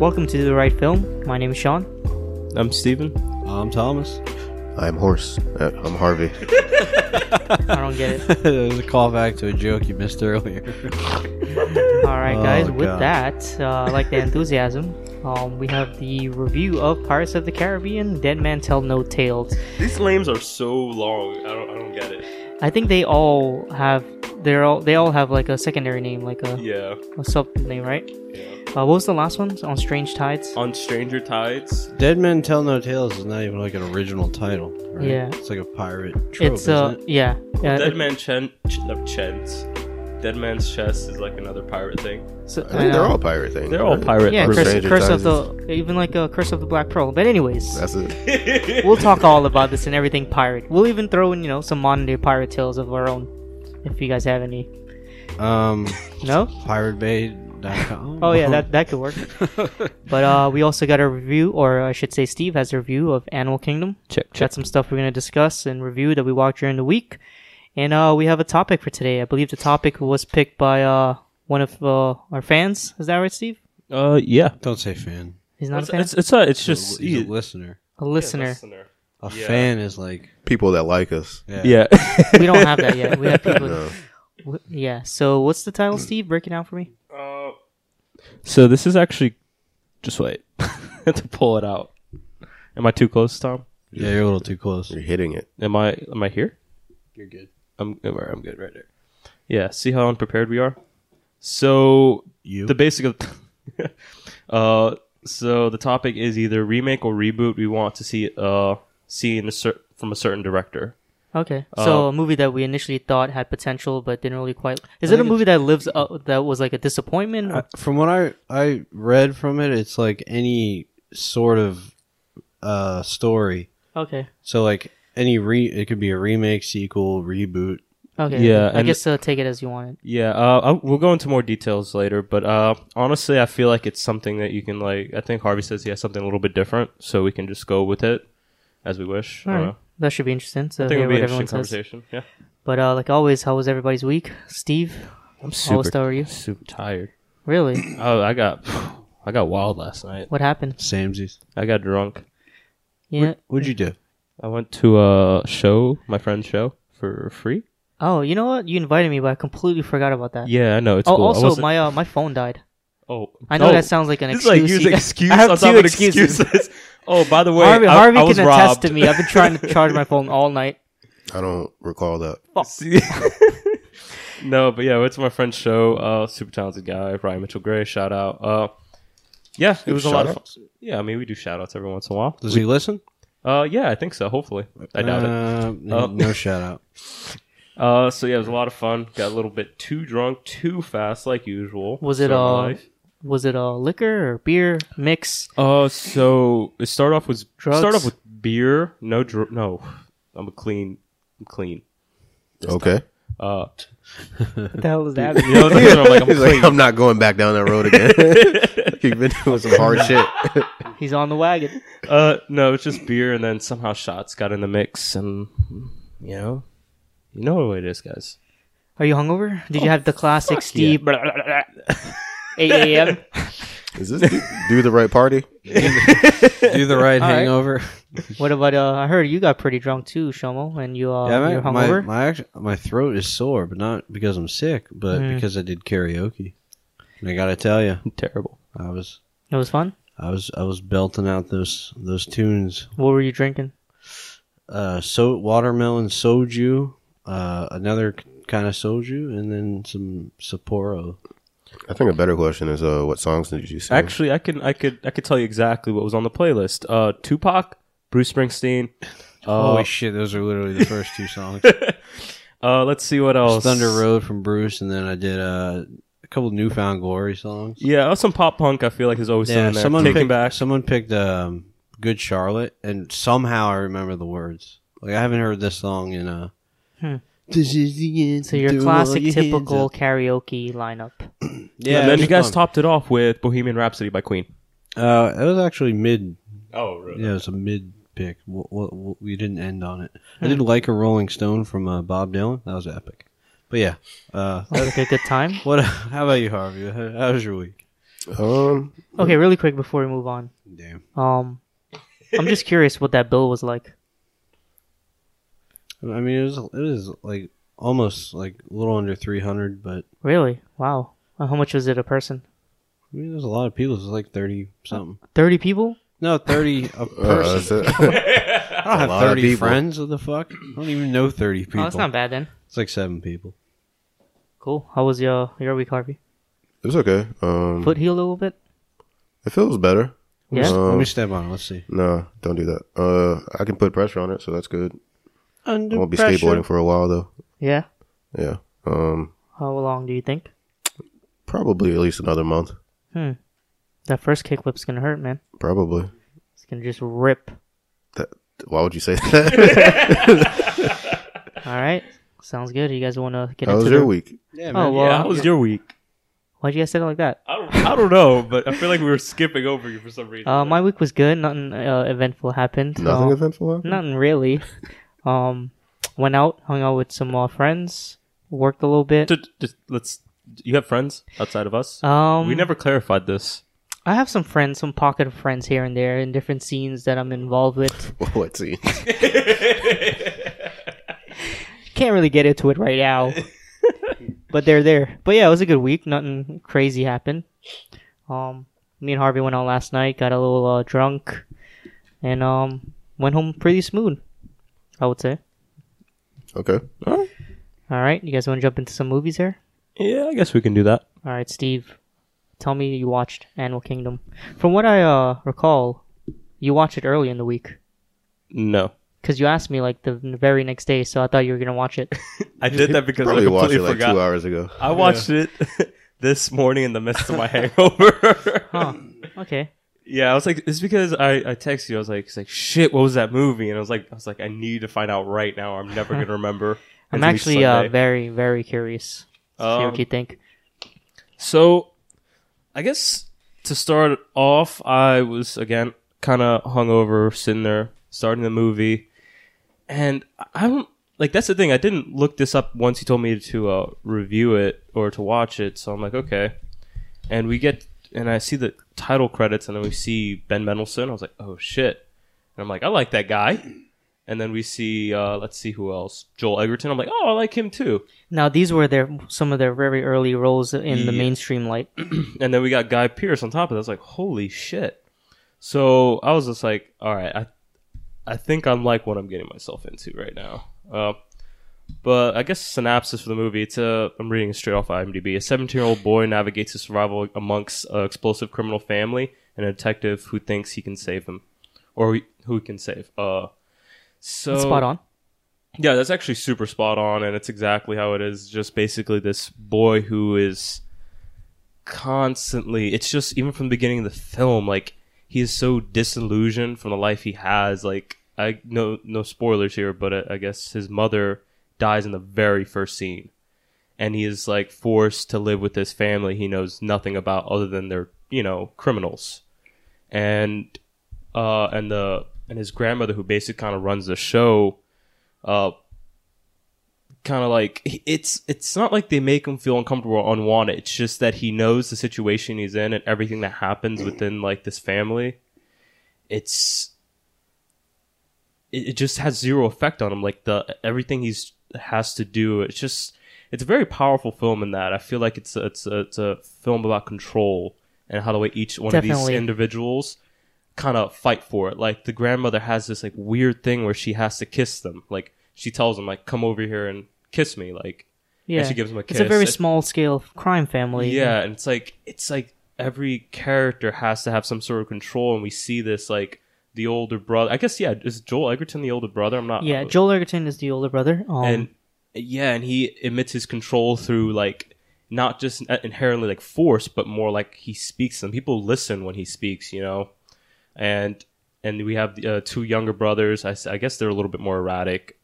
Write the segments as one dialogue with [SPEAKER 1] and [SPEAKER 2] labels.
[SPEAKER 1] Welcome to The Right Film. My name is Sean.
[SPEAKER 2] I'm Steven.
[SPEAKER 3] I'm Thomas.
[SPEAKER 4] I'm Horse. Uh, I'm Harvey.
[SPEAKER 1] I don't get it.
[SPEAKER 3] it was a callback to a joke you missed earlier.
[SPEAKER 1] All right, guys.
[SPEAKER 3] Oh,
[SPEAKER 1] with
[SPEAKER 3] God.
[SPEAKER 1] that, uh, I like the enthusiasm, um, we have the review of Pirates of the Caribbean: Dead Man Tell No Tales.
[SPEAKER 2] These names are so long. I don't, I don't get it.
[SPEAKER 1] I think they all have they're all they all have like a secondary name, like a,
[SPEAKER 2] Yeah.
[SPEAKER 1] a sub name, right?
[SPEAKER 2] yeah.
[SPEAKER 1] Uh, what was the last one? On Strange Tides.
[SPEAKER 2] On Stranger Tides,
[SPEAKER 3] Dead Men Tell No Tales is not even like an original title. Right?
[SPEAKER 1] Yeah.
[SPEAKER 3] It's like a pirate trope,
[SPEAKER 1] It's
[SPEAKER 3] isn't
[SPEAKER 1] uh
[SPEAKER 3] it?
[SPEAKER 1] yeah yeah.
[SPEAKER 2] Dead
[SPEAKER 1] it-
[SPEAKER 2] Man Chen, Ch- no, Chens. Dead Man's Chest is like another pirate thing.
[SPEAKER 1] so-
[SPEAKER 4] I
[SPEAKER 1] I
[SPEAKER 4] think
[SPEAKER 1] know.
[SPEAKER 4] they're all pirate things.
[SPEAKER 2] They're all
[SPEAKER 4] right?
[SPEAKER 2] pirate
[SPEAKER 1] yeah.
[SPEAKER 2] things.
[SPEAKER 1] Curse,
[SPEAKER 4] Stranger
[SPEAKER 1] curse of
[SPEAKER 4] Tides.
[SPEAKER 1] the even like a Curse of the Black Pearl. But anyways,
[SPEAKER 4] That's it.
[SPEAKER 1] we'll talk all about this and everything pirate. We'll even throw in, you know, some modern day pirate tales of our own if you guys have any.
[SPEAKER 3] Um,
[SPEAKER 1] No?
[SPEAKER 3] piratebay.com.
[SPEAKER 1] Oh yeah, that that could work. But uh we also got a review or I should say Steve has a review of Animal Kingdom.
[SPEAKER 2] Check,
[SPEAKER 1] Got some stuff we're going to discuss and review that we watched during the week. And uh we have a topic for today. I believe the topic was picked by uh one of uh, our fans. Is that right, Steve?
[SPEAKER 2] Uh, yeah.
[SPEAKER 3] Don't say fan.
[SPEAKER 1] He's not
[SPEAKER 2] It's,
[SPEAKER 1] a fan.
[SPEAKER 2] it's, it's, a, it's just.
[SPEAKER 3] Just he's a listener.
[SPEAKER 1] a listener.
[SPEAKER 3] A
[SPEAKER 2] Yeah.
[SPEAKER 3] fan is like
[SPEAKER 4] People that like us.
[SPEAKER 2] Yeah.
[SPEAKER 1] we don't have that yet. We have people.
[SPEAKER 4] No.
[SPEAKER 1] w- Yeah. So what's the title, Steve? Break it down for me.
[SPEAKER 2] uh, so this is actually. Just wait. to pull it out. Am I too close, Tom?
[SPEAKER 3] Yeah, you're a little too close.
[SPEAKER 4] You're hitting it.
[SPEAKER 2] Am I am I here?
[SPEAKER 3] You're good.
[SPEAKER 2] I'm I'm good right there. Yeah, see how unprepared we are. So
[SPEAKER 3] You.
[SPEAKER 2] the basic of uh so the topic is either remake or reboot we want to see uh see in a cer- from a certain director.
[SPEAKER 1] Okay, so
[SPEAKER 2] Uh,
[SPEAKER 1] a movie that we initially thought had potential but didn't really quite. Is it a movie that lives up that was like a disappointment? or-
[SPEAKER 3] from what I I read from it, it's like any sort of uh story.
[SPEAKER 1] okay,
[SPEAKER 3] So like any re, it could be a remake, sequel, reboot.
[SPEAKER 1] okay,
[SPEAKER 2] Yeah,
[SPEAKER 1] I
[SPEAKER 2] and-
[SPEAKER 1] guess uh, take it as you want it.
[SPEAKER 2] Yeah, uh I, we'll go into more details later, but uh honestly I feel like it's something that you can like I think Harvey says he has something a little bit different, so we can just go with it as we wish. I don't
[SPEAKER 1] Alright.
[SPEAKER 2] know.
[SPEAKER 1] Uh, That should be interesting. So
[SPEAKER 2] I think
[SPEAKER 1] hear
[SPEAKER 2] it'll be
[SPEAKER 1] what
[SPEAKER 2] an interesting
[SPEAKER 1] everyone says.
[SPEAKER 2] conversation. Yeah.
[SPEAKER 1] But uh, like always, how was everybody's week, Steve?
[SPEAKER 2] I'm
[SPEAKER 1] Always how are you?
[SPEAKER 2] super tired.
[SPEAKER 1] Really?
[SPEAKER 2] Oh, I got I got wild last night.
[SPEAKER 1] What happened?
[SPEAKER 3] Samesies.
[SPEAKER 2] I got drunk.
[SPEAKER 1] Yeah.
[SPEAKER 3] What'd you do?
[SPEAKER 2] I went to a show, my friend's show for free.
[SPEAKER 1] Oh, you know what? You invited me, but I completely forgot about that.
[SPEAKER 2] Yeah, I know it's
[SPEAKER 1] oh,
[SPEAKER 2] cool. I
[SPEAKER 1] also
[SPEAKER 2] wasn't-
[SPEAKER 1] my uh, my phone died.
[SPEAKER 2] oh,
[SPEAKER 1] I know
[SPEAKER 2] oh,
[SPEAKER 1] that sounds like an
[SPEAKER 2] this is
[SPEAKER 1] excuse.
[SPEAKER 2] like use
[SPEAKER 1] you-
[SPEAKER 2] excuse
[SPEAKER 1] I have
[SPEAKER 2] on
[SPEAKER 1] two
[SPEAKER 2] top of
[SPEAKER 1] excuses.
[SPEAKER 2] excuses. oh, by the way,
[SPEAKER 1] Harvey,
[SPEAKER 2] I,
[SPEAKER 1] Harvey
[SPEAKER 2] I was
[SPEAKER 1] can
[SPEAKER 2] robbed.
[SPEAKER 1] attest to me. I've been trying to charge my phone all night.
[SPEAKER 4] I don't recall that.
[SPEAKER 2] See- no, but yeah, I went to my friend's show. Uh, super talented guy, Ryan Mitchell Gray. Shout out. Uh, yeah, it was a lot of fun.
[SPEAKER 4] Shout-outs?
[SPEAKER 2] Yeah, I mean we do shout outs every once in a while.
[SPEAKER 3] Does he listen?
[SPEAKER 2] Uh, yeah, I think so. Hopefully, I doubt it.
[SPEAKER 3] uh, n-
[SPEAKER 2] Oh.
[SPEAKER 3] No shout out.
[SPEAKER 2] Uh, so yeah, it was a lot of fun. Got a little bit too drunk, too fast, like usual.
[SPEAKER 1] Was it,
[SPEAKER 2] So,
[SPEAKER 1] uh,
[SPEAKER 2] life.
[SPEAKER 1] Was it a uh, liquor or beer mix?
[SPEAKER 2] Uh, so it started off with
[SPEAKER 1] Drugs?
[SPEAKER 2] Start off with beer. No, dr- no. I'm a clean. I'm clean.
[SPEAKER 4] Okay.
[SPEAKER 2] Uh,
[SPEAKER 1] What the hell is that?
[SPEAKER 2] you know, that's what I'm like, I'm
[SPEAKER 4] He's like,
[SPEAKER 2] clean.
[SPEAKER 4] I'm not going back down that road again. You've been doing some hard shit.
[SPEAKER 1] He's on the wagon.
[SPEAKER 2] Uh, no, it's just beer, and then somehow shots got in the mix, and you know, you know what it is, guys.
[SPEAKER 1] Are you hungover? Did you have the classic
[SPEAKER 2] Yeah.
[SPEAKER 1] Steve 8 a.m.?
[SPEAKER 4] Is this do, do the right party?
[SPEAKER 3] Do the right
[SPEAKER 1] All right.
[SPEAKER 3] hangover.
[SPEAKER 1] what about uh? I heard you got pretty drunk too, Shomo, and you uh,
[SPEAKER 3] Yeah, my,
[SPEAKER 1] you're
[SPEAKER 3] my,
[SPEAKER 1] hungover.
[SPEAKER 3] my, act- my throat is sore, but not because I'm sick, but
[SPEAKER 1] Mm.
[SPEAKER 3] because I did karaoke. And I gotta tell you,
[SPEAKER 2] Terrible.
[SPEAKER 3] I was
[SPEAKER 1] It was fun.
[SPEAKER 3] I was I was belting out those those tunes.
[SPEAKER 1] What were you drinking?
[SPEAKER 3] Uh, so watermelon soju, uh, another kind of soju, and then some Sapporo.
[SPEAKER 4] I think a better question is uh, what songs did you sing?
[SPEAKER 2] Actually, I can, I could, I could tell you exactly what was on the playlist. Uh, Tupac, Bruce Springsteen. Uh,
[SPEAKER 3] Holy shit, those are literally the first two songs.
[SPEAKER 2] uh, let's see what else.
[SPEAKER 3] Thunder Road from Bruce, and then I did uh, a couple Newfound Glory songs.
[SPEAKER 2] Yeah, uh, some pop punk. I feel like is always
[SPEAKER 3] Yeah,
[SPEAKER 2] in there.
[SPEAKER 3] someone
[SPEAKER 2] Taking
[SPEAKER 3] picked,
[SPEAKER 2] back.
[SPEAKER 3] someone picked um, Good Charlotte, and somehow I remember the words. Like I haven't heard this song in uh.
[SPEAKER 1] Hmm.
[SPEAKER 3] This is the end.
[SPEAKER 1] So your
[SPEAKER 3] throw all
[SPEAKER 1] classic,
[SPEAKER 3] your hands
[SPEAKER 1] typical
[SPEAKER 3] up.
[SPEAKER 1] karaoke lineup.
[SPEAKER 3] Yeah,
[SPEAKER 2] and
[SPEAKER 3] it
[SPEAKER 2] then
[SPEAKER 3] was
[SPEAKER 2] you guys
[SPEAKER 3] fun.
[SPEAKER 2] topped it off with Bohemian Rhapsody by Queen.
[SPEAKER 3] Uh, it was actually mid.
[SPEAKER 2] Oh, really?
[SPEAKER 3] Yeah, it was a mid pick. W- w- w- We didn't end on it. I
[SPEAKER 1] Hmm.
[SPEAKER 3] did like a Rolling Stone from uh, Bob Dylan. That was epic. But yeah, uh,
[SPEAKER 1] Sounds like a good time.
[SPEAKER 3] what? How about you, Harvey? How, how was your week?
[SPEAKER 4] Um,
[SPEAKER 1] Okay, really quick before we move on.
[SPEAKER 3] Damn.
[SPEAKER 1] Um, I'm just curious what that bill was like.
[SPEAKER 3] I mean, it was it was like almost like a little under three hundred, but
[SPEAKER 1] Really? Wow. Uh, How much was it a person?
[SPEAKER 3] I mean, there's a lot of people. It was like thirty something.
[SPEAKER 1] Thirty people? Oh,
[SPEAKER 3] No, thirty a
[SPEAKER 4] uh, that's
[SPEAKER 3] person.
[SPEAKER 4] it.
[SPEAKER 3] I don't have
[SPEAKER 4] lot of
[SPEAKER 3] thirty
[SPEAKER 4] people.
[SPEAKER 3] friends. What the fuck? I don't even know thirty people.
[SPEAKER 1] Oh, that's not bad then.
[SPEAKER 3] It's like seven people.
[SPEAKER 1] Cool. How was your your week, Harvey?
[SPEAKER 4] it was okay. Um,
[SPEAKER 1] Foot heal a little bit.
[SPEAKER 4] it feels better.
[SPEAKER 1] Yeah.
[SPEAKER 4] Uh,
[SPEAKER 3] Let
[SPEAKER 4] Um,
[SPEAKER 3] me step on. it. Let's see.
[SPEAKER 4] No, don't do that. Uh, I can put pressure on it, so that's good. I
[SPEAKER 3] Under
[SPEAKER 4] won't be skateboarding for a while though.
[SPEAKER 1] yeah.
[SPEAKER 4] Yeah. Um,
[SPEAKER 1] How long do you think?
[SPEAKER 4] probably at least another month.
[SPEAKER 1] That first kick whip's gonna hurt, man.
[SPEAKER 4] Probably.
[SPEAKER 1] It's gonna just rip.
[SPEAKER 4] Why would you say that?
[SPEAKER 1] All right. Sounds good. You guys want to get
[SPEAKER 4] How
[SPEAKER 1] into
[SPEAKER 4] was
[SPEAKER 1] the-
[SPEAKER 4] your week?
[SPEAKER 3] Yeah,
[SPEAKER 1] Oh
[SPEAKER 3] man.
[SPEAKER 1] well.
[SPEAKER 2] yeah, how was your week?
[SPEAKER 1] Why'd you guys say it like that?
[SPEAKER 2] I don't, I don't know, but I feel like we were skipping over you for some reason.
[SPEAKER 1] Uh, my week was good. Nothing uh, eventful happened.
[SPEAKER 4] Nothing
[SPEAKER 1] Uh,
[SPEAKER 4] eventful happened.
[SPEAKER 1] Nothing really. um, went out, hung out with some uh, friends, worked a little bit.
[SPEAKER 2] D- d- let's. You have friends outside of us.
[SPEAKER 1] Um,
[SPEAKER 4] Mm.
[SPEAKER 2] we never clarified this.
[SPEAKER 1] I have some friends, some pocket of friends here and there in different scenes that I'm involved with.
[SPEAKER 4] What scene?
[SPEAKER 1] Can't really get into it right now, but they're there. But yeah, it was a good week. Nothing crazy happened. Um, me and Harvey went out last night, got a little uh, drunk, and um, went home pretty smooth. I would say.
[SPEAKER 4] Okay.
[SPEAKER 1] All right, you guys want to jump into some movies here?
[SPEAKER 2] Yeah, I guess we can do that.
[SPEAKER 1] All right, Steve, tell me you watched Animal Kingdom. From what I uh, recall, you watched it early in the week
[SPEAKER 2] No,
[SPEAKER 1] because you asked me like the the very next day, so I thought you were gonna watch it.
[SPEAKER 2] I did that because I
[SPEAKER 4] Probably watched
[SPEAKER 2] completely
[SPEAKER 4] it like
[SPEAKER 2] forgot.
[SPEAKER 4] two hours ago.
[SPEAKER 2] I watched it this morning in the midst of my hangover.
[SPEAKER 1] Huh? Okay.
[SPEAKER 2] Yeah, I was like, it's because I, I texted you. I was like, it's like shit. What was that movie? And I was like, I was like, I need to find out right now. I'm never gonna remember.
[SPEAKER 1] I'm
[SPEAKER 2] It's gonna be
[SPEAKER 1] actually uh,
[SPEAKER 2] Sunday.
[SPEAKER 1] very very curious. To see
[SPEAKER 2] Um,
[SPEAKER 1] what you think.
[SPEAKER 2] So, I guess to start off, I was again kind of hungover, sitting there starting the movie, and I- I don't like that's the thing. I didn't look this up once he told me to uh, review it or to watch it, so I'm like, okay. And we get and I see the title credits, and then we see Ben Mendelsohn. I was like, oh shit, and I'm like, I like that guy. And then we see, uh, let's see who else, Joel Egerton. I'm like, oh, I like him too.
[SPEAKER 1] Now these were their some of their very early roles in the
[SPEAKER 2] Yeah.
[SPEAKER 1] mainstream light.
[SPEAKER 2] and then we got Guy Pierce on top of that. I was like, holy shit. So I was just like, all right, I, I think I'm like what I'm getting myself into right now. Uh, but I guess synopsis for the movie. It's a I'm reading it straight off IMDb. A 17 year old boy navigates his survival amongst an explosive criminal family and a detective who thinks he can save him, or who he can save. Uh, so
[SPEAKER 1] Spot on.
[SPEAKER 2] yeah, that's actually super spot on, and it's exactly how it is. Just basically this boy who is constantly. It's just even from the beginning of the film, like he is so disillusioned from the life he has. Like I no no spoilers here, but uh, I, I guess his mother dies in the very first scene, and he is like forced to live with this family he knows nothing about other than they're you know criminals, and uh and the and his grandmother who basically kind of runs the show uh kind of like it's it's not like they make him feel uncomfortable or unwanted it's just that he knows the situation he's in and everything that happens within like this family it's it, it just has zero effect on him like the everything he's has to do it's just it's a very powerful film in that i feel like it's a, it's a, it's a film about control and how the way each one of
[SPEAKER 1] Definitely.
[SPEAKER 2] these individuals kind of fight for it. Like the grandmother has this like weird thing where she has to kiss them. Like she tells them like come over here and kiss me. Like
[SPEAKER 1] Yeah,
[SPEAKER 2] she gives him a
[SPEAKER 1] It's a
[SPEAKER 2] kiss.
[SPEAKER 1] very
[SPEAKER 2] It-
[SPEAKER 1] small scale crime family.
[SPEAKER 2] yeah, and it's like it's like every character has to have some sort of control, and we see this like the older brother. I guess yeah, is Joel Egerton the older brother? I'm not.
[SPEAKER 1] yeah. Joel Egerton is the older brother. Um,
[SPEAKER 2] and yeah, and he emits his control through like not just uh, inherently like force, but more like he speaks. And people listen when he speaks, you know. And and we have uh, two younger brothers. I, s- I guess they're a little bit more erratic.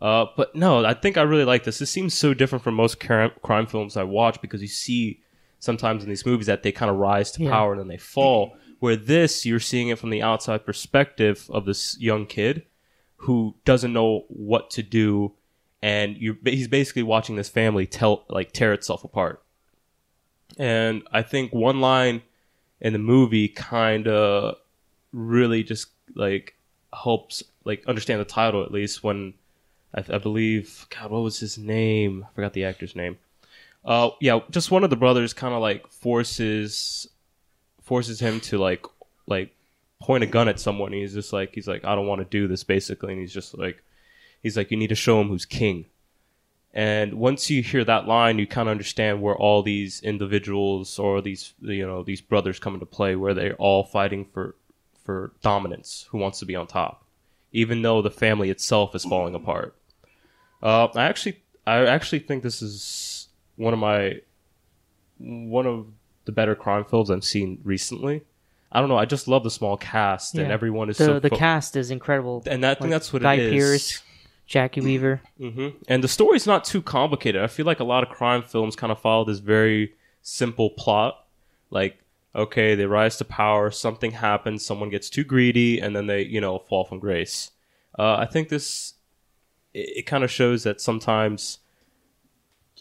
[SPEAKER 2] Uh, but no, I think I really like this. This seems so different from most crime, crime films I watch because you see sometimes in these movies that they kind of rise to
[SPEAKER 1] Yeah.
[SPEAKER 2] power and then they fall. Where this, you're seeing it from the outside perspective of this young kid who doesn't know what to do, and you he's basically watching this family tell like tear itself apart. And I think one line in the movie kind of really just like helps like understand the title at least when I, I believe God what was his name I forgot the actor's name uh yeah just one of the brothers kind of like forces forces him to like like point a gun at someone he's just like he's like I don't want to do this basically and he's just like he's like you need to show him who's king and once you hear that line, you kind of understand where all these individuals or these you know these brothers come into play, where they're all fighting for for dominance. Who wants to be on top, even though the family itself is falling apart. Uh, I actually I actually think this is one of my one of the better crime films I've seen recently. I don't know. I just love the small cast and
[SPEAKER 1] Yeah.
[SPEAKER 2] everyone
[SPEAKER 1] The
[SPEAKER 2] is so
[SPEAKER 1] the
[SPEAKER 2] fo-
[SPEAKER 1] cast is incredible.
[SPEAKER 2] and I think
[SPEAKER 1] like,
[SPEAKER 2] that's what
[SPEAKER 1] Guy
[SPEAKER 2] it is.
[SPEAKER 1] Pearce, Jackie Weaver.
[SPEAKER 2] hmm And the story's not too complicated. I feel like a lot of crime films kind of follow this very simple plot. Like, okay, they rise to power, something happens, someone gets too greedy, and then they, you know, fall from grace. Uh, I think this, it, it kind of shows that sometimes,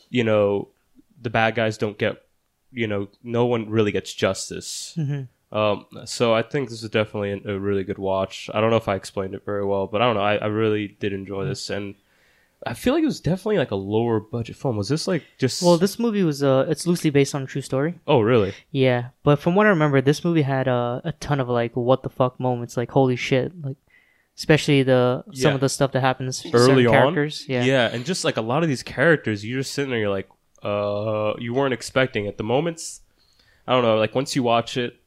[SPEAKER 2] you know, the bad guys don't get, you know, no one really gets justice. Um, so I think this is definitely an- a really good watch. I don't know if I explained it very well, but I don't know. I, I really did enjoy this, and I feel like it was definitely like a lower budget film. Was this like just?
[SPEAKER 1] Well, this movie was uh, it's loosely based on a true story.
[SPEAKER 2] oh really?
[SPEAKER 1] Yeah, but from what I remember, this movie had uh, a ton of like what the fuck moments, like holy shit, like especially the some
[SPEAKER 2] Yeah.
[SPEAKER 1] of the stuff that happens to
[SPEAKER 2] Early
[SPEAKER 1] certain
[SPEAKER 2] on,
[SPEAKER 1] characters. Yeah.
[SPEAKER 2] and just like a lot of these characters, you're just sitting there, you're like, uh, you weren't expecting at the moments. I don't know. Like once you watch it,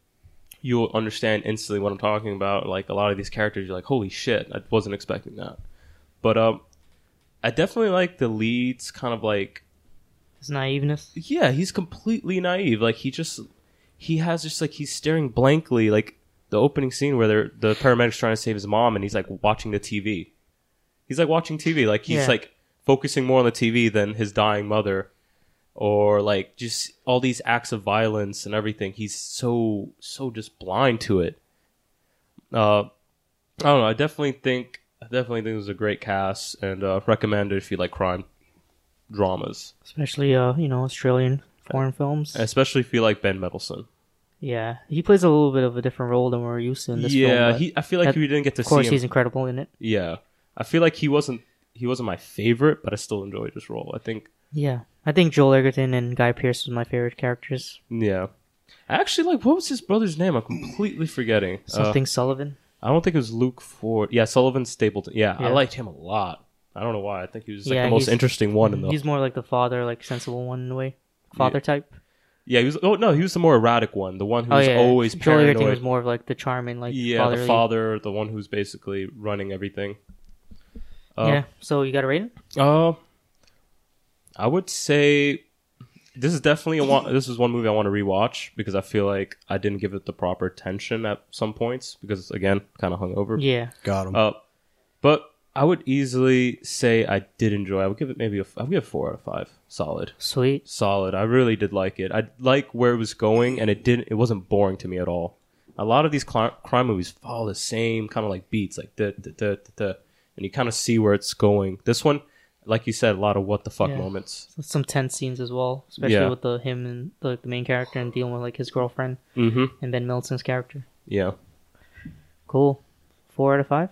[SPEAKER 2] you'll understand instantly what I'm talking about. Like a lot of these characters, you're like, holy shit, I wasn't expecting that. But um, I definitely like the leads, kind of like
[SPEAKER 1] his naiveness.
[SPEAKER 2] yeah he's completely naive like he just he has just like he's staring blankly like the opening scene where they're the paramedics trying to save his mom and he's like watching the tv he's like watching tv like he's
[SPEAKER 1] Yeah.
[SPEAKER 2] like focusing more on the tv than his dying mother or like just all these acts of violence and everything he's so so just blind to it uh i don't know i definitely think i definitely think it was a great cast and uh recommend it if you like crime dramas
[SPEAKER 1] especially uh you know Australian
[SPEAKER 2] Uh,
[SPEAKER 1] foreign films.
[SPEAKER 2] especially if you like Ben Mendelsohn.
[SPEAKER 1] yeah, he plays a little bit of a different role than we're used to in this film.
[SPEAKER 2] yeah,
[SPEAKER 1] but
[SPEAKER 2] he, I feel like
[SPEAKER 1] that-
[SPEAKER 2] we didn't get to
[SPEAKER 1] of course
[SPEAKER 2] see him.
[SPEAKER 1] he's incredible in it.
[SPEAKER 2] Yeah, I feel like he wasn't he wasn't my favorite, but I still enjoyed his role. I think
[SPEAKER 1] Yeah, I think Joel Egerton and Guy Pearce was my favorite characters.
[SPEAKER 2] yeah. I Actually, like, what was his brother's name? I'm completely forgetting. Uh,
[SPEAKER 1] Something Sullivan.
[SPEAKER 2] I don't think it was Luke Ford. Yeah, Sullivan Stapleton. Yeah, I
[SPEAKER 1] Yeah.
[SPEAKER 2] liked him a lot. I don't know why. I think he was like
[SPEAKER 1] Yeah,
[SPEAKER 2] the most
[SPEAKER 1] he's-
[SPEAKER 2] interesting one in the.
[SPEAKER 1] He's more like the father, like sensible one in a way, father type.
[SPEAKER 2] yeah, he was. Oh no, he was the more erratic one. The one who
[SPEAKER 1] Oh
[SPEAKER 2] was
[SPEAKER 1] yeah,
[SPEAKER 2] always
[SPEAKER 1] Joel Egerton
[SPEAKER 2] paranoid.
[SPEAKER 1] was more of like the charming, like
[SPEAKER 2] yeah,
[SPEAKER 1] fatherly.
[SPEAKER 2] the father, the one who's basically running everything. Uh,
[SPEAKER 1] yeah. So you got to rate it.
[SPEAKER 2] Uh, I would say this is definitely a one. This is one movie I want to rewatch because I feel like I didn't give it the proper attention at some points because again, kind of hungover.
[SPEAKER 1] Yeah.
[SPEAKER 3] Got him.
[SPEAKER 2] Uh, but I would easily say I did enjoy. I would give it maybe a. I would give it four out of five. Solid,
[SPEAKER 1] Sweet.
[SPEAKER 2] solid. I really did like it. I like where it was going, and it didn't. It wasn't boring to me at all. A lot of these cli- crime movies follow the same kind of like beats, like da da da da, da and you kind of see where it's going. This one, like you said, a lot of what the fuck
[SPEAKER 1] Yeah.
[SPEAKER 2] moments.
[SPEAKER 1] Some tense scenes as well, especially
[SPEAKER 2] Yeah.
[SPEAKER 1] with the him and the, the main character and dealing with like his girlfriend
[SPEAKER 2] Mm-hmm.
[SPEAKER 1] and Ben Middleton's character.
[SPEAKER 2] Yeah,
[SPEAKER 1] Cool. Four out of five.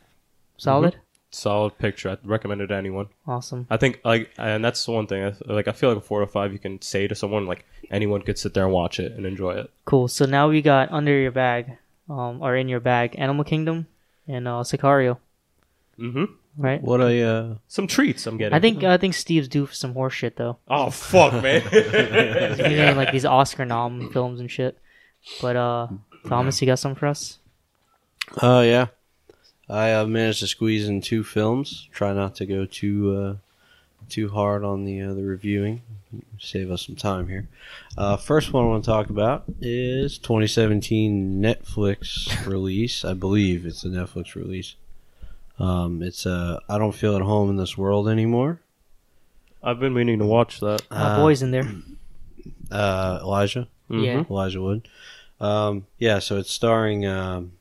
[SPEAKER 1] Solid.
[SPEAKER 2] solid picture. I recommend it to anyone.
[SPEAKER 1] Awesome.
[SPEAKER 2] I think like, and that's the one thing. I- Like, I feel like a four or five you can say to someone like anyone could sit there and watch it and enjoy it.
[SPEAKER 1] Cool. So now we got under your bag, um, or in your bag, Animal Kingdom and uh, Sicario,
[SPEAKER 2] Mm-hmm.
[SPEAKER 1] right?
[SPEAKER 3] What a uh,
[SPEAKER 2] Some treats I'm getting.
[SPEAKER 1] I think I think Steve's due for some horse shit though.
[SPEAKER 2] Oh fuck, man.
[SPEAKER 1] He's been getting like these Oscar nom films and shit. But uh, Thomas, you got some for us?
[SPEAKER 3] Oh yeah, I uh, managed to squeeze in two films. Try not to go too uh, too hard on the uh, the reviewing. Save us some time here. Uh, first one I want to talk about is 2017 Netflix release. I believe it's a Netflix release. Um, it's uh, I don't feel at home in this world anymore.
[SPEAKER 2] I've been meaning to watch that.
[SPEAKER 1] Uh,
[SPEAKER 3] Uh,
[SPEAKER 1] boys in there.
[SPEAKER 3] Uh, Elijah.
[SPEAKER 1] Yeah.
[SPEAKER 3] Elijah Wood. Um, yeah, so it's starring um,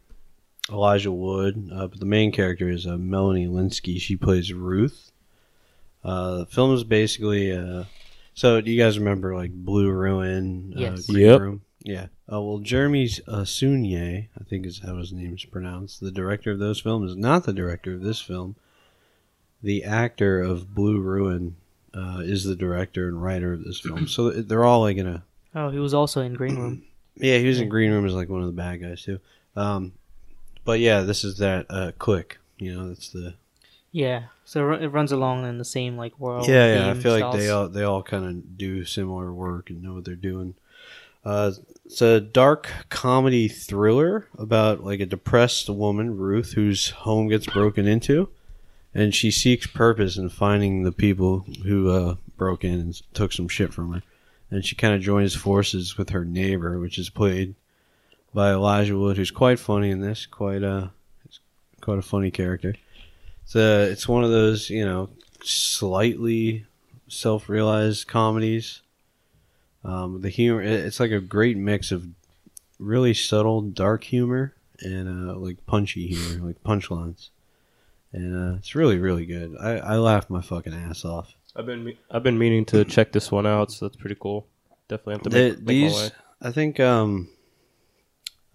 [SPEAKER 3] Elijah Wood, uh, but the main character is uh, Melanie Linsky. She plays Ruth. Uh, the film is basically uh, so. Do you guys remember like Blue Ruin? Uh,
[SPEAKER 1] Yes.
[SPEAKER 3] Green
[SPEAKER 2] Yep.
[SPEAKER 3] Room? Yeah. Uh, well, Jeremy uh, Sunye, I think is how his name is pronounced, the director of those films, is not the director of this film. The actor of Blue Ruin uh, is the director and writer of this film. So th- they're all like in a.
[SPEAKER 1] Oh, he was also in Green Room.
[SPEAKER 3] Yeah, he was in Green Room as like one of the bad guys too. Um, but yeah, this is that uh, click. You know, that's the
[SPEAKER 1] Yeah, so it ru- it runs along in the same like world.
[SPEAKER 3] yeah, yeah. I
[SPEAKER 1] theme
[SPEAKER 3] feel like
[SPEAKER 1] styles.
[SPEAKER 3] they all they all kind of do similar work and know what they're doing. Uh, it's a dark comedy thriller about like a depressed woman, Ruth, whose home gets broken into, and she seeks purpose in finding the people who uh, broke in and s- took some shit from her. And she kind of joins forces with her neighbor, which is played by Elijah Wood, who's quite funny in this. Quite a, quite a funny character. It's a, it's one of those you know slightly self-realized comedies. Um, the humor, it- it's like a great mix of really subtle dark humor and uh, like punchy humor, like punchlines. And uh, it's really, really good. I, I laughed my fucking ass off.
[SPEAKER 2] I've been me- I've been meaning to check this one out, so that's pretty cool. Definitely have to
[SPEAKER 3] They-
[SPEAKER 2] make, make my way.
[SPEAKER 3] these, I think, um,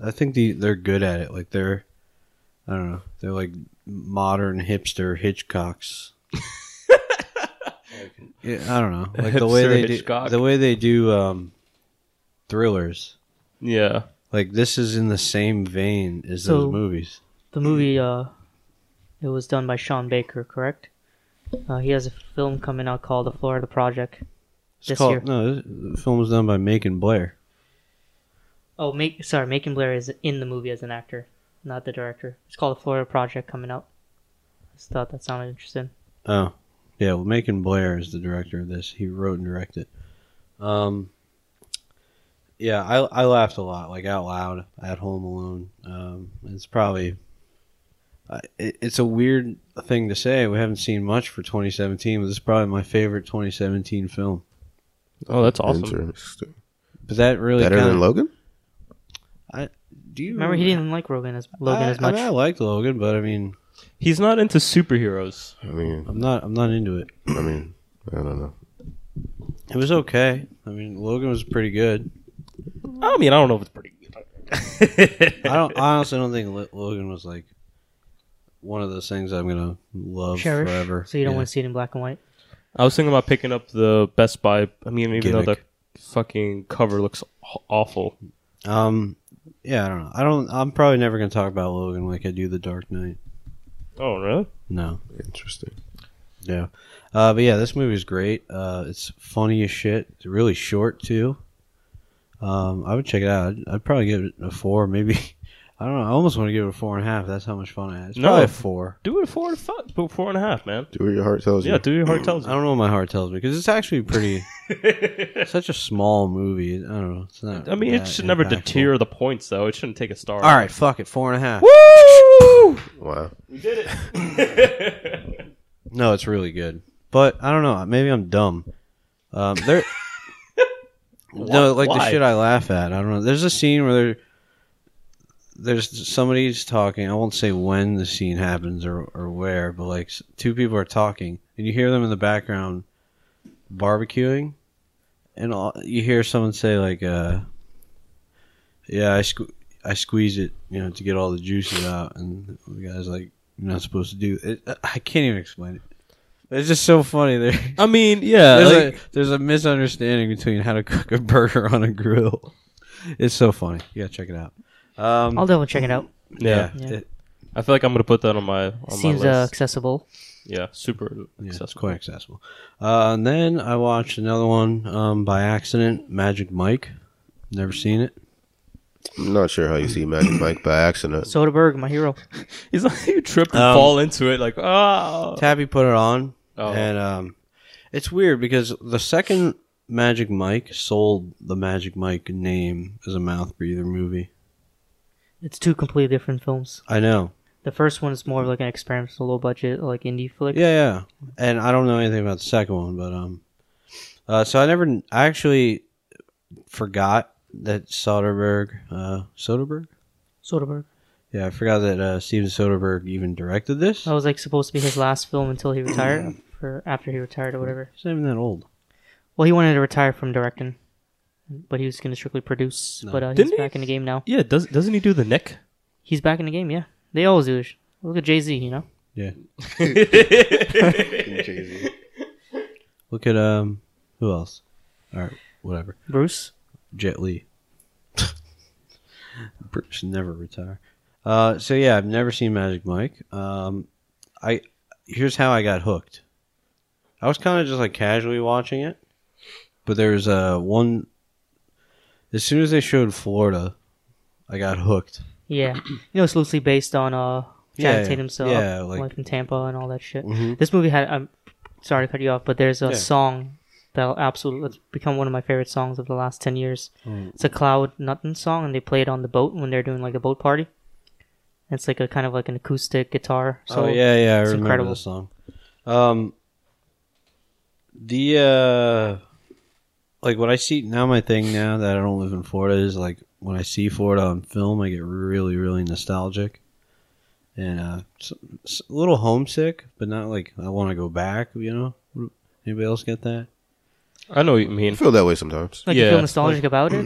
[SPEAKER 3] I think the, they're good at it. Like they're, I don't know, they're like modern hipster Hitchcocks. Like, yeah, I don't know, like the way
[SPEAKER 2] Hipster
[SPEAKER 3] they do,
[SPEAKER 2] Hitchcock.
[SPEAKER 3] the way they do um, thrillers.
[SPEAKER 2] Yeah,
[SPEAKER 3] Like this is in the same vein as
[SPEAKER 1] So-
[SPEAKER 3] those movies.
[SPEAKER 1] The movie,
[SPEAKER 3] Mm.
[SPEAKER 1] uh, it was done by Sean Baker, correct? Uh, he has a film coming out called The Florida Project.
[SPEAKER 3] It's
[SPEAKER 1] This year.
[SPEAKER 3] no, this- the film was done by Macon Blair.
[SPEAKER 1] Oh, make sorry, Macon Blair is in the movie as an actor, not the director. It's called The Florida Project coming out. I just thought that sounded interesting.
[SPEAKER 3] Oh, yeah. Well, Macon Blair is the director of this. He wrote and directed. Um, yeah, I I laughed a lot, like out loud at home alone. Um, it's probably. I- It, it's a weird thing to say. We haven't seen much for 2017, but this is probably my favorite 2017 film.
[SPEAKER 2] Oh, that's awesome.
[SPEAKER 4] Interesting.
[SPEAKER 3] But that really
[SPEAKER 4] Better
[SPEAKER 3] kinda,
[SPEAKER 4] than Logan?
[SPEAKER 3] Do you
[SPEAKER 1] Remember, he didn't like Rogan as Logan
[SPEAKER 3] I,
[SPEAKER 1] as much.
[SPEAKER 3] I, mean, I liked Logan, but I mean,
[SPEAKER 2] He's not into superheroes.
[SPEAKER 4] I mean,
[SPEAKER 3] I'm not I'm not into it.
[SPEAKER 4] I mean, I don't know.
[SPEAKER 3] It was okay. I mean, Logan was pretty good.
[SPEAKER 2] I mean, I don't know if it's pretty.
[SPEAKER 3] I don't. I honestly don't think Lo- Logan was like one of those things I'm gonna love
[SPEAKER 1] Cherish.
[SPEAKER 3] forever.
[SPEAKER 1] So you don't
[SPEAKER 3] Yeah.
[SPEAKER 1] want to see it in black and white.
[SPEAKER 2] I was thinking about picking up the Best Buy. I mean, even though the
[SPEAKER 3] Gimmick.
[SPEAKER 2] fucking cover looks aw- awful.
[SPEAKER 3] Um. Yeah, I don't know. I don't. I'm probably never gonna talk about Logan like I do the Dark Knight.
[SPEAKER 2] Oh, really?
[SPEAKER 3] No.
[SPEAKER 4] Interesting.
[SPEAKER 3] Yeah. Uh, but yeah, this movie is great. Uh, it's funny as shit. It's really short too. Um, I would check it out. I'd, I'd probably give it a four, maybe. I don't know. I almost want to give it a four and a half. That's how much fun I had. It's
[SPEAKER 2] No.
[SPEAKER 3] probably a four.
[SPEAKER 2] Do it four and five, but four and a half, man.
[SPEAKER 4] Do what your heart tells you.
[SPEAKER 2] Yeah, do your heart tells
[SPEAKER 3] I
[SPEAKER 2] you.
[SPEAKER 3] don't know what my heart tells me because it's actually pretty. such a small movie. I don't know. It's not.
[SPEAKER 2] I mean, it
[SPEAKER 3] that
[SPEAKER 2] should never
[SPEAKER 3] impactful.
[SPEAKER 2] deter the points, though. It shouldn't take a star.
[SPEAKER 3] All right, fuck it. Four and a half.
[SPEAKER 2] Woo!
[SPEAKER 4] Wow.
[SPEAKER 2] We did it.
[SPEAKER 3] No, it's really good. But I don't know. Maybe I'm dumb. Um, there. no, like the
[SPEAKER 2] Why?
[SPEAKER 3] shit I laugh at. I don't know. There's a scene where there, there's somebody's talking. I won't say when the scene happens or or where, but like s- two people are talking, and you hear them in the background barbecuing, and all, you hear someone say like, uh, "Yeah, I sque- I squeeze it, you know, to get all the juices out," and the guy's like. You're not supposed to do it. I can't even explain it. It's just so funny. There,
[SPEAKER 2] I mean, yeah.
[SPEAKER 3] there's,
[SPEAKER 2] like-
[SPEAKER 3] a, there's a misunderstanding between how to cook a burger on a grill. It's so funny. You gotta check it out. Um,
[SPEAKER 1] I'll double check it out.
[SPEAKER 2] yeah.
[SPEAKER 1] Yeah.
[SPEAKER 3] it-
[SPEAKER 2] I feel like I'm gonna put that on my on
[SPEAKER 1] Seems
[SPEAKER 2] my
[SPEAKER 1] uh,
[SPEAKER 2] list.
[SPEAKER 1] accessible.
[SPEAKER 2] yeah, super
[SPEAKER 3] yeah, it's
[SPEAKER 2] accessible.
[SPEAKER 3] quite accessible. Uh, and then I watched another one um, by accident, Magic Mike. Never seen it.
[SPEAKER 4] I'm not sure how you see Magic Mike by accident.
[SPEAKER 1] Soderbergh, my hero.
[SPEAKER 2] He's like you trip and
[SPEAKER 3] Um,
[SPEAKER 2] fall into it like oh.
[SPEAKER 3] Tabby put it on,
[SPEAKER 2] Oh.
[SPEAKER 3] and um, it's weird because the second Magic Mike sold the Magic Mike name as a mouth breather movie.
[SPEAKER 1] It's two completely different films.
[SPEAKER 3] I know.
[SPEAKER 1] The first one is more of like an experimental, low budget, like indie flick.
[SPEAKER 3] Yeah, yeah. And I don't know anything about the second one, but um, uh, so I never, I actually forgot that Soderbergh, uh, Soderbergh.
[SPEAKER 1] Soderbergh.
[SPEAKER 3] Yeah, I forgot that uh, Steven Soderbergh even directed this.
[SPEAKER 1] That was like supposed to be his last film until he retired, or after he retired or whatever.
[SPEAKER 3] He's not even that old.
[SPEAKER 1] Well, he wanted to retire from directing, but he was going to strictly produce.
[SPEAKER 3] No.
[SPEAKER 1] But uh, he's
[SPEAKER 2] Didn't he-
[SPEAKER 1] back in the game now.
[SPEAKER 2] Yeah, does, doesn't he do the Nick?
[SPEAKER 1] He's back in the game. Yeah, they always do. this. Look at Jay Z. You know,
[SPEAKER 3] Yeah.
[SPEAKER 4] Jay-Z.
[SPEAKER 3] Look at um, who else? All right, whatever.
[SPEAKER 1] Bruce.
[SPEAKER 3] Jet Li. Bruce never retire. Uh, so yeah, I've never seen Magic Mike. Um, I here's how I got hooked. I was kind of just like casually watching it, but there was uh, one. As soon as they showed Florida, I got hooked.
[SPEAKER 1] Yeah, you know it's loosely based on uh
[SPEAKER 3] Yeah,
[SPEAKER 1] Jared Tatum's uh,
[SPEAKER 3] yeah, like-
[SPEAKER 1] life in Tampa and all that shit.
[SPEAKER 3] Mhm.
[SPEAKER 1] This movie had. I'm sorry to cut you off, but there's a
[SPEAKER 3] Yeah.
[SPEAKER 1] song that absolutely it's become one of my favorite songs of the last ten years.
[SPEAKER 3] Mm.
[SPEAKER 1] It's a Cloud Nothing song, and they play it on the boat when they're doing like a boat party. It's like a kind of like an acoustic guitar.
[SPEAKER 3] So
[SPEAKER 1] So
[SPEAKER 3] oh, yeah, yeah, I
[SPEAKER 1] it's
[SPEAKER 3] remember
[SPEAKER 1] incredible.
[SPEAKER 3] the song. Um, the uh, like what I see now, my thing now that I don't live in Florida is like when I see Florida on film, I get really, really nostalgic and uh, s- s- a little homesick, but not like I want to go back. You know, anybody else get that?
[SPEAKER 2] I know what you
[SPEAKER 4] I
[SPEAKER 2] mean.
[SPEAKER 4] feel that way sometimes.
[SPEAKER 1] like you
[SPEAKER 2] Yeah.
[SPEAKER 1] feel nostalgic about it.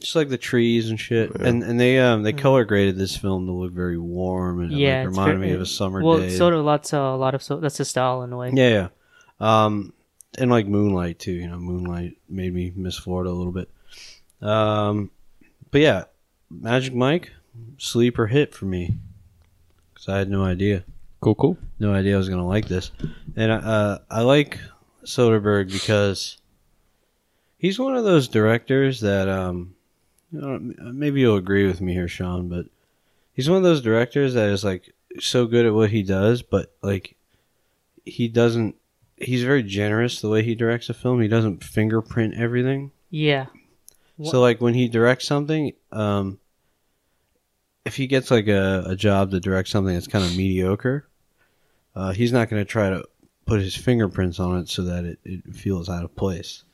[SPEAKER 3] Just like the trees and shit, and and they um they color graded this film to look very warm and
[SPEAKER 1] Mm. Yeah,
[SPEAKER 3] it like,
[SPEAKER 1] it's
[SPEAKER 3] reminded
[SPEAKER 1] very-
[SPEAKER 3] me of a summer
[SPEAKER 1] well,
[SPEAKER 3] day.
[SPEAKER 1] so do lots of a lot of so that's his style in a way.
[SPEAKER 3] Yeah, yeah. Um, and like Moonlight too. You know, Moonlight made me miss Florida a little bit. Um, but yeah, Magic Mike, sleeper hit for me because I had no idea,
[SPEAKER 2] Cool, cool.
[SPEAKER 3] no idea I was gonna like this. And uh, I like Soderbergh because he's one of those directors that um, you know, maybe you'll agree with me here, Sean, but he's one of those directors that is like so good at what he does, but like he doesn't. He's very generous the way he directs a film. He doesn't fingerprint everything.
[SPEAKER 1] Yeah, Wha-
[SPEAKER 3] So like when he directs something, um, if he gets like a, a job to direct something that's kind of mediocre, uh, he's not going to try to put his fingerprints on it so that it, it feels out of place.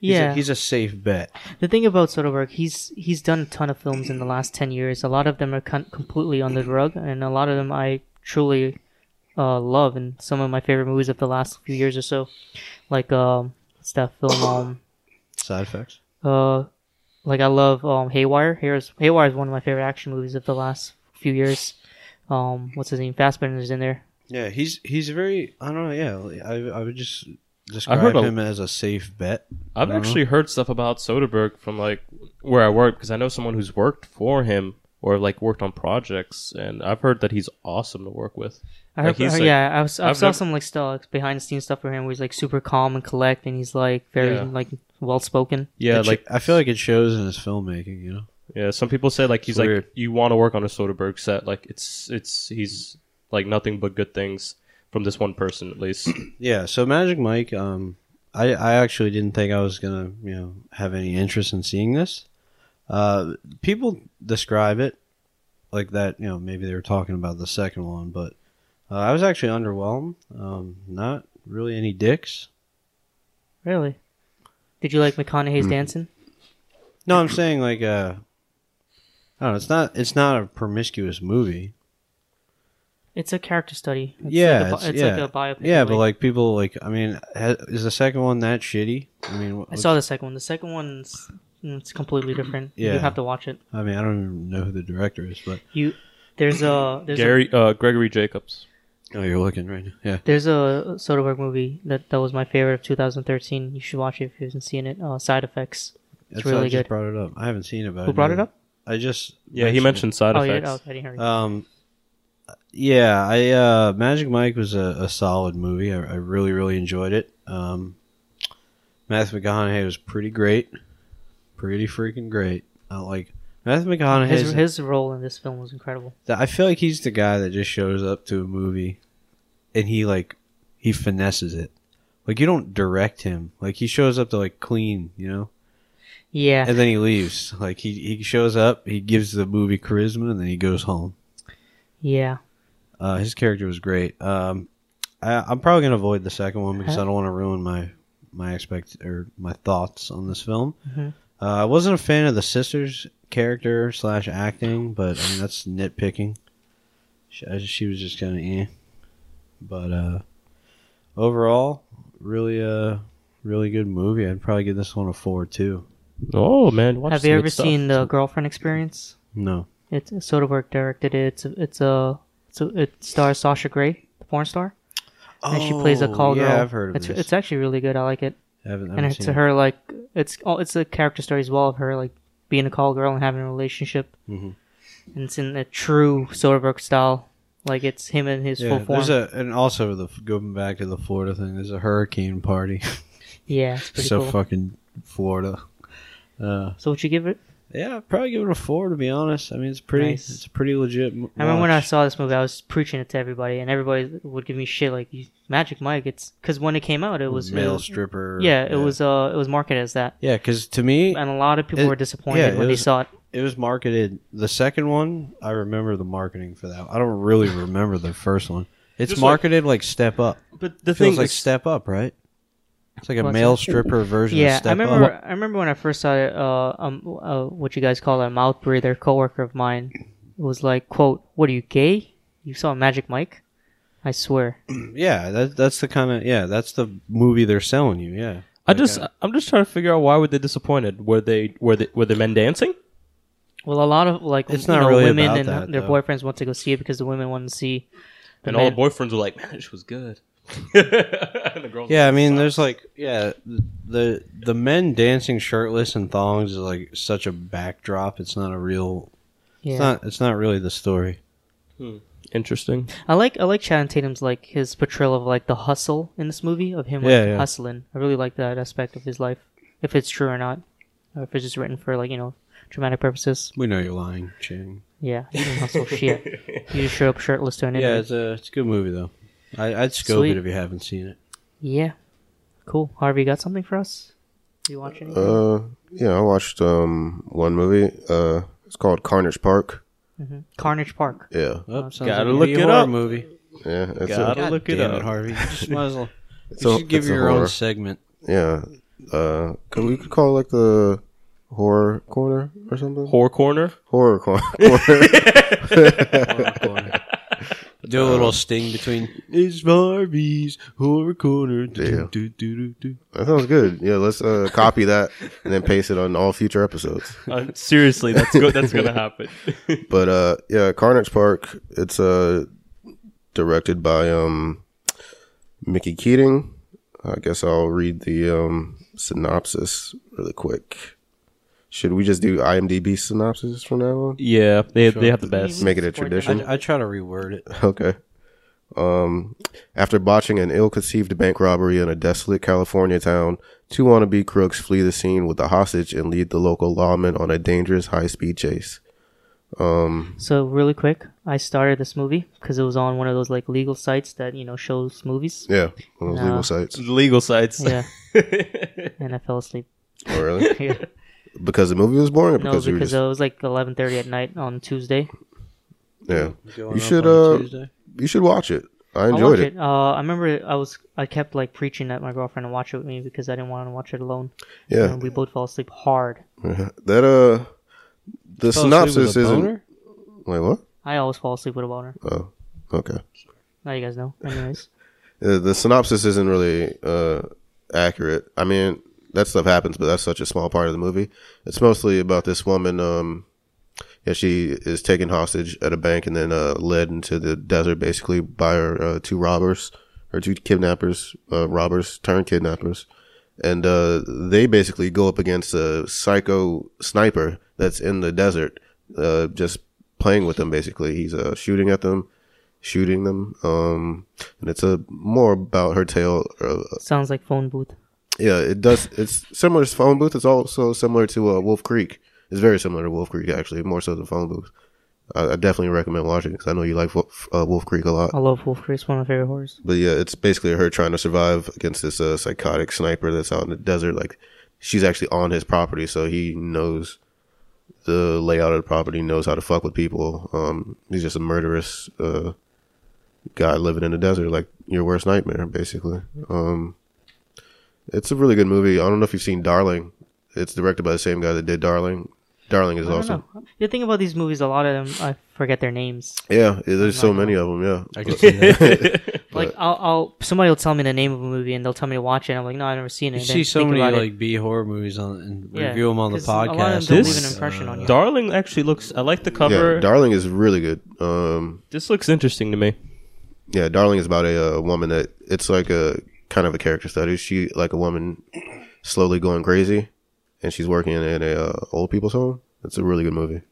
[SPEAKER 3] He's a-
[SPEAKER 1] yeah.
[SPEAKER 3] he's a safe bet.
[SPEAKER 1] the thing about Soderbergh, he's he's done a ton of films in the last ten years. A lot of them are con- completely on the rug, and a lot of them I truly uh, love. And some of my favorite movies of the last few years or so, like um, it's that film um,
[SPEAKER 3] Side effects.
[SPEAKER 1] Uh, like I love um Haywire. Here's Haywire is one of my favorite action movies of the last few years. Um, what's his name? Fassbender's in there.
[SPEAKER 3] Yeah, he's he's very. I don't know. Yeah, I I would just describe
[SPEAKER 2] a-
[SPEAKER 3] him as a safe bet.
[SPEAKER 2] I've
[SPEAKER 3] Mhm.
[SPEAKER 2] actually heard stuff about Soderbergh from like where I work because I know someone who's worked for him or like worked on projects, and I've heard that he's awesome to work with.
[SPEAKER 1] I
[SPEAKER 2] Like,
[SPEAKER 1] heard,
[SPEAKER 2] he's,
[SPEAKER 1] I-
[SPEAKER 2] like-
[SPEAKER 1] yeah, I, was, I
[SPEAKER 2] I've
[SPEAKER 1] saw
[SPEAKER 2] never-
[SPEAKER 1] some like still like, behind the scenes stuff for him where he's like super calm and collect, and he's like very
[SPEAKER 2] Yeah.
[SPEAKER 1] like well spoken.
[SPEAKER 2] Yeah,
[SPEAKER 3] It sh-
[SPEAKER 2] like
[SPEAKER 3] I feel like it shows in his filmmaking. You know,
[SPEAKER 2] yeah, some people say like he's
[SPEAKER 3] It's weird.
[SPEAKER 2] like you want to work on a Soderbergh set. Like it's it's he's like nothing but good things from this one person at least.
[SPEAKER 3] Yeah, so Magic Mike, um, I I actually didn't think I was gonna you know have any interest in seeing this. Uh, people describe it like that. You know, maybe they were talking about the second one, but uh, I was actually underwhelmed. Um, not really any dicks.
[SPEAKER 1] Really? Did you like
[SPEAKER 3] Hmm.
[SPEAKER 1] McConaughey's dancing?
[SPEAKER 3] No, I'm saying like uh, I don't know. It's not it's not a promiscuous movie.
[SPEAKER 1] It's a character study. It's
[SPEAKER 3] Yeah,
[SPEAKER 1] like a,
[SPEAKER 3] it's-
[SPEAKER 1] bi- it's
[SPEAKER 3] yeah.
[SPEAKER 1] like a biopic. in
[SPEAKER 3] Yeah,
[SPEAKER 1] a
[SPEAKER 3] but
[SPEAKER 1] way.
[SPEAKER 3] like people like I mean, ha- is the second one that shitty? I mean, what,
[SPEAKER 1] I saw the second one. The second one's mm, it's completely different.
[SPEAKER 3] Yeah.
[SPEAKER 1] you have to watch it.
[SPEAKER 3] I mean, I don't even know who the director is, but
[SPEAKER 1] You there's a there's a
[SPEAKER 2] Gary uh, Gregory Jacobs.
[SPEAKER 3] oh, you're looking right now. Yeah.
[SPEAKER 1] There's a Soderbergh movie that that was my favorite of 2013. You should watch it if you haven't seen it. Uh, Side Effects. It's
[SPEAKER 3] That's why
[SPEAKER 1] really
[SPEAKER 3] I just
[SPEAKER 1] good.
[SPEAKER 3] brought it up. I haven't seen it. But I
[SPEAKER 1] Who brought it
[SPEAKER 3] know-
[SPEAKER 1] up?
[SPEAKER 3] I just
[SPEAKER 2] Yeah, he mentioned side
[SPEAKER 1] Oh, you did?
[SPEAKER 2] effects.
[SPEAKER 1] Oh, okay, I didn't hear
[SPEAKER 3] it.
[SPEAKER 1] you.
[SPEAKER 3] Um, yeah, I uh, Magic Mike was a, a solid movie. I, I really really enjoyed it. Um, Matthew McConaughey was pretty great, pretty freaking great. I like Matthew McConaughey.
[SPEAKER 1] his his role in this film was incredible.
[SPEAKER 3] I feel like he's the guy that just shows up to a movie, and he like he finesses it. Like you don't direct him. Like he shows up to like clean, you know.
[SPEAKER 1] Yeah,
[SPEAKER 3] and then he leaves. Like he, he shows up, he gives the movie charisma, and then he goes home.
[SPEAKER 1] yeah.
[SPEAKER 3] Uh, his character was great. Um, I, I'm probably gonna avoid the second one because I don't want to ruin my my expect or my thoughts on this film.
[SPEAKER 1] Mhm.
[SPEAKER 3] Uh, I wasn't a fan of the sister's character slash acting, but I mean that's nitpicking. She, I, she was just kind of eh. But uh, overall, really uh really good movie. I'd probably give this one a four too.
[SPEAKER 2] Oh man, watch
[SPEAKER 1] Have
[SPEAKER 2] some
[SPEAKER 1] you
[SPEAKER 2] good
[SPEAKER 1] ever
[SPEAKER 2] stuff.
[SPEAKER 1] seen the Girlfriend Experience?
[SPEAKER 3] No.
[SPEAKER 1] It's Soderbergh directed it. It's it's a it's a, it stars Sasha Grey, the porn star, and she plays a call
[SPEAKER 3] Oh, yeah,
[SPEAKER 1] girl.
[SPEAKER 3] I've heard of
[SPEAKER 1] it's,
[SPEAKER 3] this.
[SPEAKER 1] It's actually really good. I like it.
[SPEAKER 3] haven't, haven't
[SPEAKER 1] and it's
[SPEAKER 3] seen it.
[SPEAKER 1] her like it's oh, it's a character story as well of her like being a call girl and having a relationship.
[SPEAKER 3] Mhm.
[SPEAKER 1] And it's in a true Soderbergh style. Like it's him in his
[SPEAKER 3] Yeah,
[SPEAKER 1] full form.
[SPEAKER 3] there's a and also the going back to the Florida thing. There's a hurricane party.
[SPEAKER 1] yeah, it's pretty
[SPEAKER 3] so
[SPEAKER 1] cool.
[SPEAKER 3] fucking Florida. Uh,
[SPEAKER 1] so would you give it?
[SPEAKER 3] yeah, I'd probably give it a four to be honest. I mean, it's pretty.
[SPEAKER 1] Nice.
[SPEAKER 3] It's a pretty legit. m-
[SPEAKER 1] I remember when I
[SPEAKER 3] watch.
[SPEAKER 1] saw this movie, I was preaching it to everybody, and everybody would give me shit like "You- Magic Mike. It's because when it came out, it was it
[SPEAKER 3] male
[SPEAKER 1] was-
[SPEAKER 3] stripper.
[SPEAKER 1] Yeah, it was uh, it was marketed as that,
[SPEAKER 3] Yeah, because to me,
[SPEAKER 1] and a lot of people
[SPEAKER 3] It-
[SPEAKER 1] were disappointed
[SPEAKER 3] yeah, it
[SPEAKER 1] when
[SPEAKER 3] was-
[SPEAKER 1] they saw it.
[SPEAKER 3] it was marketed. The second one, I remember the marketing for that. I don't really remember the first one. It's
[SPEAKER 2] Just like-
[SPEAKER 3] marketed like, Step Up.
[SPEAKER 2] But the
[SPEAKER 3] It feels
[SPEAKER 2] thing
[SPEAKER 3] like
[SPEAKER 2] is,
[SPEAKER 3] Step Up, right? It's like a
[SPEAKER 1] What's
[SPEAKER 3] male
[SPEAKER 1] that?
[SPEAKER 3] stripper version
[SPEAKER 1] Yeah,
[SPEAKER 3] of Step
[SPEAKER 1] I remember.
[SPEAKER 3] Up.
[SPEAKER 1] I remember when I first saw it. Uh, um, uh, what you guys call a mouth breather coworker of mine was like, "quote What are you gay? You saw Magic Mike? I swear."
[SPEAKER 3] Yeah, that, that's the kind of yeah, that's the movie they're selling you. Yeah,
[SPEAKER 2] I
[SPEAKER 3] Like,
[SPEAKER 2] just
[SPEAKER 3] uh,
[SPEAKER 2] I'm just trying to figure out why were they disappointed? Were they were they, were the men dancing?
[SPEAKER 1] Well, a lot of like
[SPEAKER 3] It's
[SPEAKER 1] you
[SPEAKER 3] not
[SPEAKER 1] know,
[SPEAKER 3] really
[SPEAKER 1] women
[SPEAKER 3] about
[SPEAKER 1] and
[SPEAKER 3] that,
[SPEAKER 1] their
[SPEAKER 3] though.
[SPEAKER 1] boyfriends want to go see it because the women want to see. the
[SPEAKER 2] And all
[SPEAKER 1] men.
[SPEAKER 2] the boyfriends were like, "Man, she was good." and the girls
[SPEAKER 3] Yeah, I mean, there's like, yeah, the the men dancing shirtless and thongs is like such a backdrop. It's not a real.
[SPEAKER 1] yeah.
[SPEAKER 3] It's not. It's not really the story.
[SPEAKER 2] interesting.
[SPEAKER 1] I like I like Channing Tatum's like his portrayal of like the hustle in this movie of him like
[SPEAKER 3] Yeah, yeah.
[SPEAKER 1] hustling. I really like that aspect of his life, if it's true or not, or if it's just written for like you know dramatic purposes.
[SPEAKER 3] We know you're lying, Ching.
[SPEAKER 1] Yeah, you can hustle shit. You just show up shirtless to an
[SPEAKER 3] Yeah,
[SPEAKER 1] interview.
[SPEAKER 3] it's a it's a good movie though. I, I'd scope
[SPEAKER 1] Sweet.
[SPEAKER 3] it if you haven't seen it.
[SPEAKER 1] Yeah. Cool. Harvey, you got something for us? You watch anything?
[SPEAKER 4] Uh, yeah, I watched um one movie. Uh, it's called Carnage Park.
[SPEAKER 1] Mhm. Carnage Park.
[SPEAKER 4] Yeah,
[SPEAKER 3] Oh, sounds
[SPEAKER 2] Gotta
[SPEAKER 3] like a
[SPEAKER 2] look it
[SPEAKER 3] horror
[SPEAKER 2] up.
[SPEAKER 3] Movie.
[SPEAKER 4] yeah, that's
[SPEAKER 2] Gotta
[SPEAKER 4] it.
[SPEAKER 2] look it
[SPEAKER 3] Damn
[SPEAKER 2] up.
[SPEAKER 3] it, Harvey. You just might as well.
[SPEAKER 4] It's
[SPEAKER 3] You
[SPEAKER 4] a-
[SPEAKER 3] should give
[SPEAKER 4] it's a
[SPEAKER 3] your own
[SPEAKER 4] horror.
[SPEAKER 3] segment.
[SPEAKER 4] Yeah, uh, could we could call it like the horror corner or something?
[SPEAKER 2] Whore corner.
[SPEAKER 4] Horror cor- corner.
[SPEAKER 3] Horror corner. Do a little sting between it's Harvey's horror corner.
[SPEAKER 4] Yeah.
[SPEAKER 3] Do-do-do-do-do.
[SPEAKER 4] that sounds good. Yeah, let's uh copy that and then paste it on all future episodes.
[SPEAKER 2] Uh, seriously, that's go- that's gonna happen.
[SPEAKER 4] But uh, yeah, Carnage Park. It's uh directed by um Mickey Keating. I guess I'll read the um synopsis really quick. Should we just do IMDb synopsis from now on?
[SPEAKER 2] yeah, they they have the
[SPEAKER 1] best.
[SPEAKER 2] best.
[SPEAKER 4] Make it a
[SPEAKER 1] Support
[SPEAKER 4] tradition.
[SPEAKER 3] I, I try to reword it.
[SPEAKER 4] Okay. Um, after botching an ill-conceived bank robbery in a desolate California town, two wannabe crooks flee the scene with a hostage and lead the local lawmen on a dangerous high-speed chase.
[SPEAKER 1] So really quick, I started this movie because it was on one of those like legal sites that you know shows movies.
[SPEAKER 4] Yeah, one of those
[SPEAKER 1] No.
[SPEAKER 4] legal sites.
[SPEAKER 2] Legal sites.
[SPEAKER 1] Yeah. and I fell asleep.
[SPEAKER 4] Oh, really?
[SPEAKER 1] Yeah.
[SPEAKER 4] Because the movie was boring, or
[SPEAKER 1] No, because
[SPEAKER 4] because, we were just
[SPEAKER 1] it was like eleven thirty at night on Tuesday.
[SPEAKER 4] yeah.
[SPEAKER 3] Going
[SPEAKER 4] You
[SPEAKER 3] up
[SPEAKER 4] should
[SPEAKER 3] on
[SPEAKER 4] uh,
[SPEAKER 3] Tuesday?
[SPEAKER 4] you should watch it. I
[SPEAKER 1] I
[SPEAKER 4] enjoyed
[SPEAKER 1] watched
[SPEAKER 4] it.
[SPEAKER 1] it. Uh, I remember I was I kept like preaching at my girlfriend to watch it with me because I didn't want to watch it alone.
[SPEAKER 4] Yeah,
[SPEAKER 1] And we both fell asleep hard.
[SPEAKER 4] that uh, the
[SPEAKER 3] Fell asleep with
[SPEAKER 4] synopsis
[SPEAKER 3] a
[SPEAKER 4] isn't.
[SPEAKER 3] boner?
[SPEAKER 4] Wait, what?
[SPEAKER 1] I always fall asleep with a boner.
[SPEAKER 4] Oh, okay.
[SPEAKER 1] Now you guys know. Anyways.
[SPEAKER 4] Uh, the synopsis isn't really uh, accurate. I mean, that stuff happens, but that's such a small part of the movie. It's mostly about this woman. Um, yeah, she is taken hostage at a bank and then uh, led into the desert, basically by her uh, two robbers, or two kidnappers, uh, robbers turned kidnappers, and uh, they basically go up against a psycho sniper that's in the desert, uh, just playing with them. Basically, he's uh, shooting at them shooting them. Um, and it's a more about her tale. Uh,
[SPEAKER 1] Sounds like phone booth.
[SPEAKER 4] yeah, it does. It's similar to Phone Booth. It's also similar to uh, Wolf Creek. It's very similar to Wolf Creek, actually, more so than Phone Booth. I, I definitely recommend watching because I know you like Wolf, uh, Wolf Creek a lot.
[SPEAKER 1] I love Wolf Creek. It's one of my favorite horrors.
[SPEAKER 4] But yeah, it's basically her trying to survive against this uh, psychotic sniper that's out in the desert. Like, she's actually on his property, so he knows the layout of the property, knows how to fuck with people. Um, he's just a murderous uh, guy living in the desert, like your worst nightmare, basically. Um, it's a really good movie. I don't know if you've seen Darling. It's directed by the same guy that did Darling. Darling is
[SPEAKER 1] I don't
[SPEAKER 4] awesome.
[SPEAKER 1] know. The thing about these movies, a lot of them, I forget their names.
[SPEAKER 4] Yeah, there's so
[SPEAKER 1] Right.
[SPEAKER 4] many of them. Yeah,
[SPEAKER 3] I can see that.
[SPEAKER 1] Like, I'll, I'll somebody will tell me the name of a movie and they'll tell me to watch it. And I'm like, no, I've never seen it.
[SPEAKER 3] You
[SPEAKER 1] and
[SPEAKER 3] see
[SPEAKER 1] then
[SPEAKER 3] so
[SPEAKER 1] think
[SPEAKER 3] many
[SPEAKER 1] about it.
[SPEAKER 3] like B horror movies on and
[SPEAKER 1] Yeah,
[SPEAKER 3] review them on the
[SPEAKER 1] 'cause a lot
[SPEAKER 3] podcast.
[SPEAKER 1] of them
[SPEAKER 2] don't
[SPEAKER 3] I'm
[SPEAKER 2] leave
[SPEAKER 3] like,
[SPEAKER 1] an impression on you.
[SPEAKER 2] Darling actually looks. I like the cover.
[SPEAKER 4] yeah. Darling is really good. Um,
[SPEAKER 2] this looks interesting to me.
[SPEAKER 4] yeah, Darling is about a, uh woman that it's like a kind of a character study. She like a woman slowly going crazy, and she's working in a uh, old people's home. It's a really good movie.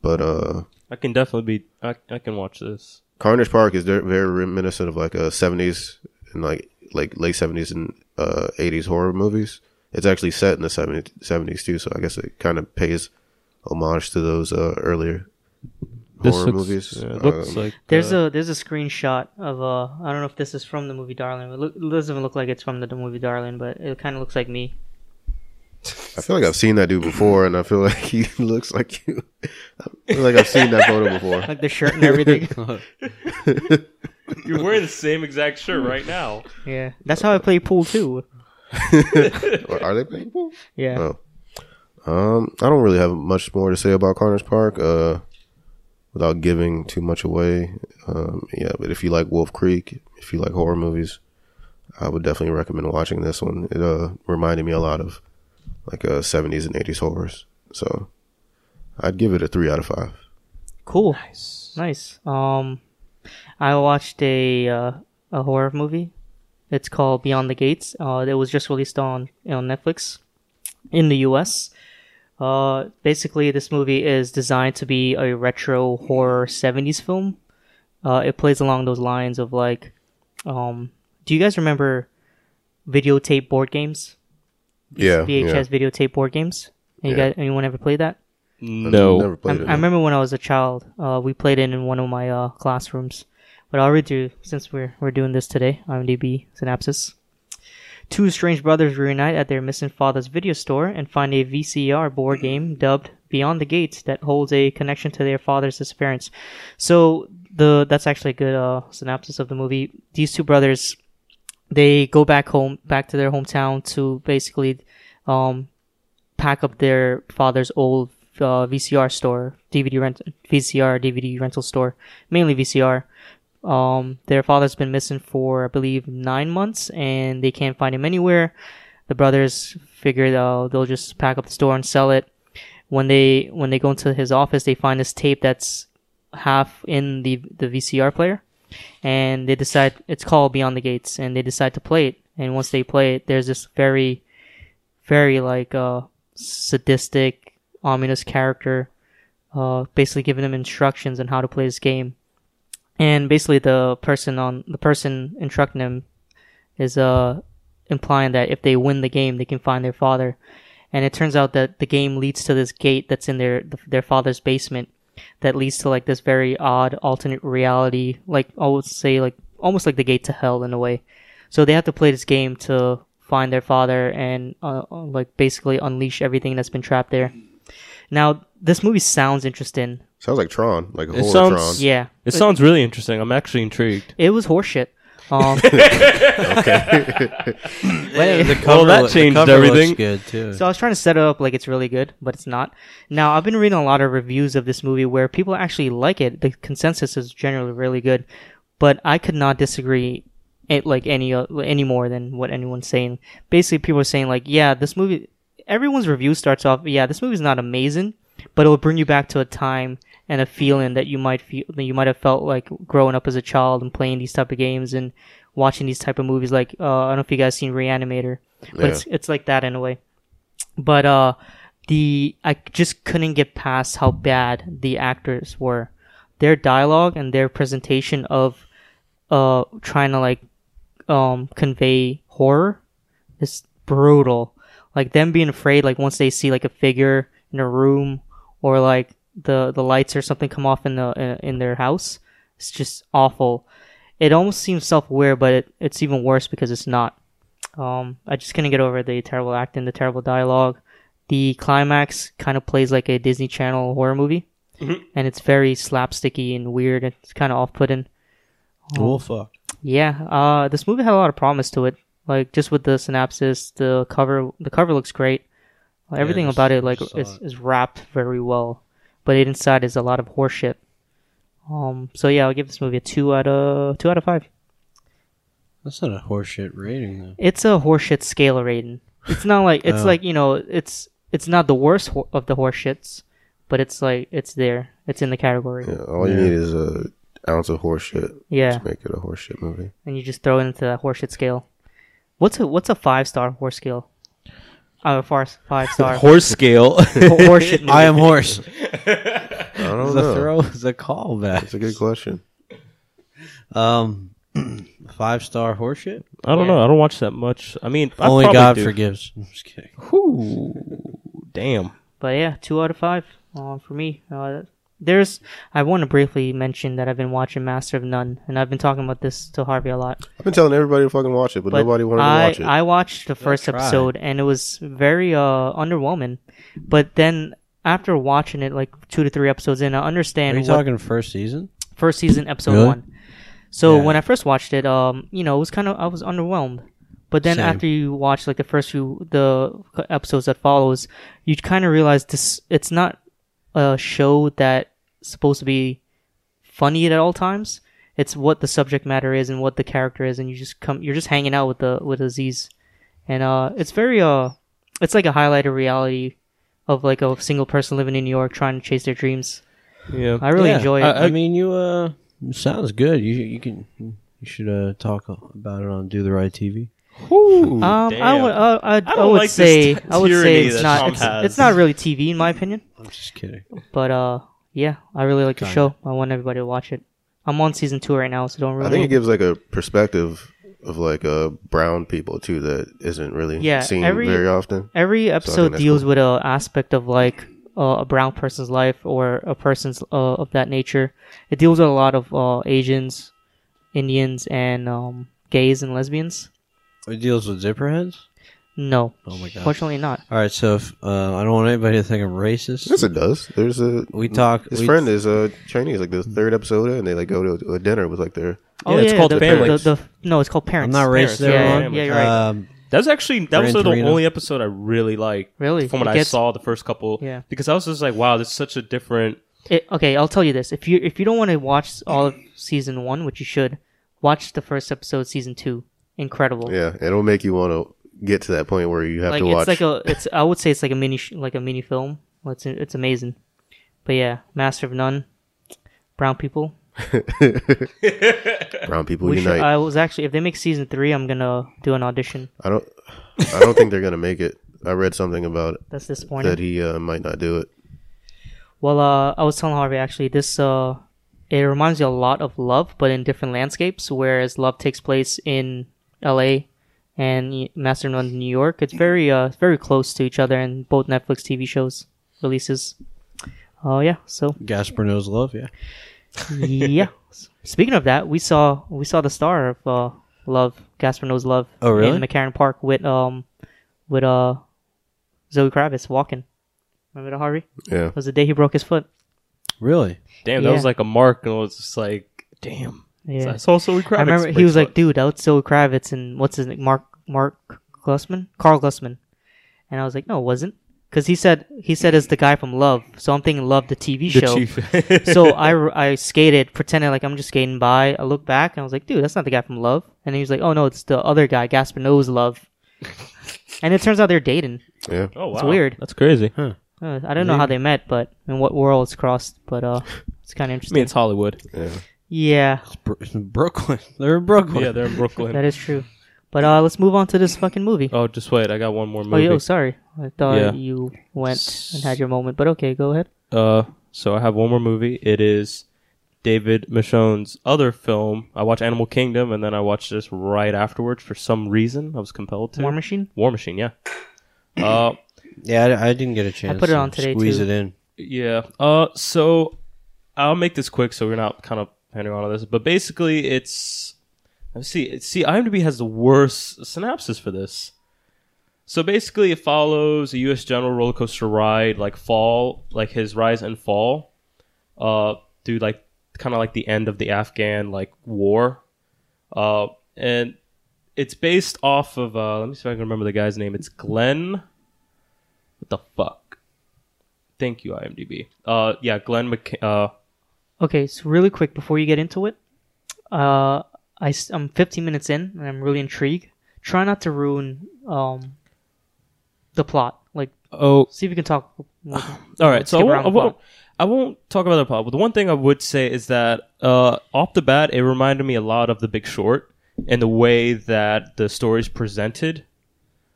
[SPEAKER 4] But uh,
[SPEAKER 2] I can definitely be. I, I can watch this.
[SPEAKER 4] Carnage Park is de- very reminiscent of like a seventies and like like late seventies and uh, eighties horror movies. It's actually set in the seventies too, so I guess it kind of pays homage to those uh, earlier
[SPEAKER 2] This
[SPEAKER 4] horror
[SPEAKER 2] looks,
[SPEAKER 4] movies.
[SPEAKER 2] yeah, it
[SPEAKER 4] Uh,
[SPEAKER 2] looks like
[SPEAKER 1] There's
[SPEAKER 2] uh,
[SPEAKER 1] a there's a screenshot of uh I don't know if this is from the movie Darling. It, loo- it doesn't look like it's from the, the movie Darling, but it kind of looks like me.
[SPEAKER 4] I feel like I've seen that dude before, and I feel like he looks like you. I feel like I've seen that photo before.
[SPEAKER 1] Like the shirt and everything.
[SPEAKER 2] You're wearing the same exact shirt right now.
[SPEAKER 1] yeah, that's how I play pool too.
[SPEAKER 4] Or are they playing pool?
[SPEAKER 1] Yeah,
[SPEAKER 4] Oh. Um, I don't really have much more to say about Carnage Park. Uh, without giving too much away. Um, yeah, but if you like Wolf Creek, if you like horror movies, I would definitely recommend watching this one. It uh reminded me a lot of like uh seventies and eighties horrors. So I'd give it a three out of five.
[SPEAKER 1] cool, nice, nice. Um, I watched a uh, a horror movie. It's called Beyond the Gates. Uh, it was just released on on Netflix in the U.S. Uh, basically, this movie is designed to be a retro horror '70s film. Uh, it plays along those lines of like, um, do you guys remember videotape board games?
[SPEAKER 4] Yeah,
[SPEAKER 1] VHS
[SPEAKER 4] yeah.
[SPEAKER 1] videotape board games. Any
[SPEAKER 4] Yeah.
[SPEAKER 1] guys, anyone ever played that?
[SPEAKER 2] No,
[SPEAKER 4] never
[SPEAKER 1] I,
[SPEAKER 4] played it.
[SPEAKER 1] I remember when I was a child, uh, we played it in one of my uh, classrooms. But I'll read through since we're we're doing this today. IMDb synopsis: Two strange brothers reunite at their missing father's video store and find a VCR board game dubbed "Beyond the Gates" that holds a connection to their father's disappearance. So the that's actually a good uh, synopsis of the movie. These two brothers, they go back home, back to their hometown to basically um, pack up their father's old uh, VCR store, DVD rent, VCR, DVD rental store, mainly VCR. Um, their father's been missing for I believe nine months, and they can't find him anywhere. The brothers figure uh, they'll just pack up the store and sell it. When they when they go into his office, they find this tape that's half in the the VCR player, and they decide it's called Beyond the Gates, and they decide to play it. And once they play it, there's this very, very like uh, sadistic, ominous character, uh, basically giving him instructions on how to play this game. And basically, the person on the person instructing him is uh, implying that if they win the game, they can find their father. And it turns out that the game leads to this gate that's in their their father's basement, that leads to like this very odd alternate reality, like I would say like almost like the gate to hell in a way. So they have to play this game to find their father and uh, uh, like basically unleash everything that's been trapped there. Now this movie sounds interesting.
[SPEAKER 4] Sounds like Tron, like horror
[SPEAKER 2] sounds-
[SPEAKER 4] Tron.
[SPEAKER 1] Yeah,
[SPEAKER 2] it sounds really interesting. I'm actually intrigued.
[SPEAKER 1] it was horseshit. Um,
[SPEAKER 3] Yeah, the
[SPEAKER 2] Well,
[SPEAKER 3] cover,
[SPEAKER 2] that
[SPEAKER 3] loo- the
[SPEAKER 2] changed
[SPEAKER 3] cover
[SPEAKER 2] everything.
[SPEAKER 3] Looks good too.
[SPEAKER 1] So I was trying to set it up like it's really good, but it's not. Now I've been reading a lot of reviews of this movie where people actually like it. The consensus is generally really good, but I could not disagree it like any uh, any more than what anyone's saying. Basically, people are saying like, yeah, this movie. Everyone's review starts off, yeah, this movie's not amazing, but it'll bring you back to a time and a feeling that you might feel that you might have felt like growing up as a child and playing these type of games and watching these type of movies. Like uh, I don't know if you guys seen Reanimator, but it's it's like that in a way but uh the i just couldn't get past how bad the actors were their dialogue and their presentation of uh trying to like um convey horror is brutal like them being afraid like once they see like a figure in a room or like the the lights or something come off in the in their house it's just awful it almost seems self-aware but it, it's even worse because it's not um, I just couldn't get over the terrible acting, the terrible dialogue. The climax kind of plays like a Disney Channel horror movie, and it's very slapsticky and weird. and It's kind of off-putting.
[SPEAKER 3] Well, fuck.
[SPEAKER 1] Yeah, uh, this movie had a lot of promise to it. Like just with the synopsis, the cover, the cover looks great. Everything
[SPEAKER 3] just-
[SPEAKER 1] about it like
[SPEAKER 3] just saw
[SPEAKER 1] is,
[SPEAKER 3] it.
[SPEAKER 1] is wrapped very well, but inside is a lot of horseshit. Um. So yeah, I'll give this movie a two out of two out of five.
[SPEAKER 3] That's not a horseshit rating though.
[SPEAKER 1] It's a horseshit scale rating. It's not like it's
[SPEAKER 3] Oh.
[SPEAKER 1] like you know it's it's not the worst ho- of the horseshits, but it's like it's there. It's in the category.
[SPEAKER 4] Yeah, all you
[SPEAKER 3] Yeah.
[SPEAKER 4] need is a ounce of horseshit
[SPEAKER 1] Yeah.
[SPEAKER 4] to make it a horseshit movie.
[SPEAKER 1] and you just throw it into that horseshit scale. What's a what's a five star horse scale? Uh, far five star
[SPEAKER 3] Horse scale.
[SPEAKER 1] horseshit.
[SPEAKER 3] I am horse.
[SPEAKER 4] I don't
[SPEAKER 3] It's
[SPEAKER 4] know.
[SPEAKER 3] a throw. It's a callback.
[SPEAKER 4] That's a good question.
[SPEAKER 3] Um, five star horseshit.
[SPEAKER 2] I don't know. I don't watch that much. I mean, I
[SPEAKER 3] Only
[SPEAKER 2] probably
[SPEAKER 3] God
[SPEAKER 2] do.
[SPEAKER 3] forgives. I'm just kidding.
[SPEAKER 2] Whew. Damn.
[SPEAKER 1] But yeah, two out of five uh, for me. Uh, there's I want to briefly mention that I've been watching Master of None, and I've been talking about this to Harvey a lot.
[SPEAKER 4] I've been telling everybody to fucking watch it, but,
[SPEAKER 1] But
[SPEAKER 4] nobody wanted
[SPEAKER 1] I,
[SPEAKER 4] to watch it.
[SPEAKER 1] I watched the first
[SPEAKER 3] tried.
[SPEAKER 1] episode, and it was very uh, underwhelming. But then after watching it like two to three episodes in, I
[SPEAKER 3] Are
[SPEAKER 1] understand
[SPEAKER 3] you
[SPEAKER 1] what
[SPEAKER 3] talking first season?
[SPEAKER 1] first season episode
[SPEAKER 3] Really?
[SPEAKER 1] one. So
[SPEAKER 3] Yeah.
[SPEAKER 1] when I first watched it, um, you know, it was kind of I was underwhelmed. But then
[SPEAKER 3] Same.
[SPEAKER 1] after you watch like the first few the episodes that follows, you kind of realize this it's not a show that's supposed to be funny at all times. It's what the subject matter is and what the character is, and you just come you're just hanging out with the with Aziz, and uh, it's very uh, it's like a highlighted reality of like a single person living in New York trying to chase their dreams.
[SPEAKER 2] Yeah.
[SPEAKER 1] I really
[SPEAKER 3] Yeah,
[SPEAKER 1] enjoy it.
[SPEAKER 3] I, I mean, you uh, sounds good. You you can you should uh talk about it on Do the Right TV.
[SPEAKER 2] Whew.
[SPEAKER 1] Um, I
[SPEAKER 2] Damn.
[SPEAKER 1] would, uh, I, I
[SPEAKER 2] don't
[SPEAKER 1] would
[SPEAKER 2] like this
[SPEAKER 1] say,
[SPEAKER 2] t-
[SPEAKER 1] I would
[SPEAKER 2] tyranny
[SPEAKER 1] say it's
[SPEAKER 2] that
[SPEAKER 1] not,
[SPEAKER 2] Tom
[SPEAKER 1] it's,
[SPEAKER 2] has.
[SPEAKER 1] it's not really TV in my opinion.
[SPEAKER 3] I'm just kidding.
[SPEAKER 1] But uh, yeah, I really like the
[SPEAKER 3] Kinda.
[SPEAKER 1] show. I want everybody to watch it. I'm on season two right now, so don't really.
[SPEAKER 4] I think it gives like a perspective of like uh, brown people too that isn't really
[SPEAKER 1] Yeah,
[SPEAKER 4] seen
[SPEAKER 1] every-
[SPEAKER 4] very often.
[SPEAKER 1] Every episode
[SPEAKER 4] that's
[SPEAKER 1] deals
[SPEAKER 4] cool.
[SPEAKER 1] with a aspect of like uh, a brown person's life or a person's uh, of that nature. It deals with a lot of uh, Asians, Indians, and um, gays and lesbians.
[SPEAKER 3] It deals with zipperheads.
[SPEAKER 1] No,
[SPEAKER 3] Oh my god.
[SPEAKER 1] fortunately not.
[SPEAKER 3] All right, so if, uh, I don't want anybody to think I'm racist.
[SPEAKER 4] Yes, it does. There's a
[SPEAKER 3] We talk.
[SPEAKER 4] his
[SPEAKER 3] we,
[SPEAKER 4] friend is uh, Chinese, like the third episode, in, and they like go to a dinner with like their
[SPEAKER 1] Oh
[SPEAKER 2] it's called
[SPEAKER 1] the, the-
[SPEAKER 2] Families.
[SPEAKER 1] the- the- no, it's called
[SPEAKER 3] I'm
[SPEAKER 1] Parents.
[SPEAKER 3] not racist.
[SPEAKER 2] parents, yeah,
[SPEAKER 3] everyone.
[SPEAKER 1] yeah, yeah, you're right.
[SPEAKER 3] Um,
[SPEAKER 2] That's actually that was
[SPEAKER 3] Gran
[SPEAKER 2] the
[SPEAKER 3] Torino.
[SPEAKER 2] only episode I really liked.
[SPEAKER 1] Really?
[SPEAKER 2] From what
[SPEAKER 1] It
[SPEAKER 2] I
[SPEAKER 1] gets-
[SPEAKER 2] saw the first couple.
[SPEAKER 1] Yeah.
[SPEAKER 2] Because I was just like, wow, this is such a different.
[SPEAKER 1] It, okay, I'll tell you this: if you if you don't want to watch all of season one, which you should, watch the first episode, of season two. Incredible.
[SPEAKER 4] yeah. It'll make you want to get to that point where you have
[SPEAKER 1] like
[SPEAKER 4] to
[SPEAKER 1] it's
[SPEAKER 4] watch.
[SPEAKER 1] like a it's I would say it's like a mini sh- like a mini film. It's it's amazing. But yeah, Master of None, Brown People.
[SPEAKER 4] brown people
[SPEAKER 1] We
[SPEAKER 4] unite.
[SPEAKER 1] should, uh, I was actually if they make season three, I'm gonna do an audition.
[SPEAKER 4] I don't. I don't think they're gonna make it. I read something about it,
[SPEAKER 1] That's disappointing.
[SPEAKER 4] that he uh, might not do it.
[SPEAKER 1] Well, uh, I was telling Harvey actually this. Uh, it reminds you a lot of Love, but in different landscapes. Whereas Love takes place in L.A. and y- Master of None in New York. It's very, uh, it's very close to each other in both Netflix TV shows releases. Oh yeah, so
[SPEAKER 3] Gaspar knows love. Yeah.
[SPEAKER 1] yeah. Speaking of that, we saw we saw the star of uh, Love, Gaspar No's Love,
[SPEAKER 3] Oh, really?
[SPEAKER 1] in McCarran Park with um with uh Zoe Kravitz walking. Remember that Harvey?
[SPEAKER 4] Yeah.
[SPEAKER 1] That was the day he broke his foot.
[SPEAKER 3] Really?
[SPEAKER 2] Damn, that
[SPEAKER 1] Yeah.
[SPEAKER 2] was like a mark, and I was just like, damn.
[SPEAKER 1] Yeah.
[SPEAKER 2] I saw Zoe Kravitz.
[SPEAKER 1] I remember he was like, dude, that's Zoe Kravitz and what's his name? Mark Mark Glussman? Carl Glussman. And I was like, no, it wasn't. Because he said he said it's the guy from Love, so I'm thinking Love the TV show.
[SPEAKER 2] chief.
[SPEAKER 1] so I, I skated, pretended like I'm just skating by. I look back and I was like, dude, that's not the guy from Love. And he was like, oh no, it's the other guy, Gaspar knows Love. and it turns out they're dating.
[SPEAKER 4] Yeah.
[SPEAKER 2] oh wow,
[SPEAKER 1] It's weird.
[SPEAKER 2] That's crazy.
[SPEAKER 1] Uh, I don't know how they met, but in what worlds crossed, but uh, it's kind of
[SPEAKER 2] I
[SPEAKER 1] interesting.
[SPEAKER 2] mean, it's Hollywood.
[SPEAKER 4] Yeah.
[SPEAKER 1] yeah,
[SPEAKER 3] It's Bro- it's in Brooklyn. They're in Brooklyn.
[SPEAKER 2] Yeah, they're in Brooklyn.
[SPEAKER 1] that is true. But uh, let's move on to this fucking movie.
[SPEAKER 2] oh, just wait, I got one more
[SPEAKER 1] Oh,
[SPEAKER 2] movie.
[SPEAKER 1] yo, sorry. I thought
[SPEAKER 2] Yeah.
[SPEAKER 1] you went and had your moment, but okay, go ahead.
[SPEAKER 2] Uh, so I have one more movie. It is David Michonne's other film. I watched Animal Kingdom, and then I watched this right afterwards for some reason. I was compelled to.
[SPEAKER 1] War Machine.
[SPEAKER 2] War Machine, yeah. Uh,
[SPEAKER 3] Yeah, I, I didn't get a chance.
[SPEAKER 1] put it
[SPEAKER 3] to
[SPEAKER 1] on today,
[SPEAKER 3] Squeeze
[SPEAKER 1] too.
[SPEAKER 3] it in.
[SPEAKER 2] yeah. Uh, so I'll make this quick, so we're not kind of pandering on to this. But basically, it's let's see. See, IMDb has the worst synopsis for this. So basically, it follows a U.S. general roller coaster ride, like fall, like his rise and fall, uh, through like kind of like the end of the Afghan like war, uh, and it's based off of uh, let me see if I can remember the guy's name. It's Glenn What the fuck? Thank you, IMDb. Uh, yeah, Glenn McK. Uh,
[SPEAKER 1] Okay, so really quick before you get into it, uh, I, am 15 minutes in and I'm really intrigued. Try not to ruin um, the plot. Like,
[SPEAKER 2] oh,
[SPEAKER 1] see if you can talk. like,
[SPEAKER 2] All right, so I
[SPEAKER 1] skip
[SPEAKER 2] won't,
[SPEAKER 1] around
[SPEAKER 2] I,
[SPEAKER 1] the
[SPEAKER 2] won't, I won't talk about the plot. But the one thing I would say is that uh, off the bat, it reminded me a lot of The Big Short and the way that the story is presented.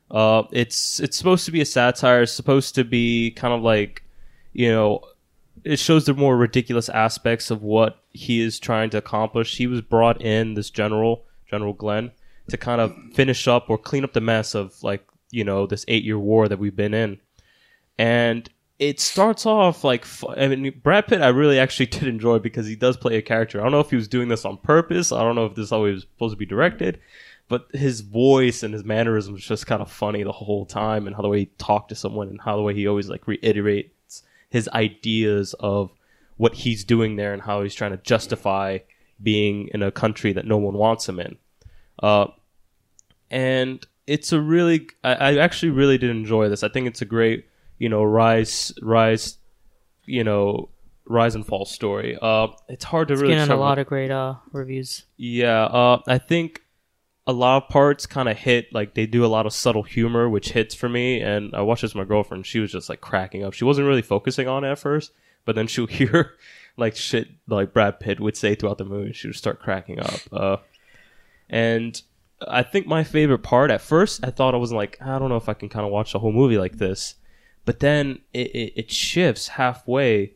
[SPEAKER 2] Uh, it's it's supposed to be a satire. It's supposed to be kind of like you know, it shows the more ridiculous aspects of what he is trying to accomplish. He was brought in this general, General Glenn, to kind of finish up or clean up the mess of like you know this eight year war that we've been in and it starts off like fu- I mean Brad Pitt I really actually did enjoy because he does play a character. I don't know if he was doing this on purpose. I don't know if this is how he was supposed to be directed, but his voice and his mannerisms was just kind of funny the whole time, and how the way he talked to someone and how the way he always like reiterates his ideas of what he's doing there and how he's trying to justify being in a country that no one wants him in. Uh, and it's a really I, I actually really did enjoy this. I think it's a great you know rise rise you know rise and fall story. Uh, it's hard to
[SPEAKER 1] It's
[SPEAKER 2] really
[SPEAKER 1] getting a
[SPEAKER 2] determine-
[SPEAKER 1] lot of great uh, reviews.
[SPEAKER 2] yeah, uh, I think a lot of parts kind of hit. Like they do a lot of subtle humor, which hits for me. And I watched this with my girlfriend. She was just like cracking up. She wasn't really focusing on it at first, but then she'll hear like shit like Brad Pitt would say throughout the movie. She would start cracking up. Uh, and I think my favorite part at first, I thought I was like, I don't know if I can kind of watch the whole movie like this. But then it, it, it shifts halfway.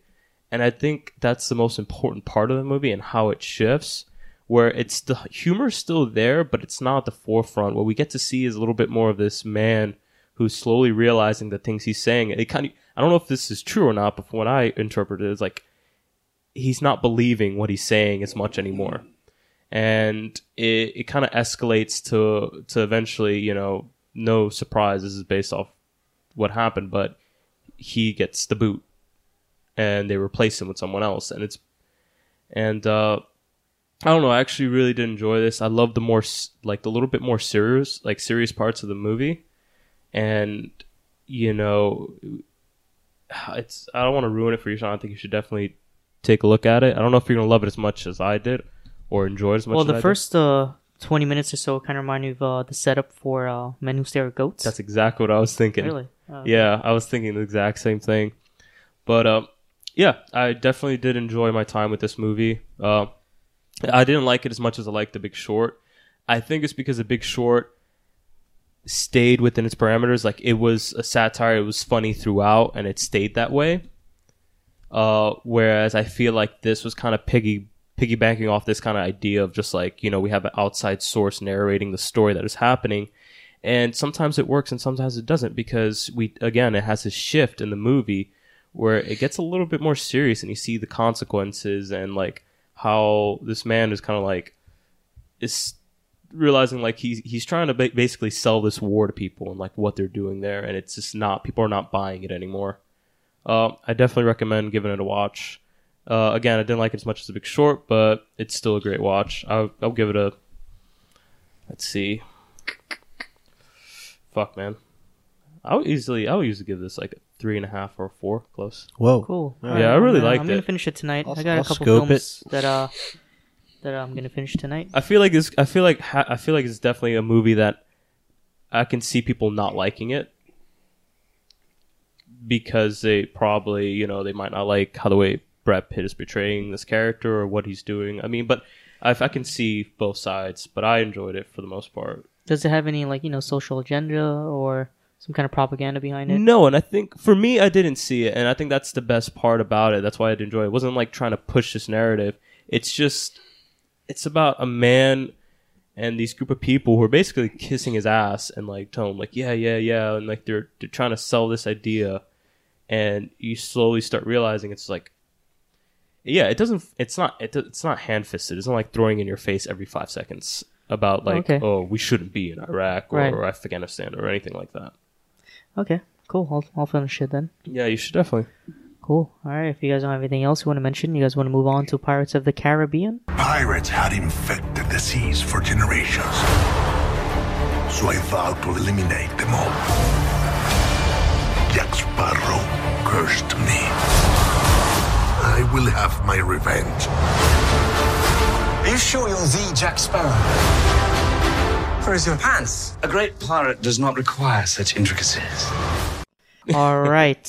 [SPEAKER 2] And I think that's the most important part of the movie and how it shifts, where it's the humor's still there, but it's not at the forefront. What we get to see is a little bit more of this man who's slowly realizing the things he's saying. It kind of, I don't know if this is true or not, but from what I interpret it is like he's not believing what he's saying as much anymore and it, it kind of escalates to to eventually you know no surprise this is based off what happened but he gets the boot and they replace him with someone else and it's and uh i don't know i actually really did enjoy this i love the more s- like the little bit more serious like serious parts of the movie and you know it's i don't want to ruin it for you sean i think you should definitely take a look at it i don't know if you're gonna love it as much as i did or enjoy it as much
[SPEAKER 1] Well,
[SPEAKER 2] as I
[SPEAKER 1] the
[SPEAKER 2] did.
[SPEAKER 1] first uh, 20 minutes or so kind of remind me of uh, the setup for uh, Men Who Stare at Goats.
[SPEAKER 2] That's exactly what I was thinking.
[SPEAKER 1] really. Uh,
[SPEAKER 2] Yeah, I was thinking the exact same thing. But uh, yeah, I definitely did enjoy my time with this movie. Uh, I didn't like it as much as I liked The Big Short. I think it's because The Big Short stayed within its parameters. Like it was a satire, it was funny throughout, and it stayed that way. Uh, whereas I feel like this was kind of piggy piggybacking off this kind of idea of just like you know we have an outside source narrating the story that is happening and sometimes it works and sometimes it doesn't because we again it has a shift in the movie where it gets a little bit more serious and you see the consequences and like how this man is kind of like is realizing like he's he's trying to ba- basically sell this war to people and like what they're doing there and it's just not people are not buying it anymore uh, i definitely recommend giving it a watch uh, again i didn't like it as much as the big short but it's still a great watch i'll, I'll give it a let's see fuck man i would easily i would usually give this like a three and a half or a four close
[SPEAKER 3] Whoa.
[SPEAKER 1] Cool.
[SPEAKER 3] Yeah,
[SPEAKER 1] Alright,
[SPEAKER 2] I
[SPEAKER 1] I'm
[SPEAKER 2] really
[SPEAKER 1] gonna-
[SPEAKER 2] liked
[SPEAKER 1] I'm gonna
[SPEAKER 2] it.
[SPEAKER 1] finish it tonight.
[SPEAKER 3] I'll-
[SPEAKER 1] I got
[SPEAKER 3] I'll
[SPEAKER 1] a couple
[SPEAKER 3] scope
[SPEAKER 1] films that uh that uh, I'm gonna finish tonight.
[SPEAKER 2] I feel like this. I feel like ha- I feel like it's definitely a movie that I can see people not liking it because they probably you know they might not like how the way Brad Pitt is portraying this character or what he's doing. I mean, but I, I can see both sides. But I enjoyed it for the most part.
[SPEAKER 1] Does it have any like you know social agenda or some kind of propaganda behind
[SPEAKER 3] Mm.
[SPEAKER 1] it?
[SPEAKER 2] No, and I think for me, I didn't see it, and I think that's the best part about it. That's why I did enjoy it. It wasn't like trying to push this narrative. It's just, it's about a man and these group of people who are basically kissing his ass and like telling him like, yeah, yeah, yeah, and like they're they're trying to sell this idea, and you slowly start realizing it's like. Yeah, it doesn't. It's not. It, do- it's not hand fisted. It's not like throwing in your face every five seconds about like,
[SPEAKER 1] Okay.
[SPEAKER 2] oh, we shouldn't be in Iraq or,
[SPEAKER 1] Right.
[SPEAKER 2] or Afghanistan or anything like that.
[SPEAKER 1] Okay, cool. I'll I'll finish it then.
[SPEAKER 2] Yeah, you should definitely.
[SPEAKER 1] Cool. All right. If you guys don't have anything else you want to mention, you guys want to move on to Pirates of the Caribbean.
[SPEAKER 5] Pirates had infected the seas for generations. So I vowed to eliminate them all. Jack Sparrow cursed me. I will have my revenge.
[SPEAKER 6] Are you sure you're the Jack Sparrow? Where is your pants? A great pirate does not require such intricacies.
[SPEAKER 1] All right.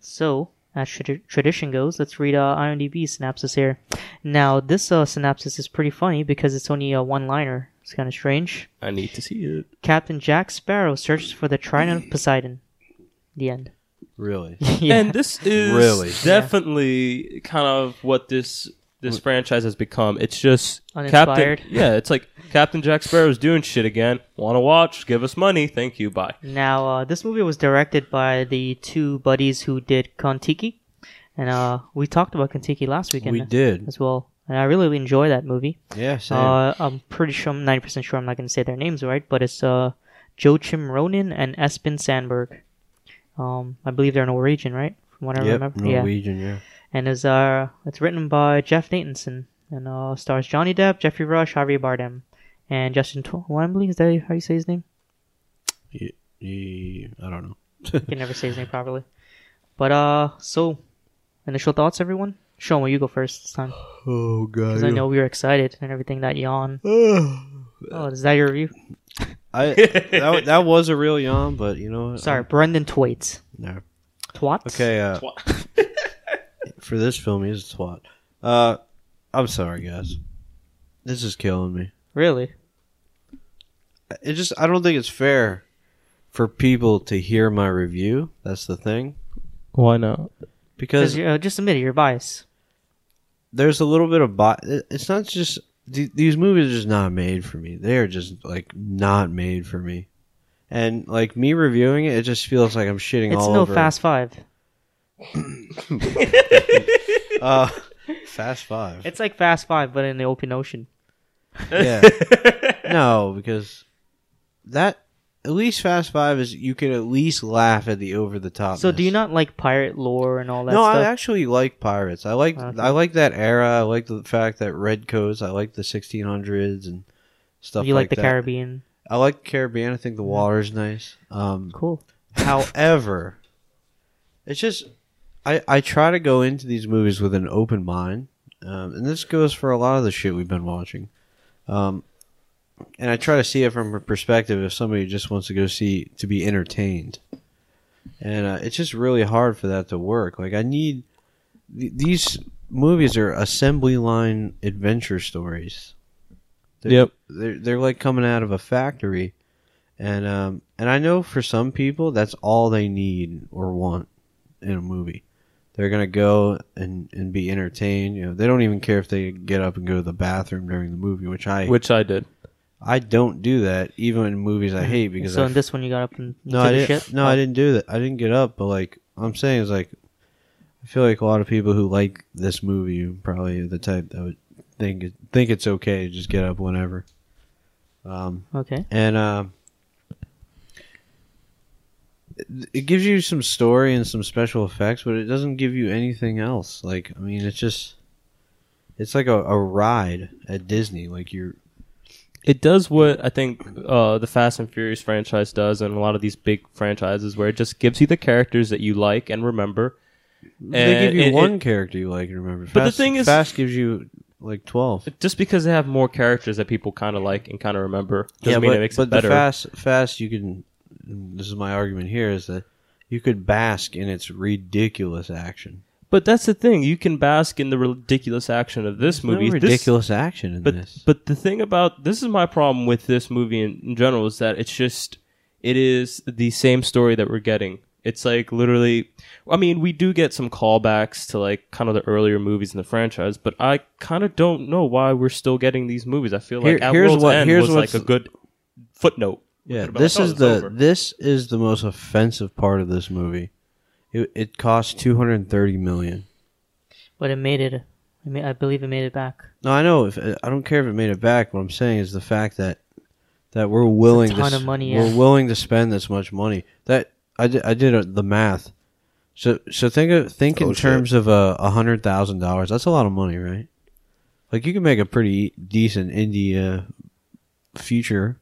[SPEAKER 1] So, as trad- tradition goes, let's read uh, IMDb synopsis here. Now, this uh, synopsis is pretty funny because it's only a one liner. It's kind of strange.
[SPEAKER 2] I need to see it.
[SPEAKER 1] Captain Jack Sparrow searches for the Trident
[SPEAKER 3] Mm.
[SPEAKER 1] of Poseidon. The end.
[SPEAKER 3] Really?
[SPEAKER 1] yeah.
[SPEAKER 2] And this is
[SPEAKER 3] Really?
[SPEAKER 2] definitely kind of what this this franchise has become. It's just
[SPEAKER 1] Uninspired.
[SPEAKER 2] Captain. Yeah, it's like Captain Jack Sparrow's doing shit again. Want to watch? Give us money. Thank you. Bye.
[SPEAKER 1] Now, uh, this movie was directed by the two buddies who did Kontiki, and uh, we talked about Kontiki last weekend.
[SPEAKER 3] We did.
[SPEAKER 1] as well, and I really enjoy that movie.
[SPEAKER 3] Yeah, same.
[SPEAKER 1] Uh, I'm pretty sure, I'm 90% sure I'm not going to say their names right, but it's uh, Joachim Ronin and Espen Sandberg. Um, I believe they're Norwegian, right? From what I
[SPEAKER 3] yep,
[SPEAKER 1] remember, yeah.
[SPEAKER 3] Norwegian, yeah.
[SPEAKER 1] And is uh, it's written by Jeff Nathanson and uh, stars Johnny Depp, Jeffrey Rush, Harvey Bardem, and Justin Tw- Wembley. Is that how you say his name?
[SPEAKER 3] Ye- I don't know.
[SPEAKER 1] can never say his name properly. But uh, so initial thoughts, everyone. Sean, will you go first this time?
[SPEAKER 3] Oh god.
[SPEAKER 1] Because I know we were excited and everything. That yawn.
[SPEAKER 3] Uh,
[SPEAKER 1] oh, is that your review?
[SPEAKER 3] I that, wa- that was a real yawn, but you know what?
[SPEAKER 1] Sorry, Brendan Twaits.
[SPEAKER 3] No.
[SPEAKER 1] Twats.
[SPEAKER 3] uh, Okay, uh, for this film he is a twat. Uh I'm sorry guys. This is killing me.
[SPEAKER 1] Really?
[SPEAKER 3] It just I don't think it's fair for people to hear my review. That's the thing.
[SPEAKER 2] Why not?
[SPEAKER 3] Because
[SPEAKER 1] Because uh, just admit it, you're biased.
[SPEAKER 3] there's a little bit of bot. It's not just th- these movies are just not made for me. They are just like not made for me. And like me reviewing it, it just feels like I'm shitting
[SPEAKER 1] It's
[SPEAKER 3] all
[SPEAKER 1] no
[SPEAKER 3] over.
[SPEAKER 1] Fast Five.
[SPEAKER 3] uh, fast five.
[SPEAKER 1] It's like Fast Five, but in the open ocean.
[SPEAKER 3] yeah. No, because that at least Fast Five is you can at least laugh at the over the top.
[SPEAKER 1] So do you not like pirate lore and all that
[SPEAKER 3] No,
[SPEAKER 1] stuff?
[SPEAKER 3] I actually like pirates. I like
[SPEAKER 1] Okay.
[SPEAKER 3] I like that era. I like the fact that redcoats. I like the 1600s and stuff.
[SPEAKER 1] you like, the
[SPEAKER 3] that.
[SPEAKER 1] Caribbean?
[SPEAKER 3] I like the Caribbean. I think the water's nice. Um,
[SPEAKER 1] Cool.
[SPEAKER 3] however, it's just I I try to go into these movies with an open mind, um, and this goes for a lot of the shit we've been watching. Um, and I try to see it from a perspective of somebody who just wants to go see to be entertained, and uh, it's just really hard for that to work. Like I need th- these movies are assembly line adventure stories. They're,
[SPEAKER 2] Yep.
[SPEAKER 3] they're they're like coming out of a factory, and um and I know for some people that's all they need or want in a movie. They're gonna go and and be entertained. You know, they don't even care if they get up and go to the bathroom during the movie, which I
[SPEAKER 2] Which I did.
[SPEAKER 3] I don't do that even in movies I hate because
[SPEAKER 1] Mm-hmm. so
[SPEAKER 3] I
[SPEAKER 1] in this one, you got up and you
[SPEAKER 3] no,
[SPEAKER 1] took
[SPEAKER 3] I
[SPEAKER 1] a
[SPEAKER 3] didn't.
[SPEAKER 1] shit. Oh.
[SPEAKER 3] No, I didn't do that. I didn't get up. But like I'm saying is like, I feel like a lot of people who like this movie are probably the type that would think it- think it's okay to just get up whenever. Um,
[SPEAKER 1] Oh, Okay.
[SPEAKER 3] and uh, it- it gives you some story and some special effects, but it doesn't give you anything else. Like I mean, it's just it's like a, a ride at Disney. Like you're
[SPEAKER 2] It does what I think uh, the Fast and Furious franchise does, and a lot of these big franchises, where it just gives you the characters that you like and remember.
[SPEAKER 3] they give
[SPEAKER 2] And
[SPEAKER 3] you
[SPEAKER 2] it-
[SPEAKER 3] one
[SPEAKER 2] it-
[SPEAKER 3] character you like and remember.
[SPEAKER 2] But the
[SPEAKER 3] Fast-
[SPEAKER 2] thing is-
[SPEAKER 3] Fast gives you like twelve.
[SPEAKER 2] just because they have more characters that people kind of like and kind of remember doesn't mean it makes it better.
[SPEAKER 3] the fast, fast you can. This is my argument here: is that you could bask in its ridiculous action.
[SPEAKER 2] but that's the thing; you can bask in the ridiculous action of this
[SPEAKER 3] There's no
[SPEAKER 2] movie. This-
[SPEAKER 3] ridiculous action in
[SPEAKER 2] but
[SPEAKER 3] this.
[SPEAKER 2] but the thing about this is my problem with this movie in, in general is that it's just it is the same story that we're getting. It's like literally, I mean, we do get some callbacks to like kind of the earlier movies in the franchise, but I kind of don't know why we're still getting these movies. I feel like
[SPEAKER 3] Here-
[SPEAKER 2] At
[SPEAKER 3] here's
[SPEAKER 2] World's
[SPEAKER 3] what-
[SPEAKER 2] End
[SPEAKER 3] here's
[SPEAKER 2] was like
[SPEAKER 3] what's-
[SPEAKER 2] a good footnote.
[SPEAKER 3] yeah,
[SPEAKER 2] Forget about
[SPEAKER 3] this
[SPEAKER 2] it.
[SPEAKER 3] is
[SPEAKER 2] It's
[SPEAKER 3] the
[SPEAKER 2] over.
[SPEAKER 3] this is the most offensive part of this movie. It, it cost two hundred thirty million.
[SPEAKER 1] But it made it. I, mean, I believe it made it back.
[SPEAKER 3] No, I know. If I don't care if it made it back, what I'm saying is the fact that that we're willing
[SPEAKER 1] ton
[SPEAKER 3] to, s-
[SPEAKER 1] of money,
[SPEAKER 3] we're
[SPEAKER 1] yeah.
[SPEAKER 3] willing to spend this much money. That I did, I did uh the math. So so think of think
[SPEAKER 4] Oh,
[SPEAKER 3] in
[SPEAKER 4] shit.
[SPEAKER 3] terms of a uh, hundred thousand dollars. That's a lot of money, right? Like you can make a pretty decent indie uh, future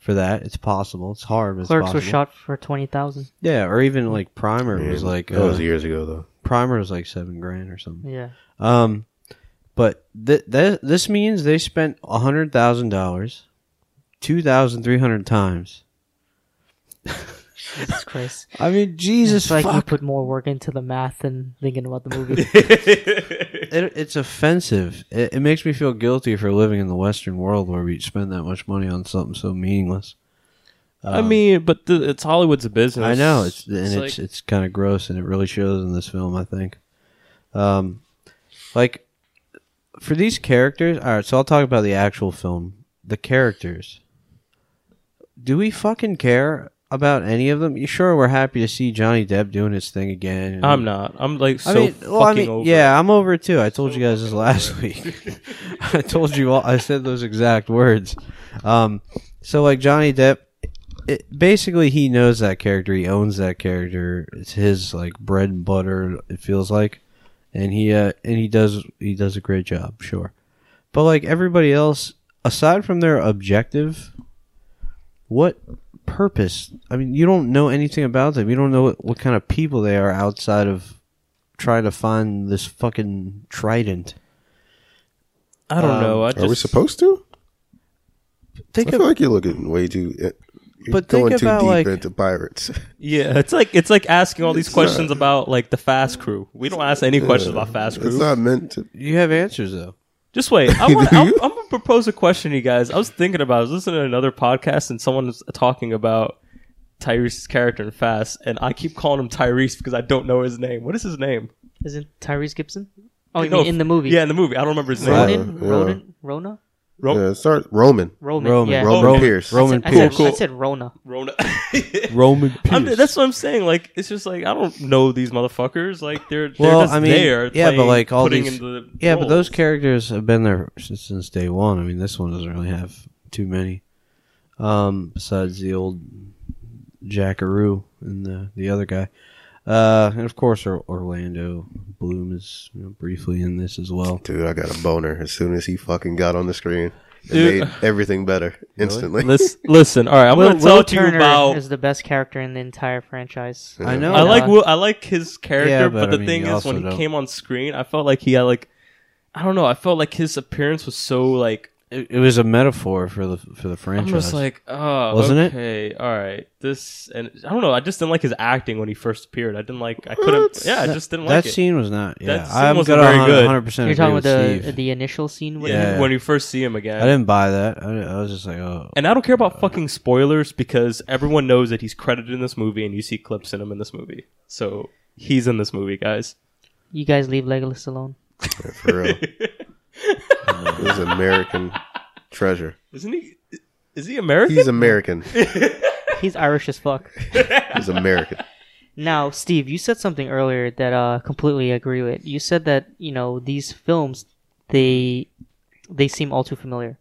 [SPEAKER 3] for that. It's possible. It's hard. But it's
[SPEAKER 1] Clerks
[SPEAKER 3] possible.
[SPEAKER 1] were shot for twenty thousand.
[SPEAKER 3] Yeah, or even like Primer was
[SPEAKER 4] Yeah,
[SPEAKER 3] like
[SPEAKER 4] that was
[SPEAKER 3] uh,
[SPEAKER 4] years ago though.
[SPEAKER 3] Primer was like seven grand or something.
[SPEAKER 1] Yeah,
[SPEAKER 3] Um, but th- th- this means they spent a hundred thousand dollars, two thousand three hundred times.
[SPEAKER 1] Jesus Christ!
[SPEAKER 3] I mean, Jesus
[SPEAKER 1] It's like you
[SPEAKER 3] fuck!
[SPEAKER 1] put more work into the math than thinking about the movie.
[SPEAKER 3] It, it's offensive. It, it makes me feel guilty for living in the Western world where we spend that much money on something so meaningless.
[SPEAKER 2] I mean, but the, it's Hollywood's a business.
[SPEAKER 3] Um, I know it's and
[SPEAKER 2] it's
[SPEAKER 3] it's it's,
[SPEAKER 2] like-
[SPEAKER 3] kind of gross, and it really shows in this film. I think, um, like for these characters. All right, so I'll talk about the actual film. The characters. Do we fucking care about any of them? You sure we're happy to see Johnny Depp doing his thing again? and-
[SPEAKER 2] I'm not. I'm like so
[SPEAKER 3] I mean,
[SPEAKER 2] fucking
[SPEAKER 3] well, I mean,
[SPEAKER 2] over.
[SPEAKER 3] yeah, I'm over it too. I told you guys this last week. I told you all. I said those exact words. Um, so like Johnny Depp, it, basically he knows that character. He owns that character. It's his like bread and butter. It feels like, and he uh, and he does he does a great job. Sure, but like everybody else, aside from their objective, what purpose? I mean, you don't know anything about them. You don't know what, what kind of people they are outside of trying to find this fucking trident.
[SPEAKER 2] I don't
[SPEAKER 3] Um,
[SPEAKER 2] know. I
[SPEAKER 4] Are we
[SPEAKER 2] just-
[SPEAKER 4] supposed to?
[SPEAKER 3] Think
[SPEAKER 4] I feel
[SPEAKER 3] of
[SPEAKER 4] like you're looking way too. uh, You're
[SPEAKER 3] But think
[SPEAKER 4] going too
[SPEAKER 3] about,
[SPEAKER 4] deep
[SPEAKER 3] like-
[SPEAKER 4] into pirates.
[SPEAKER 2] Yeah, it's like it's like asking all these questions about like the fast crew. We don't ask any questions about fast
[SPEAKER 4] It's
[SPEAKER 2] crew.
[SPEAKER 4] not meant to.
[SPEAKER 3] you have answers though.
[SPEAKER 2] Just wait. I wanna,
[SPEAKER 4] Do
[SPEAKER 2] I'm,
[SPEAKER 4] you?
[SPEAKER 2] I'm gonna propose a question to you guys. I was thinking about. I was listening to another podcast and someone was talking about Tyrese's character in Fast, and I keep calling him Tyrese because I don't know his name. What is his name?
[SPEAKER 1] Isn't Tyrese Gibson? Oh, you
[SPEAKER 2] No,
[SPEAKER 1] mean in the movie?
[SPEAKER 2] Yeah, in the movie. I don't remember his
[SPEAKER 3] Uh,
[SPEAKER 2] name.
[SPEAKER 1] Ronan,
[SPEAKER 4] Right. Yeah.
[SPEAKER 1] Ronan, Rona,
[SPEAKER 2] Ro-
[SPEAKER 4] Yeah, start Roman.
[SPEAKER 1] Roman.
[SPEAKER 3] Roman,
[SPEAKER 1] yeah. Oh,
[SPEAKER 4] Roman
[SPEAKER 2] Roman.
[SPEAKER 4] Pierce.
[SPEAKER 3] Roman
[SPEAKER 1] I said,
[SPEAKER 3] Pierce,
[SPEAKER 2] Cool,
[SPEAKER 1] I
[SPEAKER 2] cool.
[SPEAKER 1] said Rona.
[SPEAKER 2] Rona.
[SPEAKER 3] Roman
[SPEAKER 2] I'm-
[SPEAKER 3] Pierce.
[SPEAKER 2] that's what I'm saying. Like, it's just like I don't know these motherfuckers. Like, they're they're
[SPEAKER 3] well,
[SPEAKER 2] just
[SPEAKER 3] I mean,
[SPEAKER 2] there.
[SPEAKER 3] yeah, but
[SPEAKER 2] playing-
[SPEAKER 3] like all
[SPEAKER 2] putting
[SPEAKER 3] these,
[SPEAKER 2] in the
[SPEAKER 3] yeah, but
[SPEAKER 2] roles.
[SPEAKER 3] those characters have been there since, since day one. I mean, this one doesn't really have too many. Um, besides the old Jackaroo and the the other guy, uh, and of course Or- Orlando Bloom is you know, briefly in this as well.
[SPEAKER 4] Dude, I got a boner as soon as he fucking got on the screen. It
[SPEAKER 2] Dude.
[SPEAKER 4] made everything better instantly.
[SPEAKER 2] Listen, listen. All right, I'm
[SPEAKER 1] Will,
[SPEAKER 2] gonna talk
[SPEAKER 1] Will
[SPEAKER 2] to you
[SPEAKER 1] Turner
[SPEAKER 2] about
[SPEAKER 1] is the best character in the entire franchise.
[SPEAKER 3] I know. uh,
[SPEAKER 2] I
[SPEAKER 1] Yeah.
[SPEAKER 2] like Will, I like his character,
[SPEAKER 3] Yeah, but
[SPEAKER 2] but,
[SPEAKER 3] I
[SPEAKER 2] the
[SPEAKER 3] mean,
[SPEAKER 2] thing
[SPEAKER 3] you
[SPEAKER 2] is,
[SPEAKER 3] also
[SPEAKER 2] when he
[SPEAKER 3] don't-
[SPEAKER 2] came on screen, I felt like he had like, I don't know, I felt like his appearance was so like
[SPEAKER 3] It, it was a metaphor for the for the
[SPEAKER 2] I'm
[SPEAKER 3] franchise.
[SPEAKER 2] just like, oh,
[SPEAKER 3] Wasn't it?
[SPEAKER 2] okay, all right, this and I don't know, I just didn't like his acting when he first appeared. I didn't like, I couldn't, yeah, I just didn't
[SPEAKER 3] that
[SPEAKER 2] like it.
[SPEAKER 3] scene was not. Yeah,
[SPEAKER 2] scene
[SPEAKER 3] I'm
[SPEAKER 2] wasn't
[SPEAKER 3] gonna
[SPEAKER 2] very good.
[SPEAKER 3] 100 percent
[SPEAKER 1] You're
[SPEAKER 3] agree
[SPEAKER 1] talking
[SPEAKER 3] with
[SPEAKER 1] about the,
[SPEAKER 3] Steve.
[SPEAKER 1] the initial scene with
[SPEAKER 3] Yeah.
[SPEAKER 1] him?
[SPEAKER 2] when you first see him again.
[SPEAKER 3] I didn't buy that. I, I was just like, oh,
[SPEAKER 2] and I don't care about fucking spoilers because everyone knows that he's credited in this movie, and you see clips in him in this movie, so he's in this movie, guys.
[SPEAKER 1] You guys leave Legolas alone.
[SPEAKER 4] For real. this is American treasure.
[SPEAKER 2] Isn't he? Is he American?
[SPEAKER 4] He's American.
[SPEAKER 1] He's Irish as fuck.
[SPEAKER 4] He's American.
[SPEAKER 1] Now, Steve, you said something earlier that uh completely agree with. You said that, you know, these films they they seem all too familiar.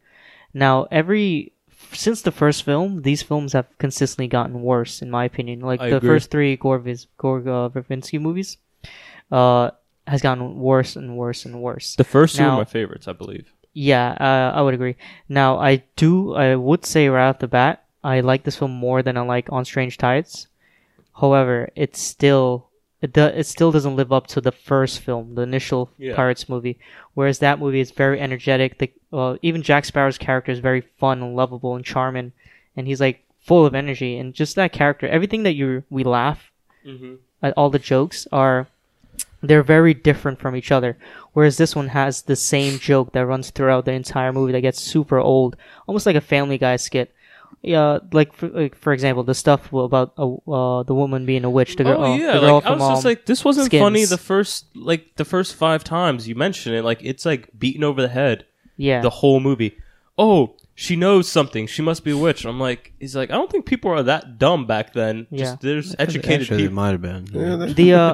[SPEAKER 1] Now, every since the first film, these films have consistently gotten worse in my opinion. Like
[SPEAKER 2] I
[SPEAKER 1] the
[SPEAKER 2] agree.
[SPEAKER 1] first 3 Gore, Viz- Gore uh, Verbinski movies uh has gotten worse and worse and worse.
[SPEAKER 2] the first two
[SPEAKER 1] Now-
[SPEAKER 2] are my favorites, I believe.
[SPEAKER 1] Yeah, uh, I would agree. Now, I do, I would say right off the bat, I like this film more than I like On Strange Tides. However, it's still it, do, it still doesn't live up to the first film, the initial
[SPEAKER 2] Yeah.
[SPEAKER 1] Pirates movie. Whereas that movie is very energetic. The uh, even Jack Sparrow's character is very fun and lovable and charming, and he's like full of energy. And just that character, everything that you we laugh at all the jokes are they're very different from each other. Whereas this one has the same joke that runs throughout the entire movie that gets super old, almost like a Family Guy skit. Yeah, like for, like for example, the stuff about a, uh, the woman being a witch, the girl,
[SPEAKER 2] oh yeah,
[SPEAKER 1] the girl
[SPEAKER 2] like, I
[SPEAKER 1] from
[SPEAKER 2] was just
[SPEAKER 1] um,
[SPEAKER 2] like, this wasn't
[SPEAKER 1] Skins.
[SPEAKER 2] funny the first like the first five times you mentioned it. Like it's like beaten over the head
[SPEAKER 1] yeah,
[SPEAKER 2] the whole movie. Oh, she knows something. She must be a witch. I'm like, he's like, I don't think people are that dumb back then.
[SPEAKER 1] Yeah.
[SPEAKER 2] Just there's
[SPEAKER 3] actually,
[SPEAKER 2] educated
[SPEAKER 3] it
[SPEAKER 2] people.
[SPEAKER 3] might have been.
[SPEAKER 4] Yeah, that's
[SPEAKER 1] the uh,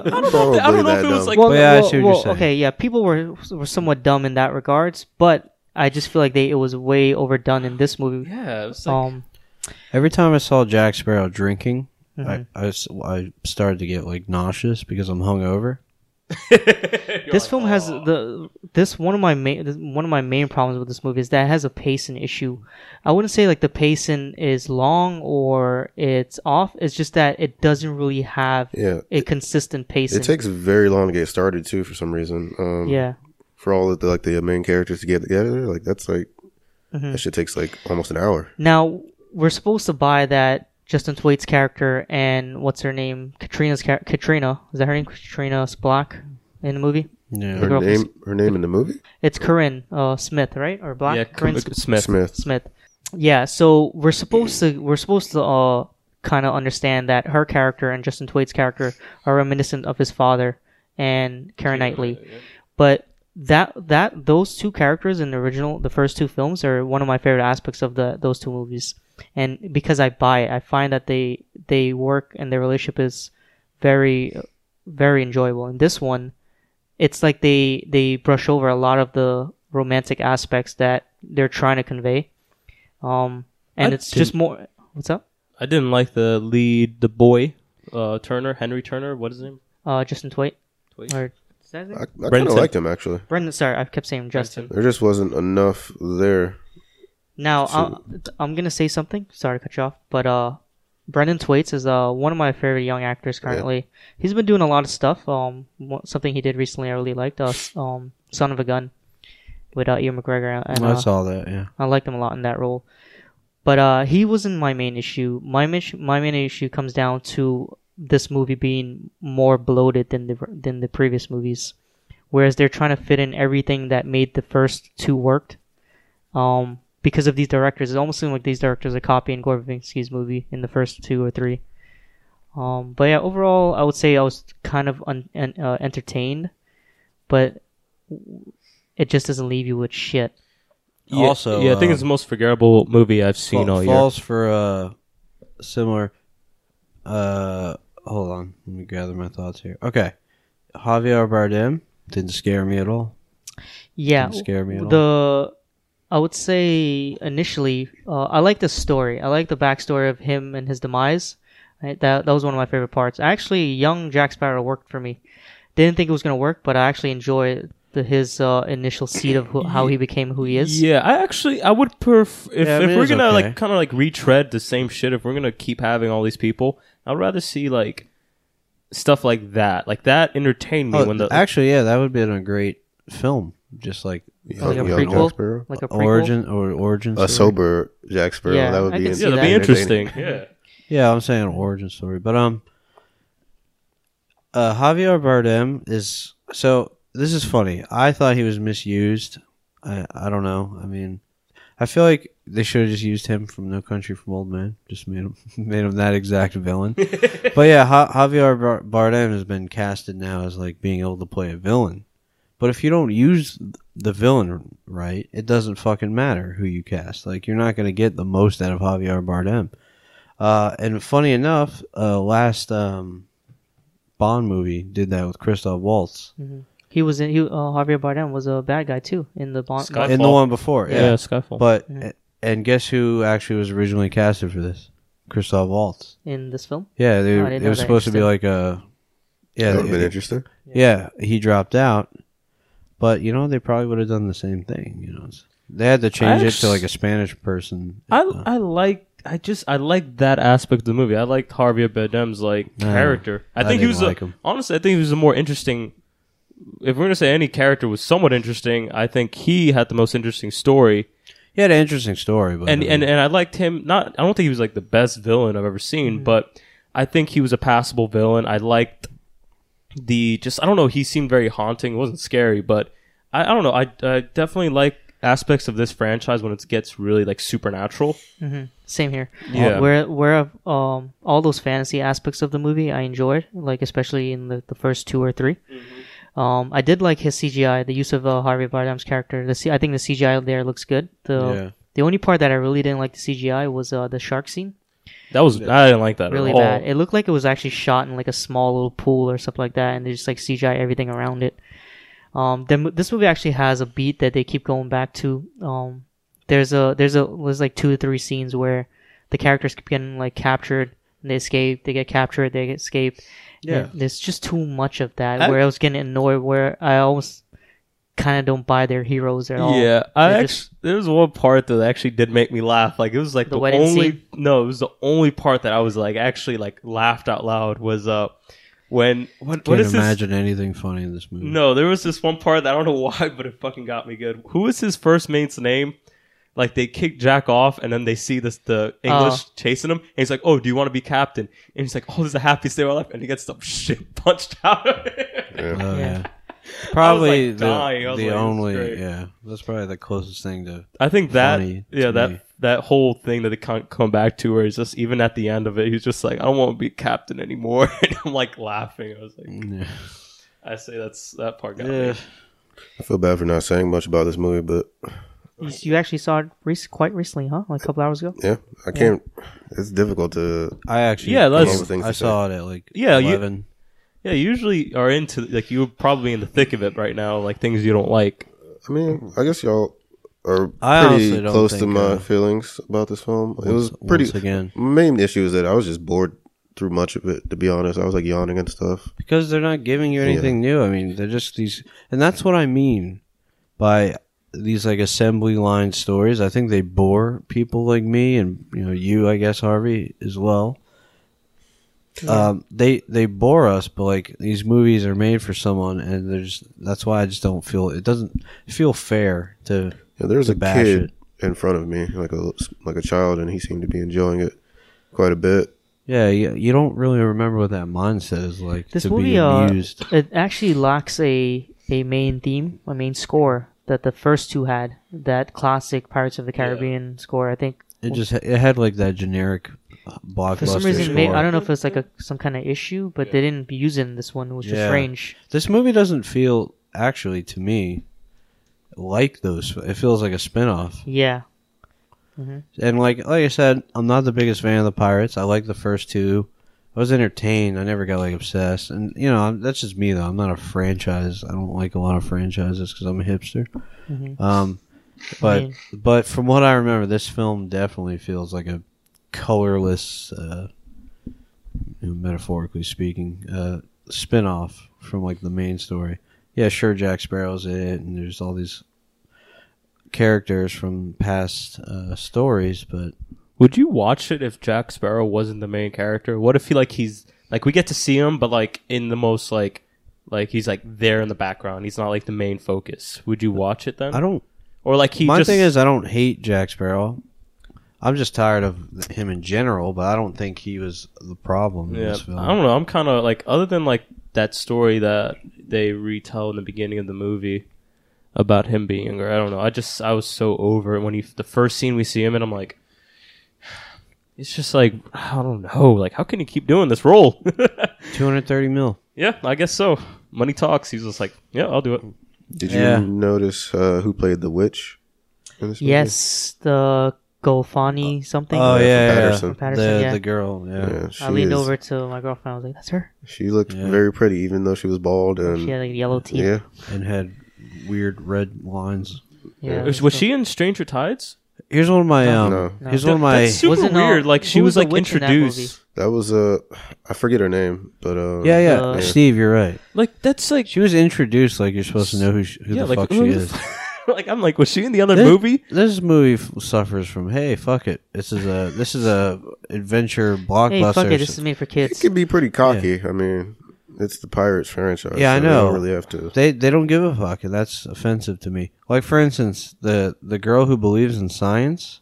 [SPEAKER 4] probably
[SPEAKER 2] I don't know if
[SPEAKER 4] that
[SPEAKER 2] it was
[SPEAKER 4] dumb.
[SPEAKER 2] like-
[SPEAKER 1] well,
[SPEAKER 3] But yeah, I
[SPEAKER 1] well-
[SPEAKER 3] see what you're
[SPEAKER 1] well,
[SPEAKER 3] saying.
[SPEAKER 1] okay, yeah, people were were somewhat dumb in that regards, but I just feel like they it was way overdone in this movie.
[SPEAKER 2] Yeah, it was like,
[SPEAKER 1] Um,
[SPEAKER 3] Every time I saw Jack Sparrow drinking, I I s I I, started to get like nauseous because I'm hungover.
[SPEAKER 1] this film has the this one of my main this- one of my main problems with this movie is that it has a pacing issue. I wouldn't say like the pacing is long or it's off. It's just that it doesn't really have
[SPEAKER 4] Yeah.
[SPEAKER 1] a consistent pacing.
[SPEAKER 4] It takes very long to get started too, for some reason. Um,
[SPEAKER 1] yeah.
[SPEAKER 4] For all of the like the main characters to get together, like that's like
[SPEAKER 3] Mm-hmm.
[SPEAKER 4] that shit takes like almost an hour.
[SPEAKER 1] Now we're supposed to buy that Justin Twait's character and what's her name, Katrina's char- Katrina. Is that her name, Katrina Splack, in the movie?
[SPEAKER 3] Yeah.
[SPEAKER 4] Her
[SPEAKER 1] girl from
[SPEAKER 4] name, her name in the movie,
[SPEAKER 1] It's Corinne uh, Smith, right? Or Black?
[SPEAKER 2] yeah,
[SPEAKER 1] Corinne
[SPEAKER 2] Corinne Smith.
[SPEAKER 4] Smith.
[SPEAKER 1] Smith. Yeah, so we're supposed to we're supposed to uh kind of understand that her character and Justin Twait's character are reminiscent of his father and Karen Knightley, but that that those two characters in the original the first two films are one of my favorite aspects of the those two movies, and because I buy it, I find that they they work and their relationship is very very enjoyable. In this one, it's like they they brush over a lot of the romantic aspects that they're trying to convey. Um, and
[SPEAKER 2] I
[SPEAKER 1] it's just more. What's up?
[SPEAKER 2] I didn't like the lead, the boy, uh, Turner, Henry Turner. What is his name?
[SPEAKER 1] Uh, Justin Twait.
[SPEAKER 2] Twait.
[SPEAKER 1] Or is that his name?
[SPEAKER 4] I, I kind of
[SPEAKER 2] Brenton.
[SPEAKER 4] liked him actually.
[SPEAKER 1] Brendan. Sorry, I kept saying Justin.
[SPEAKER 4] There just wasn't enough there.
[SPEAKER 1] Now I'll, I'm gonna say something. Sorry to cut you off, but uh, Brendan Thwaites is uh one of my favorite young actors currently. He's been doing a lot of stuff. Um, wha- something he did recently I really liked. Uh, s- um, Son of a Gun, with uh, Ian McGregor and
[SPEAKER 3] I
[SPEAKER 1] uh,
[SPEAKER 3] saw that. Yeah.
[SPEAKER 1] I liked him a lot in that role. But uh, he wasn't my main issue. My main, my main issue comes down to this movie being more bloated than the than the previous movies, whereas they're trying to fit in everything that made the first two worked. Um, because of these directors, it almost seems like these directors are copying Gore Verbinski's movie in the first two or three. Um, but yeah, overall, I would say I was kind of un- en- uh, entertained, but it just doesn't leave you with shit.
[SPEAKER 2] Yeah,
[SPEAKER 3] Also,
[SPEAKER 2] yeah, I think
[SPEAKER 3] uh,
[SPEAKER 2] it's the most forgettable movie I've seen
[SPEAKER 3] Fa-
[SPEAKER 2] all year.
[SPEAKER 3] falls for uh similar uh hold on let me gather my thoughts here okay javier bardem didn't scare me at all
[SPEAKER 1] Yeah,
[SPEAKER 3] Didn't scare me at all.
[SPEAKER 1] the I would say initially, uh, I like the story. I like the backstory of him and his demise. Right? That that was one of my favorite parts. Actually, young Jack Sparrow worked for me. Didn't think it was gonna work, but I actually enjoy the, his uh, initial seed of who, how he became who he is.
[SPEAKER 2] Yeah, I actually I would pref if,
[SPEAKER 3] Yeah, I
[SPEAKER 2] if
[SPEAKER 3] mean,
[SPEAKER 2] we're
[SPEAKER 3] it's
[SPEAKER 2] gonna
[SPEAKER 3] okay.
[SPEAKER 2] like kind of like retread the same shit. If we're gonna keep having all these people, I'd rather see like stuff like that. Like that entertained me
[SPEAKER 3] Oh,
[SPEAKER 2] when the
[SPEAKER 3] actually yeah that would have been a great film just like
[SPEAKER 1] Like a
[SPEAKER 4] Young- young
[SPEAKER 1] prequel,
[SPEAKER 4] Jack Sparrow.
[SPEAKER 1] like a prequel.
[SPEAKER 3] Uh, origin or origin
[SPEAKER 4] A
[SPEAKER 3] story.
[SPEAKER 4] sober Jack Sparrow.
[SPEAKER 1] Yeah,
[SPEAKER 4] that would
[SPEAKER 1] I
[SPEAKER 4] be
[SPEAKER 1] can
[SPEAKER 2] yeah,
[SPEAKER 1] see
[SPEAKER 2] that'd be
[SPEAKER 1] that.
[SPEAKER 2] interesting. yeah,
[SPEAKER 3] yeah i'm saying an origin story but um uh javier bardem is so this is funny i thought he was misused i i don't know i mean I feel like they should have just used him from No Country from Old Men. Just made him made him that exact villain. but yeah, ha- Javier Bar- Bardem has been casted now as like being able to play a villain. But if you don't use the villain right, it doesn't fucking matter who you cast. Like you're not going to get the most out of Javier Bardem. Uh, and funny enough, uh, last um, Bond movie did that with Christoph Waltz
[SPEAKER 1] He was in. He, uh, Javier Bardem was a bad guy too in the Bond.
[SPEAKER 2] Scott-
[SPEAKER 3] in the
[SPEAKER 2] Skyfall.
[SPEAKER 3] one before.
[SPEAKER 2] yeah,
[SPEAKER 3] yeah.
[SPEAKER 2] Skyfall.
[SPEAKER 3] But and guess who actually was originally casted for this? Christoph Waltz.
[SPEAKER 1] in this film.
[SPEAKER 3] Yeah, they,
[SPEAKER 1] Oh, I didn't
[SPEAKER 3] it
[SPEAKER 1] know
[SPEAKER 3] was
[SPEAKER 1] that.
[SPEAKER 3] supposed to be like a yeah,
[SPEAKER 4] That would have been
[SPEAKER 3] they-
[SPEAKER 4] interesting.
[SPEAKER 3] yeah. He dropped out, but you know they probably would have done the same thing. You know, It's- they had to change it to
[SPEAKER 2] actu-
[SPEAKER 3] like a Spanish person.
[SPEAKER 2] I I like I just I like that aspect of the movie. I liked Harvey Bardem's like character. I
[SPEAKER 3] I
[SPEAKER 2] think he
[SPEAKER 3] didn't
[SPEAKER 2] was
[SPEAKER 3] like
[SPEAKER 2] a,
[SPEAKER 3] him.
[SPEAKER 2] honestly. I think he was a more interesting. If we're gonna say any character was somewhat interesting, I think he had the most interesting story.
[SPEAKER 3] He had an interesting story, but
[SPEAKER 2] And
[SPEAKER 3] I
[SPEAKER 2] and
[SPEAKER 3] mean,
[SPEAKER 2] and I liked him. Not I don't think he was like the best villain I've ever seen,
[SPEAKER 1] Mm-hmm.
[SPEAKER 2] but I think he was a passable villain. I liked the just I don't know. He seemed very haunting. It wasn't scary, but I, I don't know. I, I definitely like aspects of this franchise when it gets really like supernatural.
[SPEAKER 1] Same here.
[SPEAKER 2] Yeah.
[SPEAKER 1] Where where um all those fantasy aspects of the movie I enjoyed, like especially in the, the first two or 3 Um, I did like his CGI, the use of uh, Harvey Bardem's character. The C- I think the CGI there looks good. The
[SPEAKER 3] Yeah.
[SPEAKER 1] the only part that I really didn't like the CGI was uh, the shark scene.
[SPEAKER 2] That was I didn't like that
[SPEAKER 1] Really
[SPEAKER 2] at all.
[SPEAKER 1] bad. It looked like it was actually shot in like a small little pool or stuff like that, and they just like CGI everything around it. Um, then this movie actually has a beat that they keep going back to. Um, there's a there's a there's like two or three scenes where the characters keep getting like captured They escape. They get captured. They escape.
[SPEAKER 2] Yeah.
[SPEAKER 1] And there's just too much of that.
[SPEAKER 2] I-
[SPEAKER 1] where I was getting annoyed. Where I almost kind of don't buy their heroes at all.
[SPEAKER 2] Yeah, I
[SPEAKER 1] They're
[SPEAKER 2] actually,
[SPEAKER 1] just-
[SPEAKER 2] there was one part though that actually did make me laugh. Like it was like
[SPEAKER 1] The
[SPEAKER 2] the,
[SPEAKER 1] wedding
[SPEAKER 2] only
[SPEAKER 1] scene?
[SPEAKER 2] no, it was the only part that I was like actually like laughed out loud was uh when when what
[SPEAKER 3] Can't
[SPEAKER 2] is this?
[SPEAKER 3] imagine anything funny in this movie.
[SPEAKER 2] No, there was this one part that I don't know why, but it fucking got me good. Who is his first mate's name? Like they kick Jack off, and then they see this the English chasing him, and he's like, "Oh, do you want to be captain?" And he's like, "Oh, this is the happiest day of my life," and he gets the shit punched out of it.
[SPEAKER 1] Yeah.
[SPEAKER 3] Oh, yeah. Probably
[SPEAKER 2] like,
[SPEAKER 3] the,
[SPEAKER 2] dying. I was
[SPEAKER 3] the
[SPEAKER 2] like, this is
[SPEAKER 3] only
[SPEAKER 2] great.
[SPEAKER 3] yeah. That's probably the closest thing to
[SPEAKER 2] I think that
[SPEAKER 3] Funny
[SPEAKER 2] yeah
[SPEAKER 3] to
[SPEAKER 2] that
[SPEAKER 3] me.
[SPEAKER 2] that whole thing that they can't come back to where he's just even at the end of it he's just like I don't want to be captain anymore and I'm like laughing I was like
[SPEAKER 3] yeah.
[SPEAKER 2] I say that's that part got me.
[SPEAKER 4] I feel bad for not saying much about this movie, but
[SPEAKER 1] You, you actually saw it rec- quite recently, huh? Like a couple hours ago.
[SPEAKER 4] yeah, I can't. It's difficult to.
[SPEAKER 3] I actually
[SPEAKER 2] Yeah, that's-
[SPEAKER 4] All the things
[SPEAKER 3] I
[SPEAKER 4] to say.
[SPEAKER 3] saw it at like
[SPEAKER 2] Yeah, you-
[SPEAKER 3] eleven.
[SPEAKER 2] yeah you usually are into like you're probably in the thick of it right now like things you don't like
[SPEAKER 4] I mean, I guess y'all are
[SPEAKER 3] I honestly
[SPEAKER 4] pretty
[SPEAKER 3] don't
[SPEAKER 4] close to
[SPEAKER 3] think,
[SPEAKER 4] my
[SPEAKER 3] uh,
[SPEAKER 4] feelings about this film. it was
[SPEAKER 3] once-
[SPEAKER 4] pretty.
[SPEAKER 3] once again.
[SPEAKER 4] main issue is that I was just bored through much of it. To be honest, I was like yawning and stuff.
[SPEAKER 3] because they're not giving you anything new. I mean, they're just these, and that's what I mean by these like assembly line stories. I think they bore people like me and you know you, I guess Harvey as well. Um, they they bore us, but like these movies are made for someone, and there's that's why I just don't feel it doesn't feel fair to.
[SPEAKER 4] Yeah, there was
[SPEAKER 3] to
[SPEAKER 4] a
[SPEAKER 3] bash
[SPEAKER 4] kid
[SPEAKER 3] it.
[SPEAKER 4] in front of me, like a like a child, and he seemed to be enjoying it quite a bit.
[SPEAKER 3] Yeah, you, you don't really remember what that mindset is like
[SPEAKER 1] This
[SPEAKER 3] to be
[SPEAKER 1] movie, uh,
[SPEAKER 3] amused.
[SPEAKER 1] it actually lacks a a main theme, a main score that the first two had. That classic Pirates of the Caribbean score. I think
[SPEAKER 3] it just it had like that generic uh, blockbuster.
[SPEAKER 1] for some reason, may,
[SPEAKER 3] score.
[SPEAKER 1] I don't know if it's like a some kind of issue, but they didn't use it in this one, which
[SPEAKER 3] Yeah.
[SPEAKER 1] is strange.
[SPEAKER 3] This movie doesn't feel actually to me like those. It feels like a spin-off.
[SPEAKER 1] Yeah,
[SPEAKER 3] And like like I said, I'm not the biggest fan of the Pirates. I like the first two. I was entertained. I never got like obsessed. And you know, I'm, that's just me though. I'm not a franchise. I don't like a lot of franchises cuz I'm a hipster. Um but
[SPEAKER 1] mean-
[SPEAKER 3] but from what I remember, this film definitely feels like a colorless uh you know, metaphorically speaking, uh, spin off from like the main story. Yeah, sure, Jack Sparrow's in it, and there's all these characters from past uh, stories, but
[SPEAKER 2] would you watch it if Jack Sparrow wasn't the main character what if he like he's like we get to see him but like in the most like like he's like there in the background he's not like the main focus would you watch it then
[SPEAKER 3] I don't.
[SPEAKER 2] or like he
[SPEAKER 3] my
[SPEAKER 2] just
[SPEAKER 3] thing is, I don't hate Jack Sparrow. I'm just tired of him in general, but I don't think he was the problem in
[SPEAKER 2] Yeah,
[SPEAKER 3] this film.
[SPEAKER 2] I don't know. I'm kind of like other than like that story that they retell in the beginning of the movie about him being younger. I don't know. I just I was so over it when he the first scene we see him and I'm like, it's just like I don't know. Like how can you keep doing this role?
[SPEAKER 3] 230 mil.
[SPEAKER 2] yeah, I guess so. Money talks. He's just like, yeah, I'll do it.
[SPEAKER 4] Did you
[SPEAKER 3] Yeah.
[SPEAKER 4] notice uh, who played the witch? In this movie?
[SPEAKER 1] yes, the Golfani something.
[SPEAKER 3] Oh yeah, yeah,
[SPEAKER 4] Patterson.
[SPEAKER 3] yeah.
[SPEAKER 1] Patterson,
[SPEAKER 3] the
[SPEAKER 1] yeah.
[SPEAKER 3] the girl. Yeah.
[SPEAKER 4] Yeah, she
[SPEAKER 1] I leaned
[SPEAKER 4] is-
[SPEAKER 1] over to my girlfriend. I was like, "That's her."
[SPEAKER 4] She looked
[SPEAKER 3] Yeah.
[SPEAKER 4] very pretty, even though she was bald and
[SPEAKER 1] She had like yellow teeth.
[SPEAKER 4] yeah.
[SPEAKER 3] and had weird red lines.
[SPEAKER 1] Yeah,
[SPEAKER 2] Was, was she in Stranger Tides?
[SPEAKER 3] Here's one of my um.
[SPEAKER 4] No.
[SPEAKER 1] No.
[SPEAKER 3] Here's one of my.
[SPEAKER 2] That's super
[SPEAKER 1] Wasn't, uh,
[SPEAKER 2] weird. Like she
[SPEAKER 1] who was
[SPEAKER 2] was
[SPEAKER 1] the
[SPEAKER 2] like
[SPEAKER 1] witch in that
[SPEAKER 2] introduced.
[SPEAKER 4] That was uh, I forget her name, but uh,
[SPEAKER 3] Yeah, yeah,
[SPEAKER 1] Uh,
[SPEAKER 3] Steve, you're right.
[SPEAKER 2] Like that's like
[SPEAKER 3] She was introduced like you're supposed to know who, she, who
[SPEAKER 2] yeah,
[SPEAKER 3] the
[SPEAKER 2] like
[SPEAKER 3] fuck
[SPEAKER 2] who
[SPEAKER 3] she
[SPEAKER 2] the
[SPEAKER 3] is.
[SPEAKER 2] f- like I'm like was she in the other
[SPEAKER 3] This-
[SPEAKER 2] movie?
[SPEAKER 3] This movie f- suffers from hey, fuck it. This is a this is a adventure blockbuster.
[SPEAKER 1] Hey, fuck it. This is made for
[SPEAKER 4] it
[SPEAKER 1] kids.
[SPEAKER 4] could be pretty cocky. I mean, it's the Pirates franchise.
[SPEAKER 3] Yeah, I
[SPEAKER 4] so they
[SPEAKER 3] know.
[SPEAKER 4] don't really have to.
[SPEAKER 3] they they don't give a fuck, and that's offensive to me. Like for instance, the the girl who believes in science,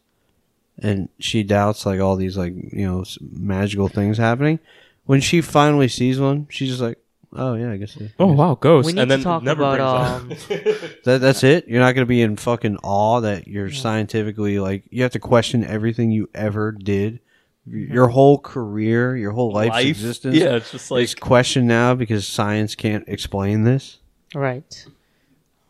[SPEAKER 3] and she doubts like all these like you know s- magical things happening. When she finally sees one, she's just like, "Oh yeah, I guess it-
[SPEAKER 2] Oh wow, ghost.
[SPEAKER 1] We need
[SPEAKER 2] and
[SPEAKER 1] to
[SPEAKER 2] then
[SPEAKER 1] talk
[SPEAKER 2] never
[SPEAKER 1] about
[SPEAKER 2] brings up.
[SPEAKER 1] um,
[SPEAKER 3] that that's it. You're not gonna be in fucking awe that you're scientifically like you have to question everything you ever did, Y- your whole career, your whole life's
[SPEAKER 2] Life?
[SPEAKER 3] existence.
[SPEAKER 2] Yeah, it's just like
[SPEAKER 3] is questioned now because science can't explain this.
[SPEAKER 1] Right.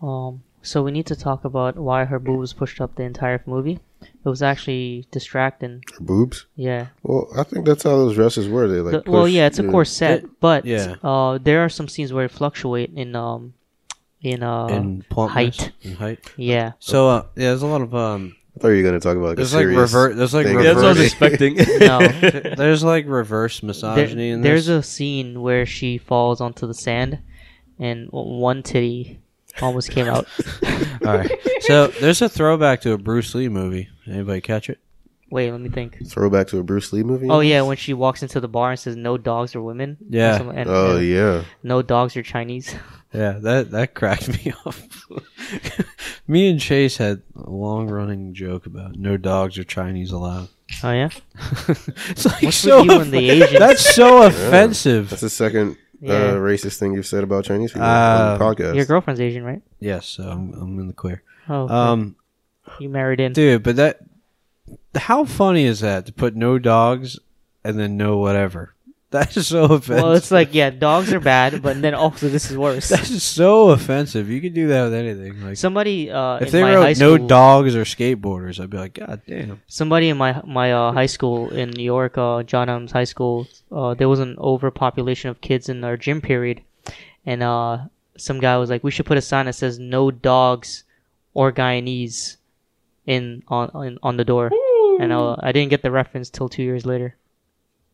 [SPEAKER 1] Um, so we need to talk about why her boob was pushed up the entire movie. It was actually distracting.
[SPEAKER 4] boobs.
[SPEAKER 1] Yeah.
[SPEAKER 4] Well, I think that's how those dresses were. They like.
[SPEAKER 1] The- well,
[SPEAKER 4] pushed
[SPEAKER 1] yeah, it's a
[SPEAKER 4] the-
[SPEAKER 1] corset, but
[SPEAKER 3] yeah.
[SPEAKER 1] uh, there are some scenes where it fluctuate in um, in uh,
[SPEAKER 3] in plumpness
[SPEAKER 1] height.
[SPEAKER 3] and height.
[SPEAKER 1] Yeah.
[SPEAKER 3] So uh, yeah, there's a lot of um,
[SPEAKER 4] I thought you were going to talk about like,
[SPEAKER 3] There's
[SPEAKER 4] a
[SPEAKER 3] like
[SPEAKER 4] serious
[SPEAKER 3] rever- there's like
[SPEAKER 4] thing.
[SPEAKER 2] Yeah, that's what I was
[SPEAKER 3] Reverse.
[SPEAKER 2] expecting.
[SPEAKER 1] No.
[SPEAKER 3] There's like reverse
[SPEAKER 1] There-
[SPEAKER 3] misogyny in this.
[SPEAKER 1] there's a scene where she falls onto the sand, and one titty almost came out.
[SPEAKER 3] All right. So there's a throwback to a Bruce Lee movie. Anybody catch it?
[SPEAKER 1] Wait, let me think.
[SPEAKER 4] Throwback to a Bruce Lee movie.
[SPEAKER 1] Oh yeah, when she walks into the bar and says no dogs are women. or
[SPEAKER 3] Yeah.
[SPEAKER 1] something, And,
[SPEAKER 4] Oh
[SPEAKER 1] and
[SPEAKER 4] yeah.
[SPEAKER 1] No dogs are Chinese.
[SPEAKER 3] Yeah, that that cracked me up. me and Chase had a long running joke about no dogs or Chinese allowed.
[SPEAKER 1] Oh yeah.
[SPEAKER 3] it's like
[SPEAKER 1] What's
[SPEAKER 3] so
[SPEAKER 1] with you and the
[SPEAKER 3] off-
[SPEAKER 1] Asians?
[SPEAKER 3] That's so offensive.
[SPEAKER 4] That's the second
[SPEAKER 1] Yeah.
[SPEAKER 4] uh, racist thing you've said about Chinese people
[SPEAKER 3] Uh,
[SPEAKER 4] on the podcast.
[SPEAKER 1] Your girlfriend's Asian, right?
[SPEAKER 3] yes, so I'm, I'm in the clear.
[SPEAKER 1] Oh, okay.
[SPEAKER 3] Um,
[SPEAKER 1] you married in.
[SPEAKER 3] dude, but that how funny is that to put no dogs and then no whatever? That is so offensive.
[SPEAKER 1] well, it's like yeah, dogs are bad, but then also this is worse.
[SPEAKER 3] that is so offensive. You can do that with anything. Like
[SPEAKER 1] Somebody uh,
[SPEAKER 3] if
[SPEAKER 1] in
[SPEAKER 3] they
[SPEAKER 1] my high
[SPEAKER 3] wrote no
[SPEAKER 1] school,
[SPEAKER 3] dogs or skateboarders, I'd be like, God damn.
[SPEAKER 1] somebody in my my uh, high school in New York, uh, John Adams High School, uh, there was an overpopulation of kids in our gym period, and uh, some guy was like, "We should put a sign that says no dogs or Guyanese in on on, on the door." And uh, I didn't get the reference till two years later.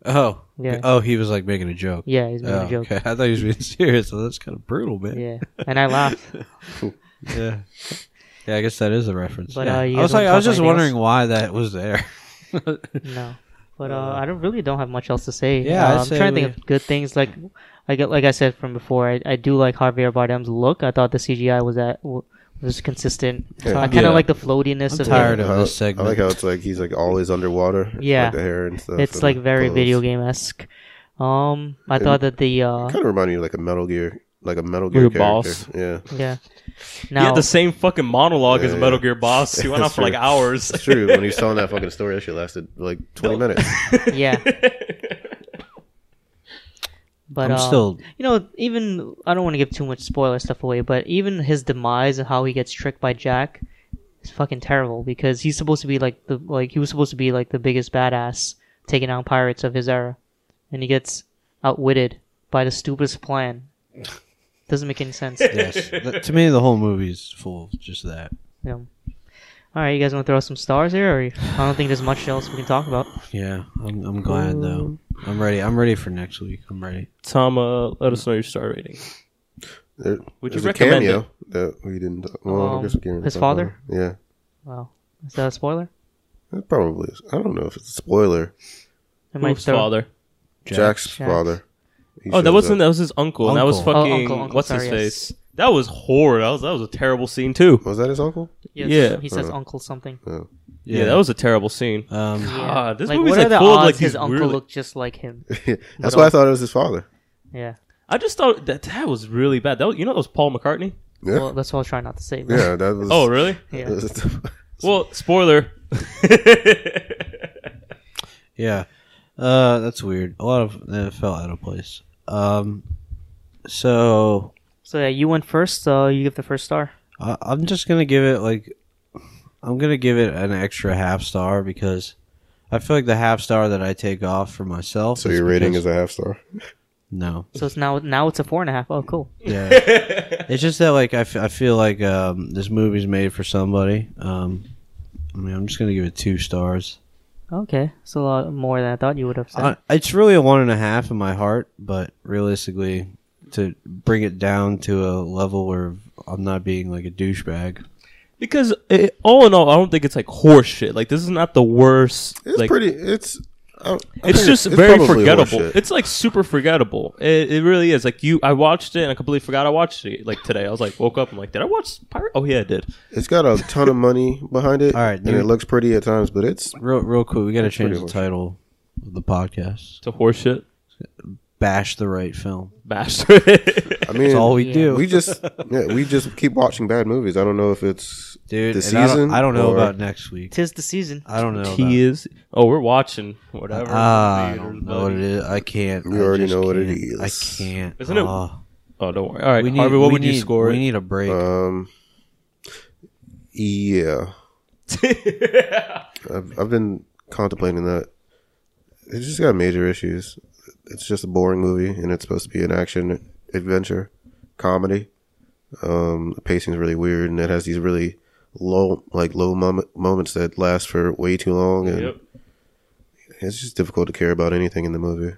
[SPEAKER 3] Oh,
[SPEAKER 1] Yeah.
[SPEAKER 3] Oh, he was like making a joke.
[SPEAKER 1] Yeah, he's making
[SPEAKER 3] Oh,
[SPEAKER 1] a joke.
[SPEAKER 3] Okay. I thought he was being serious. So that's kind of brutal, man.
[SPEAKER 1] Yeah, and I laughed.
[SPEAKER 3] Yeah. Yeah, I guess that is a reference.
[SPEAKER 1] But,
[SPEAKER 3] yeah.
[SPEAKER 1] uh, you
[SPEAKER 3] I was
[SPEAKER 1] guys wanna
[SPEAKER 3] like, I was
[SPEAKER 1] talk
[SPEAKER 3] just
[SPEAKER 1] about anything
[SPEAKER 3] wondering why that was there.
[SPEAKER 1] No, but uh, I don't really don't have much else to say.
[SPEAKER 3] Yeah,
[SPEAKER 1] Uh,
[SPEAKER 3] I'd
[SPEAKER 1] I'm
[SPEAKER 3] say
[SPEAKER 1] trying to
[SPEAKER 3] we-
[SPEAKER 1] think of good things. Like, I get like I said from before, I, I do like Javier Bardem's look. I thought the CGI was at w- was consistent. I kind of
[SPEAKER 3] Yeah.
[SPEAKER 1] like the floatiness
[SPEAKER 3] I'm
[SPEAKER 1] of
[SPEAKER 3] tired
[SPEAKER 1] it.
[SPEAKER 3] of
[SPEAKER 4] How-
[SPEAKER 3] this segment.
[SPEAKER 4] I like how it's like he's like always underwater.
[SPEAKER 1] Yeah.
[SPEAKER 4] like the hair and stuff.
[SPEAKER 1] It's like very video game esque. Um, I thought that the uh,
[SPEAKER 4] Kind of reminded me of like a Metal Gear, like a Metal Gear
[SPEAKER 2] Like a boss.
[SPEAKER 4] character. Yeah,
[SPEAKER 1] yeah.
[SPEAKER 2] he
[SPEAKER 1] Now,
[SPEAKER 2] had the same fucking monologue as
[SPEAKER 4] Yeah,
[SPEAKER 2] Metal
[SPEAKER 4] yeah.
[SPEAKER 2] Gear Boss. He went on
[SPEAKER 4] That's
[SPEAKER 2] for like
[SPEAKER 4] true.
[SPEAKER 2] hours.
[SPEAKER 4] it's true. When he was telling that fucking story, that shit lasted like twenty minutes.
[SPEAKER 1] yeah. But
[SPEAKER 3] I'm
[SPEAKER 1] uh,
[SPEAKER 3] still.
[SPEAKER 1] you know, even I don't want to give too much spoiler stuff away, but even his demise and how he gets tricked by Jack is fucking terrible because he's supposed to be like the like he was supposed to be like the biggest badass taking down pirates of his era, and he gets outwitted by the stupidest plan. Doesn't make any sense. you
[SPEAKER 3] Yes. Th- to me, the whole movie is full of just that.
[SPEAKER 1] know. All right, you guys want to throw some stars here, or you- I don't think there's much else we can talk about.
[SPEAKER 3] Yeah. I'm, I'm glad, though. I'm ready. I'm ready for next week. I'm ready.
[SPEAKER 2] Tom, uh, let us know your star rating.
[SPEAKER 4] There,
[SPEAKER 2] Would you
[SPEAKER 4] there's a
[SPEAKER 2] recommend
[SPEAKER 4] cameo that we didn't? talk- Well, I
[SPEAKER 1] Um,
[SPEAKER 4] guess we can't really
[SPEAKER 1] his
[SPEAKER 4] talk about
[SPEAKER 1] father?
[SPEAKER 4] it. Yeah,
[SPEAKER 1] Wow, is that a spoiler?
[SPEAKER 4] it probably. Is. I don't know if it's a spoiler.
[SPEAKER 1] It
[SPEAKER 2] Whose father?
[SPEAKER 4] Jack's,
[SPEAKER 1] Jack's.
[SPEAKER 4] father. He
[SPEAKER 2] Oh, that
[SPEAKER 4] shows
[SPEAKER 2] wasn't.
[SPEAKER 4] up.
[SPEAKER 2] That was his uncle. And that was
[SPEAKER 3] Uncle.
[SPEAKER 1] Oh,
[SPEAKER 2] fucking.
[SPEAKER 1] uncle, uncle,
[SPEAKER 2] what's
[SPEAKER 1] sorry,
[SPEAKER 2] his
[SPEAKER 1] yes.
[SPEAKER 2] face? That was horrid. That was that was a terrible scene too.
[SPEAKER 4] Was that his uncle?
[SPEAKER 1] Yes,
[SPEAKER 2] Yeah.
[SPEAKER 1] he says Uncle something.
[SPEAKER 2] Yeah, that was a terrible scene. God,
[SPEAKER 3] Um,
[SPEAKER 2] Ah, this
[SPEAKER 1] like,
[SPEAKER 2] movie's
[SPEAKER 1] what
[SPEAKER 2] like
[SPEAKER 1] are the
[SPEAKER 2] full of,
[SPEAKER 1] odds
[SPEAKER 2] like,
[SPEAKER 1] his
[SPEAKER 2] these
[SPEAKER 1] uncle
[SPEAKER 2] really-
[SPEAKER 1] looked just like him?
[SPEAKER 4] That's why I thought it was his father.
[SPEAKER 1] Yeah.
[SPEAKER 2] I just thought that that was really bad. That was, you know that was Paul McCartney.
[SPEAKER 4] Yeah,
[SPEAKER 1] Well, that's what I'll try not to say. but-
[SPEAKER 4] yeah. That was.
[SPEAKER 2] Oh, really?
[SPEAKER 1] yeah.
[SPEAKER 2] Well, spoiler.
[SPEAKER 3] Yeah, uh, that's weird. A lot of that felt out of place. Um, so
[SPEAKER 1] So yeah, you went first. Uh, you give the first star.
[SPEAKER 3] I, I'm just gonna give it like I'm gonna give it an extra half star because I feel like the half star that I take off for myself.
[SPEAKER 4] so your rating
[SPEAKER 3] because-
[SPEAKER 4] is a half star.
[SPEAKER 3] no.
[SPEAKER 1] So it's now now it's a four and a half. Oh, cool.
[SPEAKER 3] Yeah, it's just that like I, f- I feel like um, this movie's made for somebody. Um, I mean, I'm just gonna give it two stars.
[SPEAKER 1] Okay, so a lot more than I thought you would have said.
[SPEAKER 3] Uh, it's really a one and a half in my heart, but realistically, to bring it down to a level where I'm not being like a douchebag.
[SPEAKER 2] because it, all in all, I don't think it's like horse shit. Like this is not the worst.
[SPEAKER 4] It's
[SPEAKER 2] like,
[SPEAKER 4] pretty. It's. I- I think
[SPEAKER 2] it's just very
[SPEAKER 4] probably
[SPEAKER 2] forgettable.
[SPEAKER 4] horseshit.
[SPEAKER 2] It's like super forgettable. It, it really is. Like you, I watched it and I completely forgot I watched it. Like today, I was like, woke up. I'm like, did I watch Pirate? Oh yeah, I did.
[SPEAKER 4] It's got a ton of money behind it.
[SPEAKER 3] All right,
[SPEAKER 4] and
[SPEAKER 3] you-
[SPEAKER 4] it looks pretty at times, but it's
[SPEAKER 3] Real, real quick, we got to change
[SPEAKER 4] pretty
[SPEAKER 3] the
[SPEAKER 4] bullshit.
[SPEAKER 3] title of the podcast.
[SPEAKER 2] It's a horse shit.
[SPEAKER 3] Bash the right film.
[SPEAKER 2] Bastard.
[SPEAKER 4] I mean,
[SPEAKER 3] That's all we
[SPEAKER 1] Yeah.
[SPEAKER 3] do,
[SPEAKER 4] we just yeah, we just keep watching bad movies. I don't know if it's
[SPEAKER 3] dude.
[SPEAKER 4] the
[SPEAKER 3] and I don't-
[SPEAKER 4] season.
[SPEAKER 3] I don't, know
[SPEAKER 4] or-
[SPEAKER 3] about next week.
[SPEAKER 1] Tis the season.
[SPEAKER 3] I don't know. About,
[SPEAKER 2] he is. Oh, we're watching whatever.
[SPEAKER 3] Ah, I
[SPEAKER 2] Theater,
[SPEAKER 3] don't know what it
[SPEAKER 2] buddy.
[SPEAKER 3] is. I can't.
[SPEAKER 4] You
[SPEAKER 3] I
[SPEAKER 4] already
[SPEAKER 3] just
[SPEAKER 4] know what it
[SPEAKER 3] can't.
[SPEAKER 4] is.
[SPEAKER 3] I can't.
[SPEAKER 2] Isn't it-
[SPEAKER 3] Ah.
[SPEAKER 2] Oh, don't worry. All right,
[SPEAKER 3] we need,
[SPEAKER 2] Harvey, what
[SPEAKER 3] we
[SPEAKER 2] would
[SPEAKER 3] need-
[SPEAKER 2] you score?
[SPEAKER 3] We
[SPEAKER 2] it?
[SPEAKER 3] need a break.
[SPEAKER 4] Um, yeah, I've, I've been contemplating that. It's just got major issues. It's just a boring movie, and it's supposed to be an action adventure comedy. Um, the pacing's really weird, and it has these really low like low moment, moments that last for way too long, and
[SPEAKER 2] Yep.
[SPEAKER 4] it's just difficult to care about anything in the movie.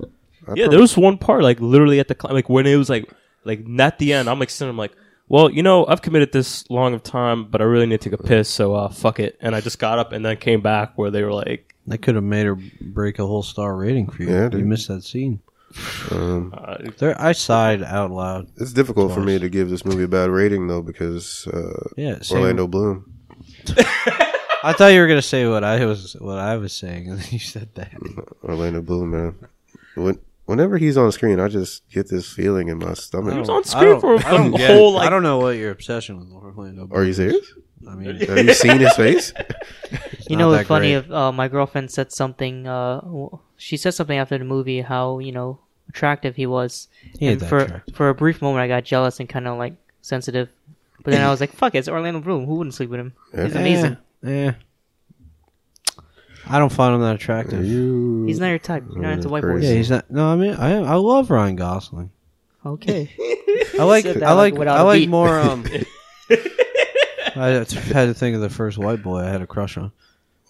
[SPEAKER 4] I
[SPEAKER 2] Yeah,
[SPEAKER 4] prob-
[SPEAKER 2] there was one part like literally at the cli- like when it was like like not the end. I'm like sitting, I'm like, well, you know, I've committed this long of time, but I really need to take a piss, so uh, fuck it. And I just got up and then came back where they were like,
[SPEAKER 3] That could have made her break a whole star rating for you.
[SPEAKER 4] Yeah, dude.
[SPEAKER 3] you missed that scene.
[SPEAKER 4] um,
[SPEAKER 2] uh,
[SPEAKER 3] There, I sighed out loud.
[SPEAKER 4] it's difficult for me
[SPEAKER 3] Twice.
[SPEAKER 4] to give this movie a bad rating though because uh,
[SPEAKER 3] Yeah, same.
[SPEAKER 4] Orlando Bloom.
[SPEAKER 3] I thought you were gonna say what I was what I was saying, and then you said that.
[SPEAKER 4] Orlando Bloom, man. When, whenever he's on screen, I just get this feeling in my stomach.
[SPEAKER 2] was
[SPEAKER 3] I
[SPEAKER 2] on
[SPEAKER 3] don't-
[SPEAKER 2] screen
[SPEAKER 3] I don't-
[SPEAKER 2] for a
[SPEAKER 3] I don't get
[SPEAKER 2] whole,
[SPEAKER 3] it.
[SPEAKER 2] like-
[SPEAKER 3] I don't know what your obsession with Orlando.
[SPEAKER 4] Are
[SPEAKER 3] Bloom
[SPEAKER 4] you serious?
[SPEAKER 3] is. I mean,
[SPEAKER 4] Have you seen his face?
[SPEAKER 3] it's
[SPEAKER 1] You
[SPEAKER 3] not
[SPEAKER 1] know,
[SPEAKER 3] that
[SPEAKER 1] it's funny
[SPEAKER 3] great.
[SPEAKER 1] if uh, my girlfriend said something. Uh, w- she said something after the movie how you know attractive he was,
[SPEAKER 3] He ain't
[SPEAKER 1] and
[SPEAKER 3] that
[SPEAKER 1] for
[SPEAKER 3] attractive.
[SPEAKER 1] for a brief moment I got jealous and kind of like sensitive, but then I was like, "Fuck, it, it's Orlando Bloom. Who wouldn't sleep with him? He's
[SPEAKER 4] Yeah.
[SPEAKER 1] amazing.
[SPEAKER 3] Eh, eh. I don't find him that attractive.
[SPEAKER 4] You-
[SPEAKER 3] Mm.
[SPEAKER 1] He's not your type. You don't have to wipe
[SPEAKER 4] Crazy.
[SPEAKER 3] yeah,
[SPEAKER 1] away.
[SPEAKER 3] he's not. No, I mean, I I love Ryan Gosling.
[SPEAKER 1] Okay,
[SPEAKER 3] I like
[SPEAKER 1] said that
[SPEAKER 3] I
[SPEAKER 1] like
[SPEAKER 3] like
[SPEAKER 1] without
[SPEAKER 3] I
[SPEAKER 1] a
[SPEAKER 3] like
[SPEAKER 1] beat.
[SPEAKER 3] more. Um, I had to think of the first white boy I had a crush on.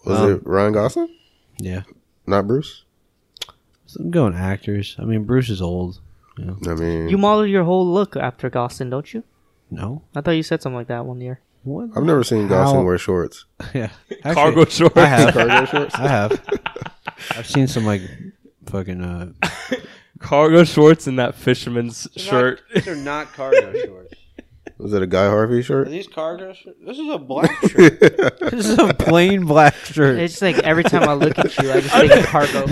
[SPEAKER 4] was
[SPEAKER 3] Um,
[SPEAKER 4] it Ryan Gosling?
[SPEAKER 3] Yeah,
[SPEAKER 4] Not Bruce.
[SPEAKER 3] so I'm going actors. I mean, Bruce is old. You know.
[SPEAKER 4] I mean,
[SPEAKER 1] you modeled your whole look after Gosling, don't you?
[SPEAKER 3] No,
[SPEAKER 1] I thought you said something like that one year.
[SPEAKER 3] what?
[SPEAKER 4] I've never seen
[SPEAKER 3] How-
[SPEAKER 4] Gosling wear shorts.
[SPEAKER 3] yeah, Actually,
[SPEAKER 2] cargo shorts.
[SPEAKER 3] I have.
[SPEAKER 4] Cargo shorts.
[SPEAKER 3] I have. I've seen some like fucking. uh
[SPEAKER 2] cargo shorts and that fisherman's shirt.
[SPEAKER 3] These are not cargo shorts.
[SPEAKER 4] Was it a Guy Harvey shirt?
[SPEAKER 3] these cargo shorts? This is a black shirt. this is a plain black shirt.
[SPEAKER 1] It's just like every time I look at you, I just think of cargo.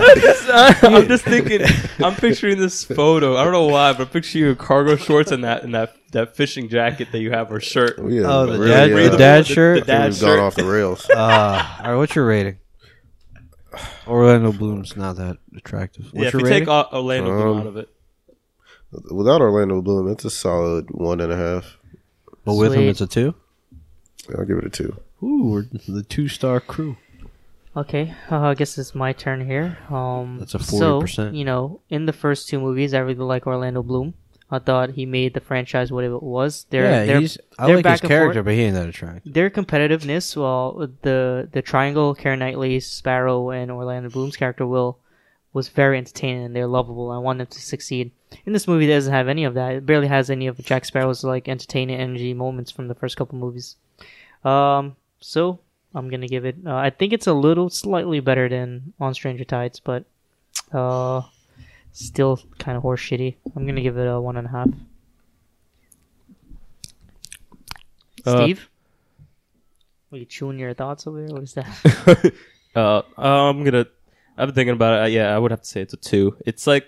[SPEAKER 2] I'm just thinking. I'm picturing this photo. I don't know why, but I picture you in cargo shorts and that and that that fishing jacket that you have or shirt.
[SPEAKER 4] We have
[SPEAKER 3] Oh, the
[SPEAKER 4] really,
[SPEAKER 3] dad,
[SPEAKER 4] uh,
[SPEAKER 3] the dad
[SPEAKER 2] the- the
[SPEAKER 3] shirt.
[SPEAKER 2] dad-
[SPEAKER 4] we've gone
[SPEAKER 2] shirt.
[SPEAKER 4] off the rails.
[SPEAKER 3] Uh, all right, what's your rating? Orlando Bloom's not that attractive. What's
[SPEAKER 2] yeah, if
[SPEAKER 3] your
[SPEAKER 2] you
[SPEAKER 3] rating?
[SPEAKER 2] take O- Orlando Bloom
[SPEAKER 4] Um,
[SPEAKER 2] out of it,
[SPEAKER 4] Without Orlando Bloom, it's a solid one and a half.
[SPEAKER 3] but with him,
[SPEAKER 1] Sweet.
[SPEAKER 3] it's a two.
[SPEAKER 4] I'll give it a two.
[SPEAKER 3] Ooh, we're the two-star crew.
[SPEAKER 1] Okay, uh, I guess it's my turn here. Um,
[SPEAKER 3] That's a
[SPEAKER 1] So,
[SPEAKER 3] 40%.
[SPEAKER 1] you know, in the first two movies, I really like Orlando Bloom. I thought he made the franchise what it was. They're,
[SPEAKER 3] yeah,
[SPEAKER 1] they're,
[SPEAKER 3] he's. I
[SPEAKER 1] they're
[SPEAKER 3] like his
[SPEAKER 1] back and
[SPEAKER 3] character,
[SPEAKER 1] forth.
[SPEAKER 3] but he ain't that attractive.
[SPEAKER 1] Their competitiveness, well, the the triangle, Karen Knightley, Sparrow, and Orlando Bloom's character Will, was very entertaining and they're lovable. I want them to succeed. In this movie, it doesn't have any of that. It barely has any of Jack Sparrow's like entertaining energy moments from the first couple movies. Um, so I'm gonna give it. Uh, I think it's a little slightly better than On Stranger Tides, but uh, still kind of horse shitty. I'm gonna give it a one and a half.
[SPEAKER 2] Uh,
[SPEAKER 1] Steve, are you chewing your thoughts over there? What is that?
[SPEAKER 2] uh, I'm gonna. I've been thinking about it. Uh, yeah, I would have to say it's a two. It's like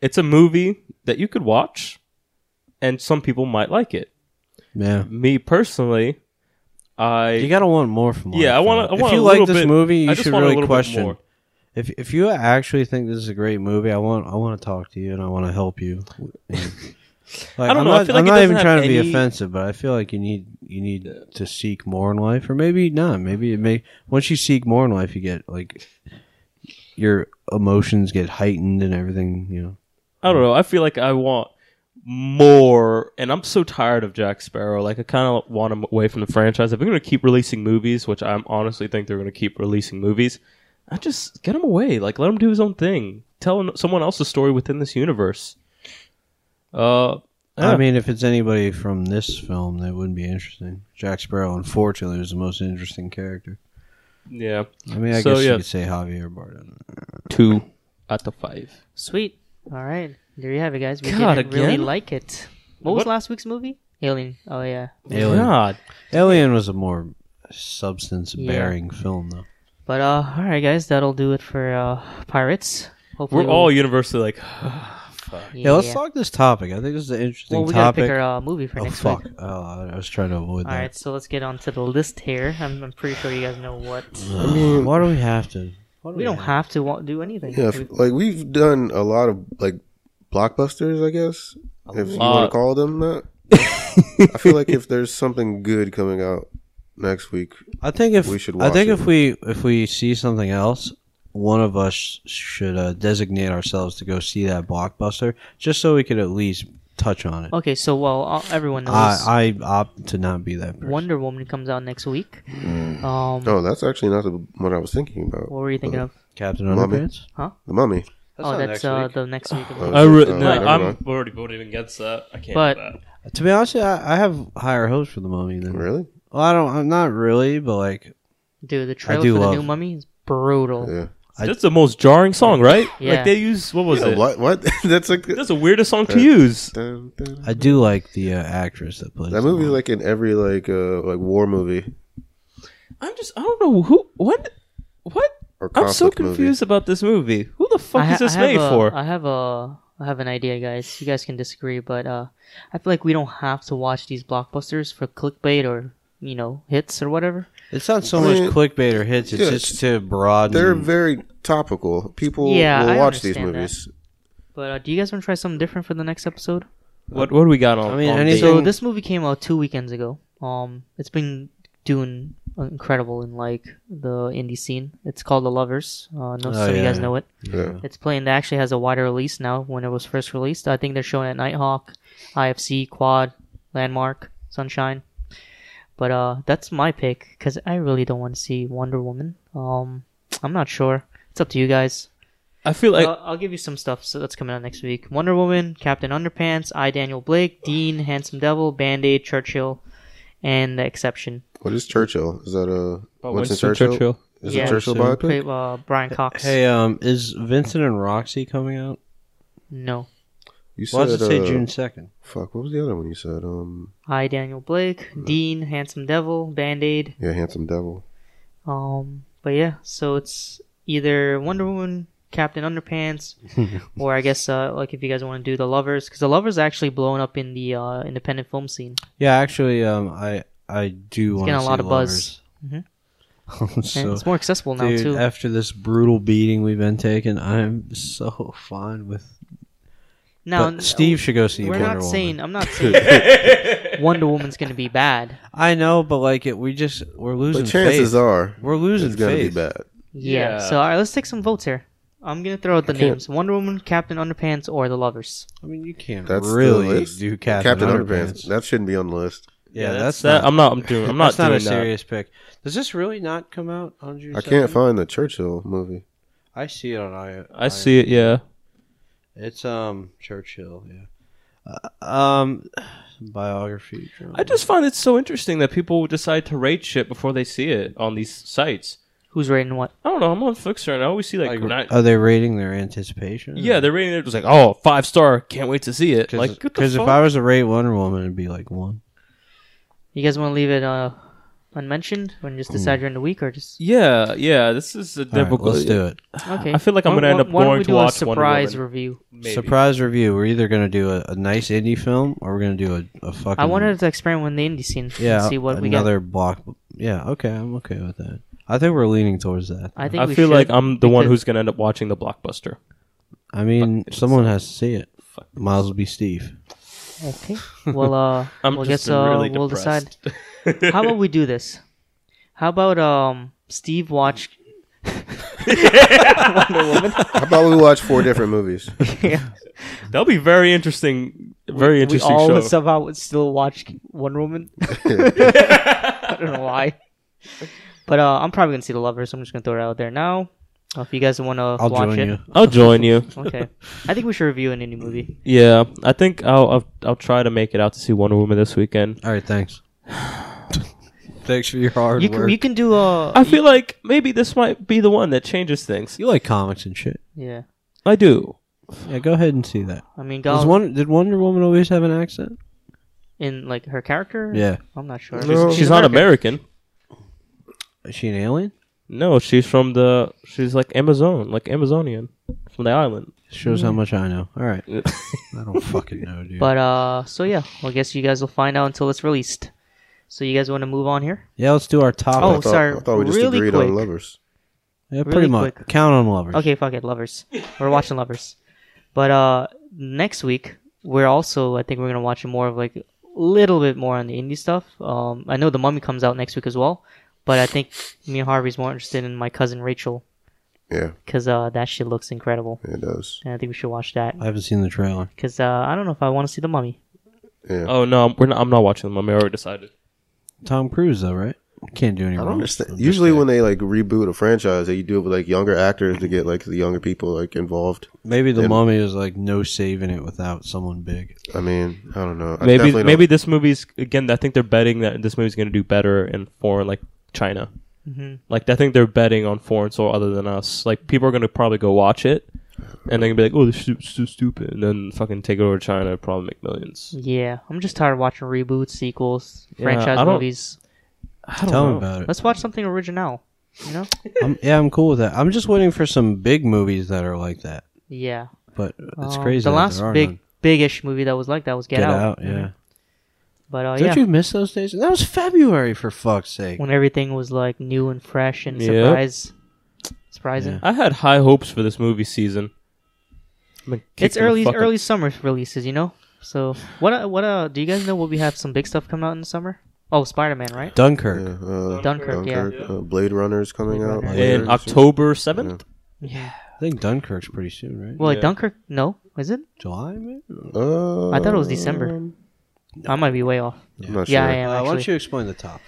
[SPEAKER 2] it's a movie that you could watch, and some people might like it.
[SPEAKER 3] Yeah,
[SPEAKER 2] Me personally, I
[SPEAKER 3] you gotta want more from.
[SPEAKER 2] yeah,
[SPEAKER 3] life,
[SPEAKER 2] I want.
[SPEAKER 3] though.
[SPEAKER 2] I want
[SPEAKER 3] If you
[SPEAKER 2] a
[SPEAKER 3] like
[SPEAKER 2] little
[SPEAKER 3] this
[SPEAKER 2] bit-
[SPEAKER 3] movie,
[SPEAKER 2] I
[SPEAKER 3] you
[SPEAKER 2] just
[SPEAKER 3] should
[SPEAKER 2] want a
[SPEAKER 3] really
[SPEAKER 2] little bit
[SPEAKER 3] question.
[SPEAKER 2] more.
[SPEAKER 3] If if you actually think this is a great movie, I want I want to talk to you and I want to help you. Like,
[SPEAKER 2] don't
[SPEAKER 3] I'm
[SPEAKER 2] know, I
[SPEAKER 3] Not,
[SPEAKER 2] feel like it
[SPEAKER 3] am not
[SPEAKER 2] doesn't
[SPEAKER 3] even
[SPEAKER 2] have
[SPEAKER 3] trying to be
[SPEAKER 2] any-
[SPEAKER 3] offensive, but I feel like you need you need to seek more in life, or maybe not. Maybe it may once you seek more in life, you get like your emotions get heightened and everything. You know,
[SPEAKER 2] I don't know. I feel like I want more, and I'm so tired of Jack Sparrow. Like I kind of want him away from the franchise. If they're going to keep releasing movies, which I honestly think they're going to keep releasing movies, I just get him away. Like let him do his own thing. Tell an- someone else's story within this universe. Uh,
[SPEAKER 3] I
[SPEAKER 2] Yeah.
[SPEAKER 3] mean, if it's anybody from this film, that wouldn't be interesting. Jack Sparrow, unfortunately, was the most interesting character.
[SPEAKER 2] yeah,
[SPEAKER 3] I mean, I
[SPEAKER 2] So,
[SPEAKER 3] guess
[SPEAKER 2] yeah.
[SPEAKER 3] you could say Javier Bardem.
[SPEAKER 2] two out of five.
[SPEAKER 1] Sweet. All right, there you have it, guys. We
[SPEAKER 2] God,
[SPEAKER 1] didn't really
[SPEAKER 2] again?
[SPEAKER 1] like it. What, was
[SPEAKER 2] What?
[SPEAKER 1] last week's movie? Alien. Oh yeah,
[SPEAKER 3] Alien.
[SPEAKER 2] God,
[SPEAKER 3] Alien was a more substance
[SPEAKER 1] Yeah.
[SPEAKER 3] bearing film, though.
[SPEAKER 1] But uh, all right, guys, that'll do it for uh, pirates. Hopefully,
[SPEAKER 2] we're all universally like.
[SPEAKER 1] yeah.
[SPEAKER 3] Yeah, let's talk this topic. I think this is an interesting
[SPEAKER 1] Well, we gotta
[SPEAKER 3] topic.
[SPEAKER 1] pick our uh, movie for
[SPEAKER 3] oh
[SPEAKER 1] next
[SPEAKER 3] fuck!
[SPEAKER 1] week.
[SPEAKER 3] Oh, I I was trying to avoid
[SPEAKER 1] All
[SPEAKER 3] that.
[SPEAKER 1] right, so let's get on to the list here. I'm, I'm pretty sure you guys know what.
[SPEAKER 3] Why do we have to? Why do
[SPEAKER 1] We don't have to wa- do anything.
[SPEAKER 4] Yeah, if, like we've done a lot of like blockbusters, I guess, if you want
[SPEAKER 2] lot.
[SPEAKER 4] to call them that. I feel like if there's something good coming out next week,
[SPEAKER 3] I think if
[SPEAKER 4] We should
[SPEAKER 3] I think
[SPEAKER 4] watch it.
[SPEAKER 3] if we if we see something else, one of us should uh, designate ourselves to go see that blockbuster, just so we could at least touch on it.
[SPEAKER 1] Okay, so well, uh, everyone knows
[SPEAKER 3] I, I opt to not be that person.
[SPEAKER 1] Wonder Woman comes out next week. Um,
[SPEAKER 4] Oh, that's actually not the, what I was thinking about.
[SPEAKER 1] what were you thinking of?
[SPEAKER 3] Captain
[SPEAKER 4] Mummy.
[SPEAKER 3] Underpants.
[SPEAKER 4] The Mummy.
[SPEAKER 1] oh,
[SPEAKER 3] not
[SPEAKER 1] that's
[SPEAKER 3] next
[SPEAKER 1] uh,
[SPEAKER 3] week.
[SPEAKER 1] the next week.
[SPEAKER 4] Oh,
[SPEAKER 2] I
[SPEAKER 4] shit.
[SPEAKER 2] re-
[SPEAKER 4] Oh,
[SPEAKER 2] no,
[SPEAKER 4] never
[SPEAKER 2] I'm
[SPEAKER 4] mind.
[SPEAKER 2] already voting against that. I can't.
[SPEAKER 1] But-
[SPEAKER 2] do that.
[SPEAKER 3] To be honest, I, I have higher hopes for the Mummy than.
[SPEAKER 4] Really?
[SPEAKER 3] Well, I don't. I'm not really, but like
[SPEAKER 1] Dude, the trailer for
[SPEAKER 3] do
[SPEAKER 1] the
[SPEAKER 3] love-
[SPEAKER 1] new Mummy is brutal.
[SPEAKER 4] Yeah.
[SPEAKER 3] I-
[SPEAKER 2] that's the most jarring song, right?
[SPEAKER 1] Yeah.
[SPEAKER 2] Like they use what was
[SPEAKER 4] Yeah,
[SPEAKER 2] it?
[SPEAKER 4] what? What? that's like.
[SPEAKER 2] That's the weirdest song to
[SPEAKER 4] That-
[SPEAKER 2] use.
[SPEAKER 4] Dun, dun.
[SPEAKER 3] I do like the uh, actress that plays
[SPEAKER 4] That
[SPEAKER 3] the
[SPEAKER 4] movie,
[SPEAKER 3] Mummy.
[SPEAKER 4] like in every like uh like war movie
[SPEAKER 2] I'm just I don't know who what what.
[SPEAKER 4] or
[SPEAKER 2] I'm
[SPEAKER 4] conflict
[SPEAKER 2] so
[SPEAKER 4] movie.
[SPEAKER 2] confused about this movie. Who the fuck
[SPEAKER 1] I
[SPEAKER 2] is
[SPEAKER 1] ha-
[SPEAKER 2] this
[SPEAKER 1] I have
[SPEAKER 2] made
[SPEAKER 1] a- uh,
[SPEAKER 2] for?
[SPEAKER 1] I have a I have an idea, guys. You guys can disagree, but uh, I feel like we don't have to watch these blockbusters for clickbait or you know hits or whatever.
[SPEAKER 3] it's not so
[SPEAKER 4] I
[SPEAKER 3] much
[SPEAKER 4] mean,
[SPEAKER 3] clickbait or hits. It's
[SPEAKER 4] yeah,
[SPEAKER 3] just to broaden.
[SPEAKER 4] They're very topical. People
[SPEAKER 1] Yeah,
[SPEAKER 4] will
[SPEAKER 1] I
[SPEAKER 4] watch these
[SPEAKER 1] understand that.
[SPEAKER 4] movies.
[SPEAKER 1] But uh, do you guys want to try something different for the next episode?
[SPEAKER 2] what what do we got on?
[SPEAKER 3] I mean,
[SPEAKER 2] on date?
[SPEAKER 3] anything-
[SPEAKER 1] So
[SPEAKER 3] Thing-
[SPEAKER 1] this movie came out two weekends ago. Um, it's been doing incredible in like the indie scene. It's called The Lovers. Uh, no,
[SPEAKER 3] Oh,
[SPEAKER 1] some of you
[SPEAKER 3] yeah.
[SPEAKER 1] guys know it.
[SPEAKER 4] Yeah.
[SPEAKER 1] It's playing. That actually has a wider release now. When it was first released, I think they're showing at Nighthawk, IFC, Quad, Landmark, Sunshine. But uh, that's my pick because I really don't want to see Wonder Woman. Um, I'm not sure. It's up to you guys.
[SPEAKER 2] I feel like
[SPEAKER 1] I'll, I'll give you some stuff so that's coming out next week. Wonder Woman, Captain Underpants, I Daniel Blake, Dean, Handsome Devil, Band Aid, Churchill, and The Exception.
[SPEAKER 4] What is Churchill? Is that a
[SPEAKER 2] Oh,
[SPEAKER 4] Winston, Churchill? Is
[SPEAKER 1] Yeah.
[SPEAKER 4] it Churchill
[SPEAKER 3] Winston.
[SPEAKER 1] Play,
[SPEAKER 4] biopic?
[SPEAKER 1] uh, Brian Cox.
[SPEAKER 3] Hey, um, is Vincent and Roxy coming out?
[SPEAKER 1] No,
[SPEAKER 4] You said
[SPEAKER 3] Why does it say
[SPEAKER 4] uh,
[SPEAKER 3] June second?
[SPEAKER 4] Fuck. What was the other one you said? Um.
[SPEAKER 1] I Daniel Blake, Dean, Handsome Devil, Band Aid.
[SPEAKER 4] Yeah, handsome devil.
[SPEAKER 1] Um, but yeah, so it's either Wonder Woman, Captain Underpants, or I guess uh, like if you guys want to do The Lovers, because The Lovers are actually blown up in the uh, independent film scene.
[SPEAKER 3] Yeah, actually, um, I I do want to
[SPEAKER 1] getting a
[SPEAKER 3] see
[SPEAKER 1] lot of
[SPEAKER 3] lovers.
[SPEAKER 1] buzz.
[SPEAKER 3] I'm
[SPEAKER 1] And
[SPEAKER 3] so,
[SPEAKER 1] it's more accessible now
[SPEAKER 3] dude,
[SPEAKER 1] too.
[SPEAKER 3] after this brutal beating we've been taking, I'm so fine with.
[SPEAKER 1] now
[SPEAKER 3] but Steve should go see
[SPEAKER 1] We're
[SPEAKER 3] Wonder
[SPEAKER 1] not
[SPEAKER 3] Woman.
[SPEAKER 1] saying. I'm not saying Wonder Woman's gonna be bad.
[SPEAKER 3] I know, but like it, we just we're losing
[SPEAKER 4] But chances
[SPEAKER 3] faith.
[SPEAKER 4] are
[SPEAKER 3] we're losing
[SPEAKER 4] it's gonna
[SPEAKER 3] faith.
[SPEAKER 4] be bad.
[SPEAKER 1] Yeah.
[SPEAKER 2] Yeah.
[SPEAKER 1] So all right, let's take some votes here. I'm gonna throw out the
[SPEAKER 4] Okay.
[SPEAKER 1] names: Wonder Woman, Captain Underpants, or The Lovers.
[SPEAKER 3] I mean, you can't
[SPEAKER 4] That's the
[SPEAKER 3] really
[SPEAKER 4] list?
[SPEAKER 3] do Captain, Underpants.
[SPEAKER 4] That shouldn't be on the list.
[SPEAKER 3] yeah, that's,
[SPEAKER 2] that.
[SPEAKER 3] not.
[SPEAKER 2] I'm not. I'm doing. I'm not
[SPEAKER 3] that's not
[SPEAKER 2] doing
[SPEAKER 3] a
[SPEAKER 2] that.
[SPEAKER 3] serious pick. Does this really not come out on June?
[SPEAKER 4] I can't
[SPEAKER 3] 2nd?
[SPEAKER 4] find the Churchill movie.
[SPEAKER 3] I see it on I.
[SPEAKER 2] I see it. Yeah.
[SPEAKER 3] It's um Churchill. Yeah. Uh, um, biography.
[SPEAKER 2] I just find it so interesting that people decide to rate shit before they see it on these sites.
[SPEAKER 1] Who's rating what?
[SPEAKER 2] I don't know. I'm on Fixer and I always see like, when I-
[SPEAKER 3] are they rating their anticipation?
[SPEAKER 2] yeah, they're rating it just like oh five star. Can't wait to see it. Like what the
[SPEAKER 3] because if
[SPEAKER 2] fuck?
[SPEAKER 3] I was a rate Wonder Woman, it'd be like one.
[SPEAKER 1] You guys want to leave it uh, unmentioned when just decide during the week, or just
[SPEAKER 2] yeah, yeah. This is a
[SPEAKER 3] All right,
[SPEAKER 2] difficult.
[SPEAKER 3] let's do it.
[SPEAKER 1] okay?
[SPEAKER 2] I feel like I'm
[SPEAKER 1] Why-
[SPEAKER 2] gonna end
[SPEAKER 1] why-
[SPEAKER 2] up
[SPEAKER 1] why don't
[SPEAKER 2] going
[SPEAKER 1] we
[SPEAKER 2] to
[SPEAKER 1] do
[SPEAKER 2] watch
[SPEAKER 1] a
[SPEAKER 2] Wonder
[SPEAKER 1] surprise
[SPEAKER 2] Woman.
[SPEAKER 1] review.
[SPEAKER 2] Maybe.
[SPEAKER 3] Surprise review. We're either gonna do a, a nice indie film or we're gonna do a, a fucking.
[SPEAKER 1] I
[SPEAKER 2] Mm-hmm.
[SPEAKER 1] wanted to experiment with the indie scene.
[SPEAKER 3] yeah
[SPEAKER 1] and see what we get.
[SPEAKER 3] another block. Yeah, okay, I'm okay with that. I think we're leaning towards that.
[SPEAKER 1] I think
[SPEAKER 2] I
[SPEAKER 1] we
[SPEAKER 2] feel
[SPEAKER 1] should,
[SPEAKER 2] like I'm the one
[SPEAKER 1] because-
[SPEAKER 2] who's gonna end up watching the blockbuster.
[SPEAKER 3] I mean, someone has to see it. Miles will be Steve.
[SPEAKER 1] Okay. Well, uh,
[SPEAKER 2] I'm
[SPEAKER 1] well, I
[SPEAKER 2] just
[SPEAKER 1] guess uh,
[SPEAKER 2] really
[SPEAKER 1] we'll decide.
[SPEAKER 2] depressed.
[SPEAKER 1] How about we do this? How about um, Steve watch
[SPEAKER 4] How about we watch four different movies?
[SPEAKER 2] That'll be very interesting. Very
[SPEAKER 1] we
[SPEAKER 2] interesting
[SPEAKER 1] all
[SPEAKER 2] show.
[SPEAKER 1] somehow would still watch Wonder Woman. I don't know why. But uh, I'm probably gonna see the lovers. I'm just gonna throw it out there now. Uh, if you guys want to
[SPEAKER 3] I'll
[SPEAKER 1] watch
[SPEAKER 3] join
[SPEAKER 1] it,
[SPEAKER 3] you.
[SPEAKER 2] I'll join you.
[SPEAKER 1] okay. I think we should review an indie movie.
[SPEAKER 2] Yeah, I think I'll, I'll I'll try to make it out to see Wonder Woman this weekend.
[SPEAKER 3] All right, thanks. thanks for your hard
[SPEAKER 1] You
[SPEAKER 3] work.
[SPEAKER 1] can you can do uh, a
[SPEAKER 2] I feel like maybe this might be the one that changes things.
[SPEAKER 3] you like comics and shit.
[SPEAKER 1] yeah.
[SPEAKER 2] I do.
[SPEAKER 3] Yeah, go ahead and see that.
[SPEAKER 1] I mean,
[SPEAKER 3] Does
[SPEAKER 1] Gal
[SPEAKER 3] Won- did Wonder Woman always have an accent?
[SPEAKER 1] in like her character.
[SPEAKER 3] Yeah.
[SPEAKER 1] I'm not sure.
[SPEAKER 4] No.
[SPEAKER 2] She's not American.
[SPEAKER 3] Is she an alien?
[SPEAKER 2] No, she's from the. She's like Amazon, like Amazonian, from the island.
[SPEAKER 3] Shows how much I know. All right. I don't fucking know, dude.
[SPEAKER 1] Mm. But uh, so yeah, well, I guess you guys will find out until it's released. So you guys want to move on here?
[SPEAKER 3] yeah, let's do our top.
[SPEAKER 1] Oh,
[SPEAKER 4] I thought,
[SPEAKER 1] sorry,
[SPEAKER 4] I thought we just
[SPEAKER 1] really
[SPEAKER 4] agreed on
[SPEAKER 1] quick.
[SPEAKER 4] lovers.
[SPEAKER 3] yeah,
[SPEAKER 1] Oh, really
[SPEAKER 3] pretty much.
[SPEAKER 1] quick.
[SPEAKER 3] Count on lovers.
[SPEAKER 1] Okay, fuck it, lovers. We're watching lovers. But uh, next week we're also I think we're gonna watch more of like a little bit more on the indie stuff. Um, I know the Mummy comes out next week as well, but I think me and Harvey's more interested in my cousin Rachel
[SPEAKER 4] Yeah,
[SPEAKER 1] because uh, that shit looks incredible,
[SPEAKER 4] it does.
[SPEAKER 1] and I think we should watch that.
[SPEAKER 3] I haven't seen the trailer.
[SPEAKER 1] Because uh, I don't know if I want to see the mummy.
[SPEAKER 4] Yeah.
[SPEAKER 2] Oh no, I'm- we're not, I'm not watching them. I already decided.
[SPEAKER 3] Tom Cruise though, right? Can't do any
[SPEAKER 4] I
[SPEAKER 3] wrong.
[SPEAKER 4] don't understand.
[SPEAKER 3] I'm just
[SPEAKER 4] Usually,
[SPEAKER 3] saying.
[SPEAKER 4] when they like reboot a franchise, they do it with like younger actors to get like the younger people like involved.
[SPEAKER 3] maybe the
[SPEAKER 4] they-
[SPEAKER 3] mummy is like no saving it without someone big.
[SPEAKER 4] I mean, I don't know. I
[SPEAKER 2] Maybe
[SPEAKER 4] definitely don't-
[SPEAKER 2] maybe this movie's again. I think they're betting that this movie's going to do better in foreign, like China.
[SPEAKER 1] Mm-hmm.
[SPEAKER 2] Like I think they're betting on foreign soil other than us. Like people are going to probably go watch it, and they're going to be like, "Oh, this is so stupid," and then fucking take it over to China, and probably make millions.
[SPEAKER 1] Yeah, I'm just tired of watching reboots, sequels,
[SPEAKER 2] Yeah, I
[SPEAKER 1] franchise
[SPEAKER 2] don't-
[SPEAKER 1] movies.
[SPEAKER 2] I don't
[SPEAKER 3] Tell me
[SPEAKER 2] know.
[SPEAKER 3] about it.
[SPEAKER 1] Let's watch something original. You know?
[SPEAKER 3] I'm, yeah, I'm cool with that. I'm just waiting for some big movies that are like that.
[SPEAKER 1] Yeah.
[SPEAKER 3] But it's
[SPEAKER 1] Um,
[SPEAKER 3] crazy.
[SPEAKER 1] The
[SPEAKER 3] that
[SPEAKER 1] last
[SPEAKER 3] there are
[SPEAKER 1] big,
[SPEAKER 3] none.
[SPEAKER 1] big-ish movie that was like that was Get,
[SPEAKER 3] Get, out. yeah.
[SPEAKER 1] But uh,
[SPEAKER 3] Don't
[SPEAKER 1] yeah,
[SPEAKER 3] you miss those days? That was February for fuck's sake.
[SPEAKER 1] when everything was like new and fresh and
[SPEAKER 2] Yep.
[SPEAKER 1] surprise, surprising.
[SPEAKER 3] Yeah.
[SPEAKER 2] I had high hopes for this movie season. I've been
[SPEAKER 1] It's
[SPEAKER 2] kicking the
[SPEAKER 1] early,
[SPEAKER 2] fuck up-
[SPEAKER 1] early summer releases. You know. So what? Uh, what? Uh, do you guys know what we have? Some big stuff coming out in the summer. Oh, Spider-Man, right?
[SPEAKER 3] Dunkirk.
[SPEAKER 4] Yeah, uh,
[SPEAKER 1] Dunkirk, yeah.
[SPEAKER 4] Uh, Blade Runner's coming
[SPEAKER 1] Blade
[SPEAKER 4] out
[SPEAKER 1] Runner.
[SPEAKER 4] later.
[SPEAKER 2] in October seventh.
[SPEAKER 1] Yeah.
[SPEAKER 3] I think Dunkirk's pretty soon, right?
[SPEAKER 1] Well, like
[SPEAKER 2] Yeah.
[SPEAKER 1] Dunkirk. No, is it?
[SPEAKER 3] July, maybe?
[SPEAKER 4] Uh,
[SPEAKER 1] I thought it was December. I might be way off.
[SPEAKER 4] I'm not
[SPEAKER 1] Yeah,
[SPEAKER 4] sure.
[SPEAKER 1] I am.
[SPEAKER 3] Um, Uh, why
[SPEAKER 1] actually.
[SPEAKER 3] don't you explain the topic?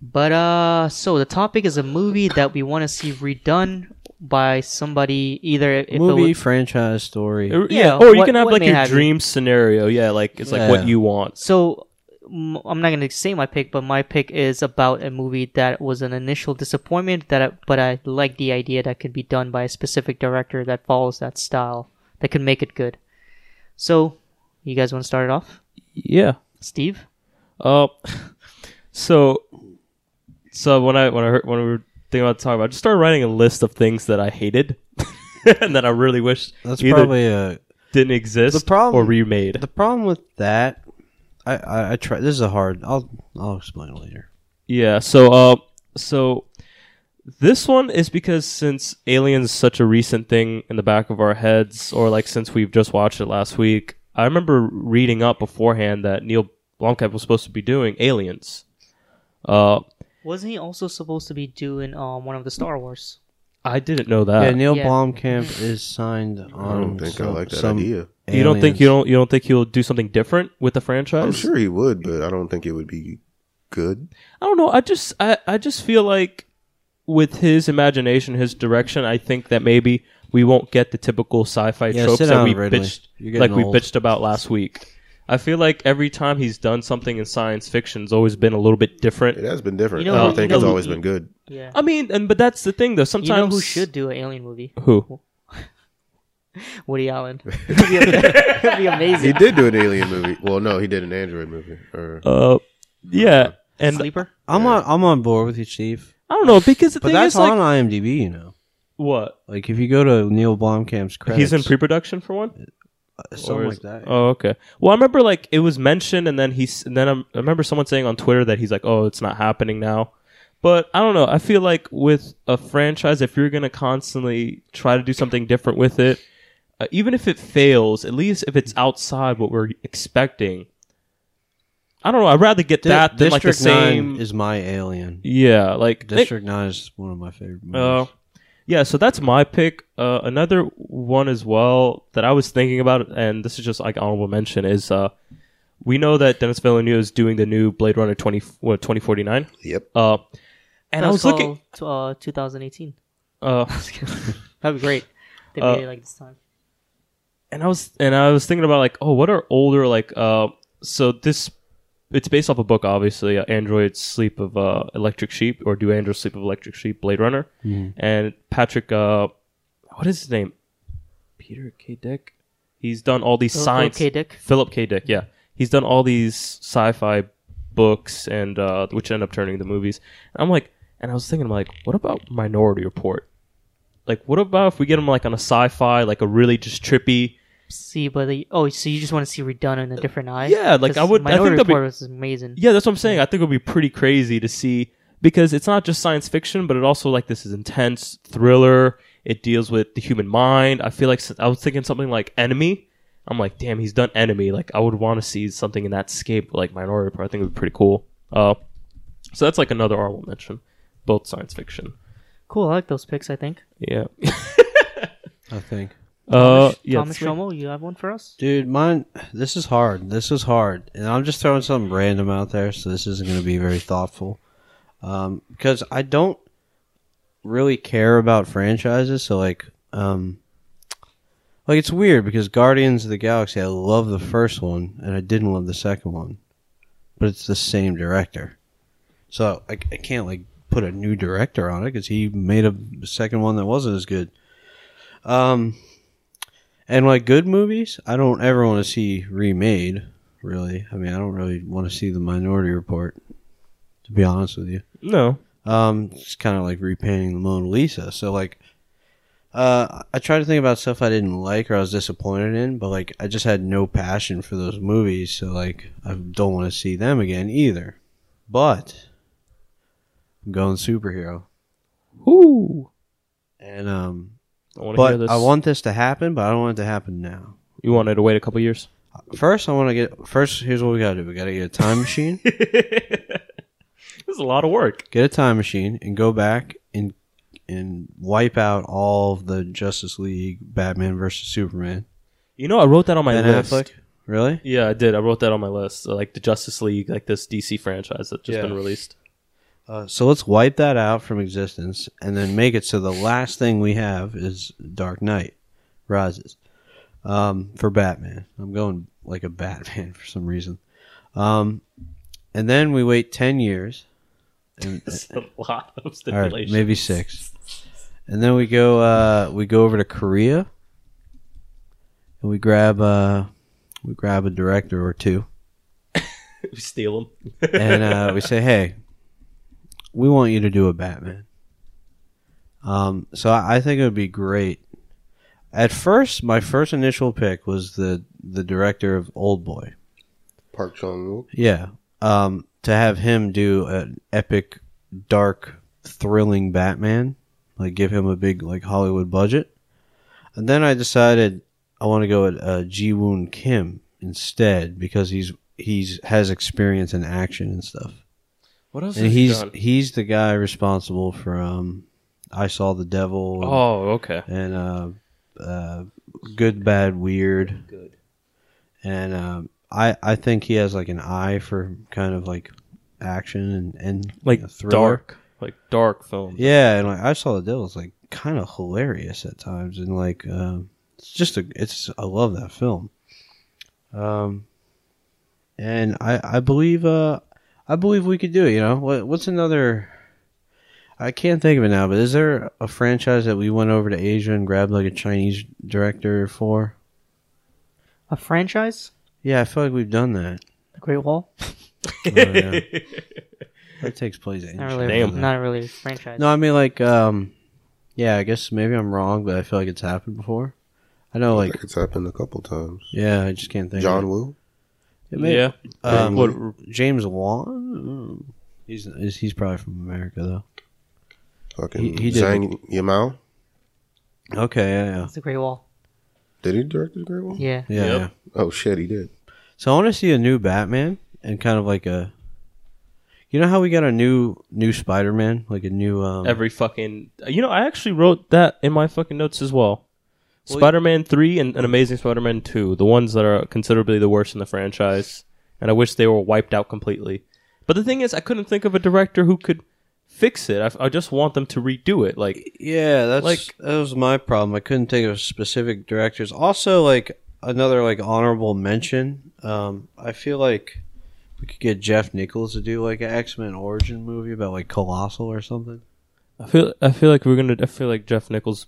[SPEAKER 1] But uh, so the topic is a movie that we want to see redone by somebody either if
[SPEAKER 3] Movie,
[SPEAKER 1] it was,
[SPEAKER 3] franchise, story.
[SPEAKER 2] Yeah,
[SPEAKER 1] Yeah,
[SPEAKER 2] or you
[SPEAKER 1] what-
[SPEAKER 2] can have
[SPEAKER 1] what
[SPEAKER 2] like
[SPEAKER 1] may
[SPEAKER 2] your
[SPEAKER 1] have you.
[SPEAKER 2] dream scenario. Yeah, like it's like
[SPEAKER 3] Yeah.
[SPEAKER 2] what you want.
[SPEAKER 1] so m- I'm not gonna say my pick, but my pick is about a movie that was an initial disappointment that, I, but I like the idea that could be done by a specific director that follows that style that could make it good. So, you guys want to start it off,
[SPEAKER 2] Yeah.
[SPEAKER 1] Steve?
[SPEAKER 2] Uh, so, so when I when I heard, when we were thinking about talking about, I just started writing a list of things that I hated and that I really wish
[SPEAKER 3] That's
[SPEAKER 2] either
[SPEAKER 3] probably a
[SPEAKER 2] didn't exist
[SPEAKER 3] The problem-
[SPEAKER 2] or remade.
[SPEAKER 3] The problem with that, I, I, I try. This is a hard. I'll I'll explain it later.
[SPEAKER 2] yeah. So, uh, so this one is because since Aliens is such a recent thing in the back of our heads, or like since we've just watched it last week, I remember reading up beforehand that Neil Blomkamp was supposed to be doing Aliens. Uh,
[SPEAKER 1] Wasn't he also supposed to be doing um, one of the Star Wars?
[SPEAKER 2] I didn't know that.
[SPEAKER 3] yeah, Neil
[SPEAKER 1] Uh, yeah.
[SPEAKER 3] Blomkamp is signed on.
[SPEAKER 4] I don't think I
[SPEAKER 3] some-
[SPEAKER 4] like that
[SPEAKER 3] some
[SPEAKER 4] idea.
[SPEAKER 2] You don't think
[SPEAKER 3] aliens.
[SPEAKER 2] you don't you don't think he'll do something different with the franchise?
[SPEAKER 4] I'm sure he would, but I don't think it would be good.
[SPEAKER 2] I don't know. I just I, I just feel like with his imagination, his direction, I think that maybe we won't get the typical sci-fi
[SPEAKER 3] Yeah,
[SPEAKER 2] tropes
[SPEAKER 3] sit
[SPEAKER 2] that
[SPEAKER 3] down,
[SPEAKER 2] we
[SPEAKER 3] Ridley.
[SPEAKER 2] bitched
[SPEAKER 3] You're
[SPEAKER 2] like
[SPEAKER 3] getting
[SPEAKER 2] we
[SPEAKER 3] old.
[SPEAKER 2] bitched about last week. I feel like every time he's done something in science fiction, it's always been a little bit
[SPEAKER 4] It
[SPEAKER 2] different.
[SPEAKER 4] has been different.
[SPEAKER 1] You know
[SPEAKER 4] I don't
[SPEAKER 1] who-
[SPEAKER 4] think
[SPEAKER 1] you
[SPEAKER 4] it's
[SPEAKER 1] know
[SPEAKER 4] always
[SPEAKER 1] who-
[SPEAKER 4] been good.
[SPEAKER 1] Yeah.
[SPEAKER 2] I mean, and but that's the thing though.
[SPEAKER 1] You
[SPEAKER 2] Sometimes
[SPEAKER 1] know who should do an alien movie?
[SPEAKER 2] who?
[SPEAKER 1] Woody Allen. It'd be, it'd be
[SPEAKER 4] He
[SPEAKER 1] amazing.
[SPEAKER 4] did do an alien movie. Well, no, he did an android movie. Or,
[SPEAKER 2] Uh, yeah, and
[SPEAKER 1] Sleeper.
[SPEAKER 3] I'm on I'm on board with you, Chief.
[SPEAKER 2] I don't know because the
[SPEAKER 3] But
[SPEAKER 2] thing
[SPEAKER 3] that's
[SPEAKER 2] is like
[SPEAKER 3] on IMDb. You know,
[SPEAKER 2] what
[SPEAKER 3] like if you go to Neil Blomkamp's credits, uh,
[SPEAKER 2] he's in pre-production for one.
[SPEAKER 3] something
[SPEAKER 2] Or
[SPEAKER 3] like
[SPEAKER 2] is-
[SPEAKER 3] that.
[SPEAKER 2] Oh, okay. Well, I remember like it was mentioned, and then he's and then I'm, I remember someone saying on Twitter that he's like, "Oh, it's not happening now." But I don't know. I feel like with a franchise, if you're gonna constantly try to do something different with it, uh, even if it fails, at least if it's outside what we're expecting, I don't know. I'd rather get
[SPEAKER 3] Di-
[SPEAKER 2] that than like the
[SPEAKER 3] District
[SPEAKER 2] same.
[SPEAKER 3] Nine is my alien.
[SPEAKER 2] yeah, like they-
[SPEAKER 3] District Nine is one of my favorite movies.
[SPEAKER 2] uh, yeah, so that's my pick. Uh, another one as well that I was thinking about, and this is just like honorable mention, is uh, we know that Dennis Villeneuve is doing the new Blade Runner 20, what, 2049.
[SPEAKER 4] yep.
[SPEAKER 2] Uh, and I was
[SPEAKER 1] called,
[SPEAKER 2] looking.
[SPEAKER 1] to, uh, 2018.
[SPEAKER 2] Uh,
[SPEAKER 1] That'd be great. They
[SPEAKER 2] Uh,
[SPEAKER 1] made it like this time.
[SPEAKER 2] and I was and I was thinking about like, oh, what are older like? Uh, so this it's based off a book, obviously. Uh, Android Sleep of uh, Electric Sheep, or Do Androids Sleep of Electric Sheep? Blade Runner, and Patrick. Uh, what is his name? Peter K. Dick. He's done all these
[SPEAKER 1] Philip
[SPEAKER 2] science.
[SPEAKER 1] K. Dick?
[SPEAKER 2] Philip K. Dick. Yeah, he's done all these sci-fi books, and uh, which end up turning into movies. And I'm like, and I was thinking, I'm like, what about Minority Report? Like, what about if we get him like on a sci-fi, like a really just trippy,
[SPEAKER 1] See, but the, oh, so you just want to see redone in a different eye?
[SPEAKER 2] Uh, Yeah, like,
[SPEAKER 1] 'Cause
[SPEAKER 2] I would- I
[SPEAKER 1] Minority
[SPEAKER 2] think that'd be-
[SPEAKER 1] Report was amazing.
[SPEAKER 2] Yeah, that's what I'm saying. I think it would be pretty crazy to see because it's not just science fiction, but it also like this is intense thriller. It deals with the human mind. I feel like s- I was thinking something like Enemy. I'm like, damn, he's done Enemy. Like I would want to see something in that scape, like Minority Report. I think it would be pretty cool. Uh, so that's like another honorable mention, both science fiction.
[SPEAKER 1] Cool. I like those picks. I think.
[SPEAKER 2] Yeah.
[SPEAKER 3] I think.
[SPEAKER 2] Uh, yeah.
[SPEAKER 1] Thomas
[SPEAKER 2] three.
[SPEAKER 1] Shomo, you have one for us?
[SPEAKER 3] Dude, mine. This is hard. This is hard, and I'm just throwing something random out there, so this isn't going to be very thoughtful. Um, because I don't really care about franchises, so like, um, like it's weird because Guardians of the Galaxy, I love the first one, and I didn't love the second one, but it's the same director, so I, I can't like put a new director on it because he made a second one that wasn't as good. Um, and like good movies, I don't ever want to see remade. Really, I mean, I don't really want to see the Minority Report. To be honest with you,
[SPEAKER 2] No.
[SPEAKER 3] um, it's kind of like repainting the Mona Lisa. So like, uh, I try to think about stuff I didn't like or I was disappointed in, but like I just had no passion for those movies. So like, I don't want to see them again either. But I'm going superhero,
[SPEAKER 2] Whoo.
[SPEAKER 3] and um,
[SPEAKER 2] I want to hear
[SPEAKER 3] but
[SPEAKER 2] this.
[SPEAKER 3] I want this to happen, but I don't want it to happen now.
[SPEAKER 2] you wanted to wait a couple years.
[SPEAKER 3] First, I want to get. First, here's what we gotta do. We gotta get a time machine.
[SPEAKER 2] This is a lot of work.
[SPEAKER 3] get a time machine and go back and and wipe out all of the Justice League, Batman versus Superman.
[SPEAKER 2] You know, I wrote that on my
[SPEAKER 3] Ben
[SPEAKER 2] list.
[SPEAKER 3] Affleck, really?
[SPEAKER 2] Yeah, I did. I wrote that on my list. So, like the Justice League, like this DC franchise that's just
[SPEAKER 3] Yeah.
[SPEAKER 2] been released.
[SPEAKER 3] Uh, so let's wipe that out from existence and then make it so the last thing we have is Dark Knight Rises um, for Batman. I'm going like a Batman for some reason. Um, and then we wait ten years. And,
[SPEAKER 2] It's a lot of
[SPEAKER 3] All right,
[SPEAKER 2] stipulations.
[SPEAKER 3] maybe six. And then we go uh, we go over to Korea, and we grab uh, we grab a director or two,
[SPEAKER 2] we steal them.
[SPEAKER 3] and uh, we say, "Hey, we want you to do a Batman." Um, so I, I think it would be great. At first, my first initial pick was the the director of Old Boy.
[SPEAKER 4] Park Chung Wook.
[SPEAKER 3] Yeah. Um, to have him do an epic, dark, thrilling Batman, like give him a big like Hollywood budget, and then I decided I want to go with uh, Ji Woon Kim instead because he's he's has experience in action and stuff,
[SPEAKER 2] What else?
[SPEAKER 3] and
[SPEAKER 2] has he
[SPEAKER 3] he's
[SPEAKER 2] done?
[SPEAKER 3] he's the guy responsible for um, I Saw the Devil. and-
[SPEAKER 2] Oh, okay.
[SPEAKER 3] and uh, uh, good, bad, weird. Good. And um, I I think he has like an eye for kind of like action and and
[SPEAKER 2] Like
[SPEAKER 3] you know, thriller.
[SPEAKER 2] dark, like dark film.
[SPEAKER 3] Yeah, and like I saw the devil's like kind of hilarious at times, and like um, it's just a it's I love that film. Um, and I I believe uh I believe we could do it. You know what what's another. I can't think of it now, but is there a franchise that we went over to Asia and grabbed like a Chinese director for?
[SPEAKER 1] A franchise?
[SPEAKER 3] Yeah, I feel like we've done that.
[SPEAKER 1] The Great Wall?
[SPEAKER 3] Oh, yeah. that takes place in
[SPEAKER 1] Not really.
[SPEAKER 3] China.
[SPEAKER 2] Damn.
[SPEAKER 1] Not really a franchise.
[SPEAKER 3] No, I mean like um yeah, I guess maybe I'm wrong, but I feel like it's happened before. I know like
[SPEAKER 4] It's happened a couple times.
[SPEAKER 3] yeah, I just can't think
[SPEAKER 4] John
[SPEAKER 3] of
[SPEAKER 4] Woo.
[SPEAKER 3] it. It may-
[SPEAKER 2] yeah. Uh,
[SPEAKER 3] Um,
[SPEAKER 2] what,
[SPEAKER 3] James Wan? He's he's he's probably from America
[SPEAKER 4] Fucking
[SPEAKER 3] He- he did.
[SPEAKER 4] Zhang Yimou.
[SPEAKER 3] though. Okay, yeah,
[SPEAKER 1] It's the Great Wall.
[SPEAKER 4] Did he direct the Great Wall?
[SPEAKER 1] Yeah.
[SPEAKER 3] yeah. Yeah,
[SPEAKER 2] Yep.
[SPEAKER 3] yeah.
[SPEAKER 4] Oh shit, he did.
[SPEAKER 3] So I want to see a new Batman and kind of like a You know how we got a new new Spider-Man, like a new um
[SPEAKER 2] every fucking you know i actually wrote that in my fucking notes as well
[SPEAKER 3] Well,
[SPEAKER 2] spider-man 3 and, and amazing spider-man 2 the ones that are considerably the worst in the franchise and i wish they were wiped out completely but the thing is i couldn't think of a director who could fix it i, I just want them to redo it like
[SPEAKER 3] Yeah, that's
[SPEAKER 2] Like-
[SPEAKER 3] that was my problem. I couldn't think of specific directors. Also, like another like honorable mention. Um, I feel like we could get Jeff Nichols to do like an X Men origin movie about like Colossal or something.
[SPEAKER 2] i feel i feel like we're gonna i feel like jeff nichols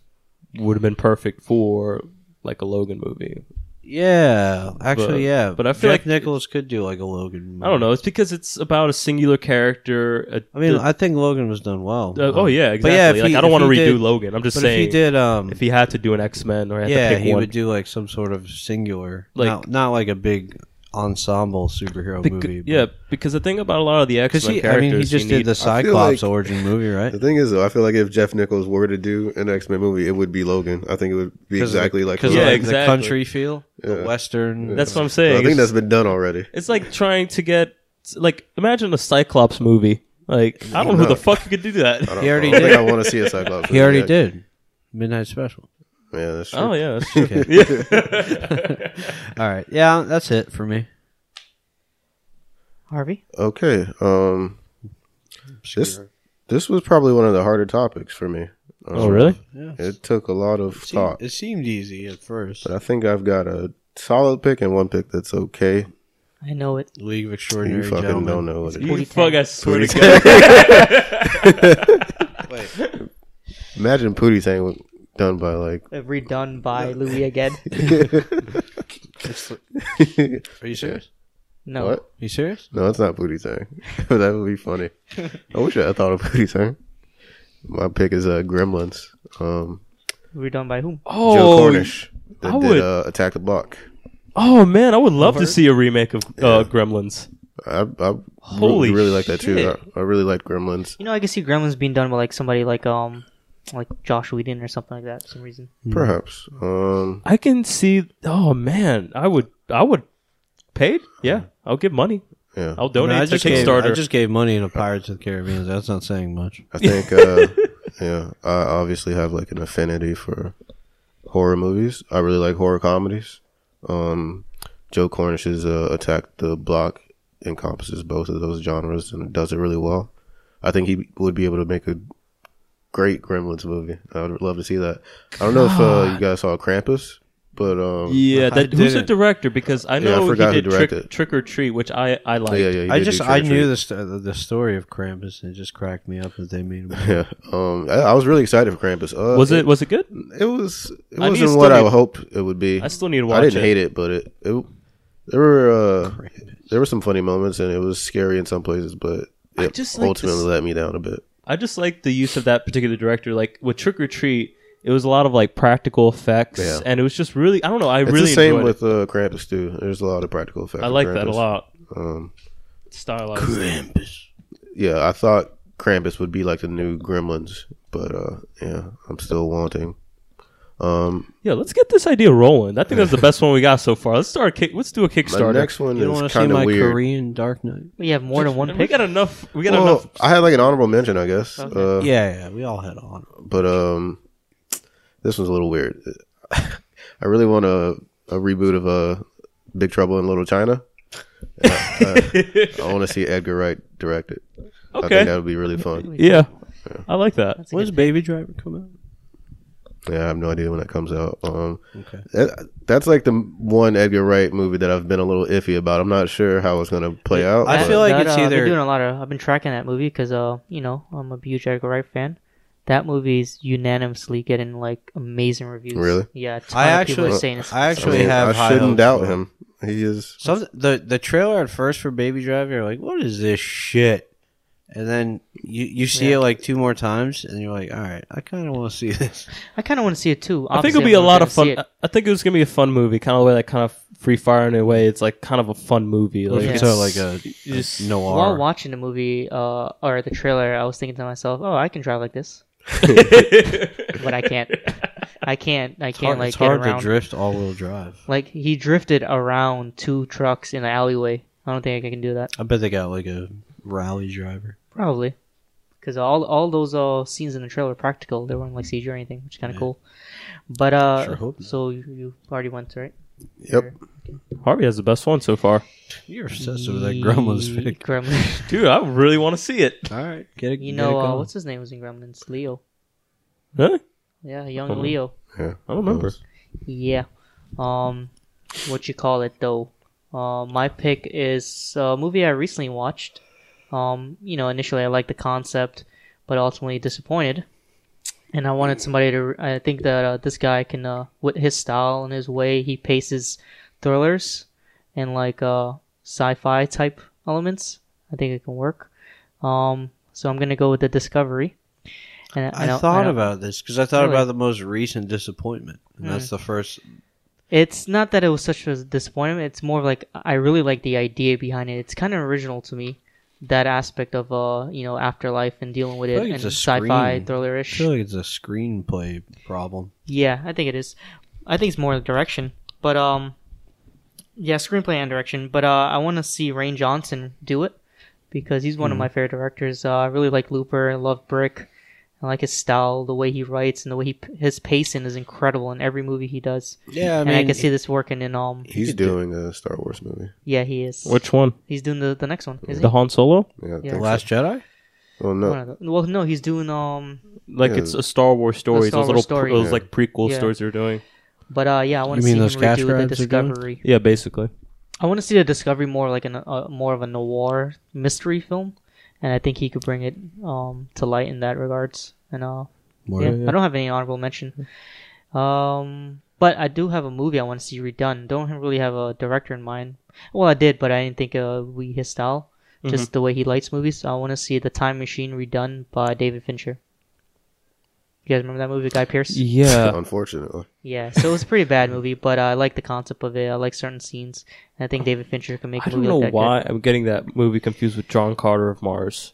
[SPEAKER 2] would have been perfect for like a logan movie
[SPEAKER 3] Yeah, actually,
[SPEAKER 2] But-
[SPEAKER 3] yeah.
[SPEAKER 2] but I feel
[SPEAKER 3] Jeff
[SPEAKER 2] like-
[SPEAKER 3] Nichols could do like a Logan. Movie.
[SPEAKER 2] i don't know it's because it's about a singular character a-
[SPEAKER 3] I mean,
[SPEAKER 2] the-
[SPEAKER 3] I think Logan was done well.
[SPEAKER 2] uh, oh
[SPEAKER 3] Um,
[SPEAKER 2] yeah
[SPEAKER 3] but
[SPEAKER 2] exactly
[SPEAKER 3] if
[SPEAKER 2] like
[SPEAKER 3] he-
[SPEAKER 2] i don't
[SPEAKER 3] if
[SPEAKER 2] want to
[SPEAKER 3] he
[SPEAKER 2] redo
[SPEAKER 3] did-
[SPEAKER 2] logan i'm just
[SPEAKER 3] But
[SPEAKER 2] saying
[SPEAKER 3] if he did, um,
[SPEAKER 2] if he had to do an x-men or had to
[SPEAKER 3] yeah,
[SPEAKER 2] pick
[SPEAKER 3] he
[SPEAKER 2] one
[SPEAKER 3] would do like some sort of singular,
[SPEAKER 2] Like-
[SPEAKER 3] not, not like a big ensemble superhero
[SPEAKER 2] Becau-
[SPEAKER 3] movie. but-
[SPEAKER 2] yeah, because the thing about a lot of the X
[SPEAKER 3] Because
[SPEAKER 2] Men
[SPEAKER 3] he, I
[SPEAKER 2] characters,
[SPEAKER 3] mean, he just
[SPEAKER 2] you
[SPEAKER 3] did
[SPEAKER 2] need-
[SPEAKER 3] the
[SPEAKER 4] I feel
[SPEAKER 3] Cyclops
[SPEAKER 4] like-
[SPEAKER 3] origin movie, right?
[SPEAKER 4] The thing is, though, I feel like if Jeff Nichols were to do an X Men movie, it would be Logan. I think it would be exactly like
[SPEAKER 3] because
[SPEAKER 2] Yeah,
[SPEAKER 3] like the
[SPEAKER 2] exactly.
[SPEAKER 3] country feel, the
[SPEAKER 4] Yeah.
[SPEAKER 3] western.
[SPEAKER 2] That's what I'm
[SPEAKER 4] I
[SPEAKER 2] saying.
[SPEAKER 4] think
[SPEAKER 2] it's,
[SPEAKER 4] that's been done already.
[SPEAKER 2] it's like trying to get like imagine a Cyclops movie Like I don't know who the fuck could do
[SPEAKER 4] I
[SPEAKER 2] that.
[SPEAKER 4] don't,
[SPEAKER 3] He already
[SPEAKER 4] I don't
[SPEAKER 3] did.
[SPEAKER 4] think I want to see a Cyclops.
[SPEAKER 3] He already
[SPEAKER 4] Yeah.
[SPEAKER 3] did. Midnight special.
[SPEAKER 4] Yeah, that's true.
[SPEAKER 2] Oh yeah, that's true.
[SPEAKER 3] Okay. All right. Yeah, that's it for me.
[SPEAKER 1] Harvey.
[SPEAKER 4] Okay. Um, this this was probably one of the harder topics for me. Um,
[SPEAKER 3] Oh, Yeah.
[SPEAKER 4] It took a lot of thought,
[SPEAKER 3] it seemed easy at first.
[SPEAKER 4] but I think I've got a solid pick and one pick that's okay.
[SPEAKER 1] I know it.
[SPEAKER 3] League of
[SPEAKER 4] You
[SPEAKER 3] Extraordinary
[SPEAKER 4] fucking
[SPEAKER 3] Gentlemen.
[SPEAKER 4] don't know what it is.
[SPEAKER 2] You fuck! I swear to
[SPEAKER 4] 2010.
[SPEAKER 2] God.
[SPEAKER 4] Imagine Pootie Tang was done by like.
[SPEAKER 1] Uh, Redone by Louis again.
[SPEAKER 3] Are you serious?
[SPEAKER 1] No.
[SPEAKER 4] What?
[SPEAKER 3] Are you serious?
[SPEAKER 4] No, it's not Pootie Tang. but that would be funny. I wish I had thought of Pootie Tang. My pick is uh, Gremlins. Um,
[SPEAKER 1] Redone by whom?
[SPEAKER 4] Joe
[SPEAKER 2] Oh,
[SPEAKER 4] Cornish that
[SPEAKER 2] I
[SPEAKER 4] did
[SPEAKER 2] would-
[SPEAKER 4] uh, Attack the Block.
[SPEAKER 2] oh man, I would love to see a remake of uh, Gremlins.
[SPEAKER 4] I, I
[SPEAKER 2] Holy
[SPEAKER 4] really, really like that too.
[SPEAKER 2] shit.
[SPEAKER 4] I, I really like Gremlins.
[SPEAKER 1] You know, I can see Gremlins being done by like somebody like um, like Josh Whedon or something like that. For some reason.
[SPEAKER 4] Perhaps. Um,
[SPEAKER 2] I can see. Oh man, I would. I would. Paid? Yeah, I'll give money.
[SPEAKER 4] Mm. yeah.
[SPEAKER 2] I'll
[SPEAKER 3] I, mean,
[SPEAKER 2] donate
[SPEAKER 3] I
[SPEAKER 2] to
[SPEAKER 3] just gave, I
[SPEAKER 2] Kickstarter.
[SPEAKER 3] just gave money to Pirates of the Caribbean. That's not saying much.
[SPEAKER 4] I think. Uh, yeah. I obviously have like an affinity for horror movies. I really like horror comedies. Um, Joe Cornish's uh, Attack the Block encompasses both of those genres and does it really well. I think he would be able to make a great Gremlins movie. I would love to see that. I don't know if uh, you guys saw Krampus, but um,
[SPEAKER 2] yeah,
[SPEAKER 3] I
[SPEAKER 2] that, who's the
[SPEAKER 3] didn't.
[SPEAKER 2] director? Because I
[SPEAKER 4] I
[SPEAKER 2] know
[SPEAKER 4] forgot
[SPEAKER 2] he
[SPEAKER 4] who
[SPEAKER 2] did trick,
[SPEAKER 4] directed.
[SPEAKER 2] trick or Treat, which I I like.
[SPEAKER 4] yeah, yeah. he
[SPEAKER 3] I
[SPEAKER 4] did
[SPEAKER 3] just
[SPEAKER 4] do
[SPEAKER 3] I
[SPEAKER 4] Trick or Treat.
[SPEAKER 3] knew the, st- the story of Krampus and it just cracked me up that they made him.
[SPEAKER 4] Yeah, um, I, I was really excited for Krampus. Uh,
[SPEAKER 2] Was it was it good?
[SPEAKER 4] It was. It
[SPEAKER 2] I need to
[SPEAKER 4] wasn't what
[SPEAKER 2] still
[SPEAKER 4] I
[SPEAKER 2] need-
[SPEAKER 4] hoped it would be.
[SPEAKER 2] I still need to
[SPEAKER 4] I
[SPEAKER 2] watch
[SPEAKER 4] didn't
[SPEAKER 2] it.
[SPEAKER 4] hate it, but it, it there were uh, there were some funny moments, and it was scary in some places, but
[SPEAKER 2] I
[SPEAKER 4] it
[SPEAKER 2] just like
[SPEAKER 4] ultimately
[SPEAKER 2] this-
[SPEAKER 4] let me down a bit.
[SPEAKER 2] I just like the use of that particular director. Like with Trick or Treat, it was a lot of like practical effects,
[SPEAKER 4] Yeah.
[SPEAKER 2] and it was just really I don't know. I
[SPEAKER 4] It's
[SPEAKER 2] really
[SPEAKER 4] the same
[SPEAKER 2] enjoyed
[SPEAKER 4] with uh, Krampus too. There's a lot of practical effects.
[SPEAKER 2] it. I
[SPEAKER 4] in
[SPEAKER 2] like that a
[SPEAKER 4] Krampus.
[SPEAKER 2] lot.
[SPEAKER 4] Um,
[SPEAKER 2] Stylized.
[SPEAKER 4] yeah, I thought Krampus would be like the new Gremlins, but uh, yeah, I'm still wanting. Um,
[SPEAKER 2] Yeah, let's get this idea rolling. I think that's the best one we got so far. Let's start. A kick, let's do a
[SPEAKER 4] my
[SPEAKER 2] Kickstarter.
[SPEAKER 4] next one
[SPEAKER 3] You don't want
[SPEAKER 4] is
[SPEAKER 3] to see
[SPEAKER 4] kind
[SPEAKER 3] my
[SPEAKER 4] of weird.
[SPEAKER 3] Korean Dark Knight?
[SPEAKER 1] We have more than one
[SPEAKER 2] we
[SPEAKER 1] pick.
[SPEAKER 2] got enough. We got
[SPEAKER 4] Well,
[SPEAKER 2] enough.
[SPEAKER 4] I had like an honorable mention, I guess. Uh,
[SPEAKER 3] Yeah, yeah, we all had on.
[SPEAKER 4] but um, this one's a little weird. I really want a a reboot of uh, Big Trouble in Little China. I, want to see Edgar Wright direct it. I
[SPEAKER 2] Okay.
[SPEAKER 4] think that would be really fun.
[SPEAKER 2] Yeah, I like that.
[SPEAKER 1] That's a
[SPEAKER 3] When's Baby Driver come out?
[SPEAKER 4] Yeah, I have no idea when that comes out. Um,
[SPEAKER 3] Okay.
[SPEAKER 4] that- that's like the one Edgar Wright movie that I've been a little iffy about. I'm not sure how it's going to play out.
[SPEAKER 3] I
[SPEAKER 4] but-
[SPEAKER 3] feel like
[SPEAKER 1] That,
[SPEAKER 3] it's
[SPEAKER 1] uh,
[SPEAKER 3] either-
[SPEAKER 1] I've been doing a lot of. I've been tracking that movie because, uh, you know, I'm a huge Edgar Wright fan. That movie's unanimously getting like amazing reviews.
[SPEAKER 4] Really?
[SPEAKER 1] Yeah. a ton
[SPEAKER 3] I
[SPEAKER 1] of people
[SPEAKER 3] actually,
[SPEAKER 1] are saying it's
[SPEAKER 3] I
[SPEAKER 4] I
[SPEAKER 3] actually
[SPEAKER 4] mean,
[SPEAKER 3] have.
[SPEAKER 4] I
[SPEAKER 3] high
[SPEAKER 4] shouldn't
[SPEAKER 3] hopes
[SPEAKER 4] doubt
[SPEAKER 3] for it.
[SPEAKER 4] him. He is.
[SPEAKER 3] Some the the trailer at first for Baby Driver, you're like, what is this shit? And then you you see
[SPEAKER 1] Yeah.
[SPEAKER 3] it like two more times, and you're like, all right, I kind of want to see this.
[SPEAKER 1] I kind of want to see it too.
[SPEAKER 2] I think
[SPEAKER 1] Obviously,
[SPEAKER 2] it'll be a
[SPEAKER 1] I'm
[SPEAKER 2] lot
[SPEAKER 1] gonna
[SPEAKER 2] of fun.
[SPEAKER 1] see
[SPEAKER 2] I
[SPEAKER 1] it.
[SPEAKER 2] I think it was gonna be a fun movie, kind of way that kind of free fire in a way. It's like kind of a fun movie. Like
[SPEAKER 1] Yeah.
[SPEAKER 2] it's
[SPEAKER 3] So like a,
[SPEAKER 2] you
[SPEAKER 3] a
[SPEAKER 2] just-
[SPEAKER 3] noir.
[SPEAKER 1] While watching the movie uh, or the trailer, I was thinking to myself, "Oh, I can drive like this," but I can't. I can't. I
[SPEAKER 3] Hard-
[SPEAKER 1] can't like
[SPEAKER 3] it's
[SPEAKER 1] get
[SPEAKER 3] hard to
[SPEAKER 1] around.
[SPEAKER 3] drift all wheel drive.
[SPEAKER 1] Like he drifted around two trucks in the alleyway. I don't think I can do that.
[SPEAKER 3] I bet they got like a rally driver.
[SPEAKER 1] Probably. Because all all those uh, scenes in the trailer are practical. They weren't like CG or anything, which is kind of cool. But uh,
[SPEAKER 3] Sure hope not.
[SPEAKER 1] so you, you already went right?
[SPEAKER 4] Yep.
[SPEAKER 2] Harvey has the best one so far,
[SPEAKER 3] You're obsessed with that Gremlins
[SPEAKER 1] Ye-
[SPEAKER 3] pick.
[SPEAKER 1] Gremlins.
[SPEAKER 2] dude. I really want to see it.
[SPEAKER 3] All right, get it.
[SPEAKER 1] You
[SPEAKER 3] get
[SPEAKER 1] know
[SPEAKER 3] it
[SPEAKER 1] uh,
[SPEAKER 3] going.
[SPEAKER 1] what's his name was in Gremlins? Leo.
[SPEAKER 2] Huh?
[SPEAKER 1] Yeah, young Leo.
[SPEAKER 4] Yeah.
[SPEAKER 2] I don't remember.
[SPEAKER 1] Yeah. Um, what you call it though? Uh, my pick is a movie I recently watched. Um, you know, initially I liked the concept, but ultimately disappointed. And I wanted somebody to. I think that uh, this guy can, uh, with his style and his way, he paces thrillers and like uh, sci-fi type elements. I think it can work. Um, so I'm gonna go with the Discovery. And
[SPEAKER 3] I,
[SPEAKER 1] don't-
[SPEAKER 3] thought
[SPEAKER 1] don't-
[SPEAKER 3] about this because I thought
[SPEAKER 1] Really? Mm.
[SPEAKER 3] about the most recent disappointment, and that's the first.
[SPEAKER 1] It's not that it was such a disappointment. It's more of like I really like the idea behind it. It's kind of original to me, that aspect of uh you know afterlife and dealing with
[SPEAKER 3] I
[SPEAKER 1] it
[SPEAKER 3] feel like
[SPEAKER 1] and
[SPEAKER 3] it's a
[SPEAKER 1] sci-fi
[SPEAKER 3] screen- I
[SPEAKER 1] thrillerish.
[SPEAKER 3] feel like it's a screenplay problem.
[SPEAKER 1] Yeah, I think it is. I think it's more the direction, but um, yeah, screenplay and direction. But uh, I want to see Rain Johnson do it because he's
[SPEAKER 3] Hmm.
[SPEAKER 1] one of my favorite directors. Uh, I really like Looper. I love Brick. I like his style, the way he writes, and the way he his pacing is incredible in every movie he does.
[SPEAKER 3] Yeah, I
[SPEAKER 1] and I
[SPEAKER 3] mean,
[SPEAKER 1] can see this working in um.
[SPEAKER 4] He's doing a Star Wars movie.
[SPEAKER 1] Yeah, he is.
[SPEAKER 2] Which one?
[SPEAKER 1] He's doing the, the next one, is
[SPEAKER 2] The Han Solo?
[SPEAKER 4] Yeah, I
[SPEAKER 1] Yeah.
[SPEAKER 4] think
[SPEAKER 3] Last Jedi.
[SPEAKER 4] so. Oh
[SPEAKER 1] he?
[SPEAKER 4] no,
[SPEAKER 1] One of the- well, no, he's doing um.
[SPEAKER 2] Like
[SPEAKER 4] Yeah.
[SPEAKER 2] it's a Star Wars story.
[SPEAKER 1] A Star Wars
[SPEAKER 2] those little
[SPEAKER 1] story.
[SPEAKER 2] those
[SPEAKER 1] Yeah.
[SPEAKER 2] like prequel
[SPEAKER 1] Yeah.
[SPEAKER 2] stories they're doing.
[SPEAKER 1] But uh, yeah, I want
[SPEAKER 3] You
[SPEAKER 1] to
[SPEAKER 3] mean
[SPEAKER 1] see him
[SPEAKER 3] those
[SPEAKER 1] redo
[SPEAKER 3] cash
[SPEAKER 1] the
[SPEAKER 3] grabs they're doing?
[SPEAKER 1] Discovery.
[SPEAKER 2] Yeah, basically.
[SPEAKER 1] I want to see the Discovery more like an uh, more of a noir mystery film, and I think he could bring it um to light in that regards. And uh, yeah, I don't have any honorable mention. Um, but I do have a movie I want to see redone. Don't really have a director in mind. Well, I did, but I didn't think uh we his style,
[SPEAKER 2] Mm-hmm.
[SPEAKER 1] just the way he lights movies. So I want to see the Time Machine redone by David Fincher. You guys remember that movie, Guy Pearce?
[SPEAKER 2] Yeah.
[SPEAKER 4] unfortunately.
[SPEAKER 1] Yeah, so it was a pretty bad movie, but uh, I like the concept of it. I like certain scenes, and I think David Fincher can make
[SPEAKER 2] I
[SPEAKER 1] a
[SPEAKER 2] don't
[SPEAKER 1] movie
[SPEAKER 2] know
[SPEAKER 1] like that.
[SPEAKER 2] why I'm getting that movie confused with John Carter of Mars.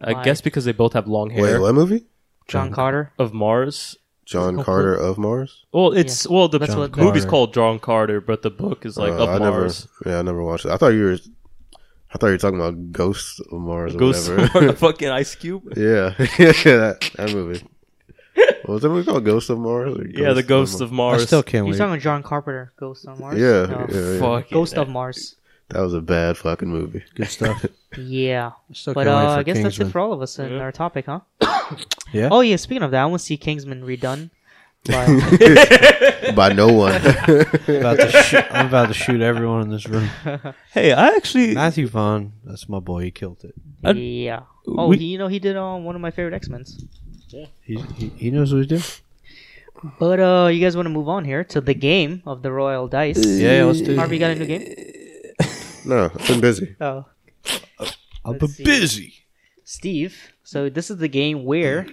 [SPEAKER 2] I
[SPEAKER 1] Why?
[SPEAKER 2] guess because they both have long hair
[SPEAKER 4] Wait, what movie?
[SPEAKER 1] Good. John Carter.
[SPEAKER 2] of Mars.
[SPEAKER 4] John
[SPEAKER 1] Complete-
[SPEAKER 4] Carter of Mars.
[SPEAKER 2] Well, it's well the
[SPEAKER 1] That's
[SPEAKER 2] John
[SPEAKER 1] what-
[SPEAKER 2] movie's
[SPEAKER 3] Carter.
[SPEAKER 2] called John Carter, but the book is like
[SPEAKER 4] Uh,
[SPEAKER 2] of
[SPEAKER 4] I
[SPEAKER 2] Mars.
[SPEAKER 4] never, yeah, I never watched it. I thought you were, I thought you were talking about Ghosts of Mars or
[SPEAKER 2] Goes to
[SPEAKER 4] whatever.
[SPEAKER 2] Mars, fucking Ice Cube.
[SPEAKER 4] yeah, yeah, that, that movie. What was that movie called? Ghosts of Mars? or
[SPEAKER 2] Yeah, the Ghost of Mars.
[SPEAKER 3] I still can't
[SPEAKER 1] You're
[SPEAKER 3] wait.
[SPEAKER 1] talking about John Carpenter, Ghost on Mars.
[SPEAKER 4] Yeah,
[SPEAKER 1] No.
[SPEAKER 4] yeah, yeah.
[SPEAKER 2] Fuck
[SPEAKER 1] Ghost
[SPEAKER 2] yeah.
[SPEAKER 1] of Mars.
[SPEAKER 4] That was a bad fucking movie.
[SPEAKER 3] Good stuff.
[SPEAKER 1] Yeah,
[SPEAKER 3] Still
[SPEAKER 1] but uh,
[SPEAKER 3] can't wait for
[SPEAKER 1] I guess that's
[SPEAKER 3] Kingsman.
[SPEAKER 1] it for all of us in
[SPEAKER 2] Yeah.
[SPEAKER 1] our topic, huh?
[SPEAKER 3] Yeah.
[SPEAKER 1] Oh yeah, speaking of that, I want to see Kingsman redone. But
[SPEAKER 4] By no one.
[SPEAKER 3] About to shoot, I'm about to shoot everyone in this room.
[SPEAKER 2] Hey, I actually
[SPEAKER 3] Matthew Vaughn, that's my boy. He killed it.
[SPEAKER 2] I-
[SPEAKER 1] yeah. Oh,
[SPEAKER 2] we-
[SPEAKER 1] he, you know he did um, one of my favorite X Men's.
[SPEAKER 3] He, he, he knows what he's doing.
[SPEAKER 1] But uh, you guys want to move on here to the game of the Royal Dice?
[SPEAKER 3] Yeah, yeah, let's do it.
[SPEAKER 1] Harvey got a new game.
[SPEAKER 4] no, I've been busy.
[SPEAKER 1] Oh,
[SPEAKER 3] I've
[SPEAKER 1] Let's see.
[SPEAKER 3] busy.
[SPEAKER 1] Steve. So this is the game where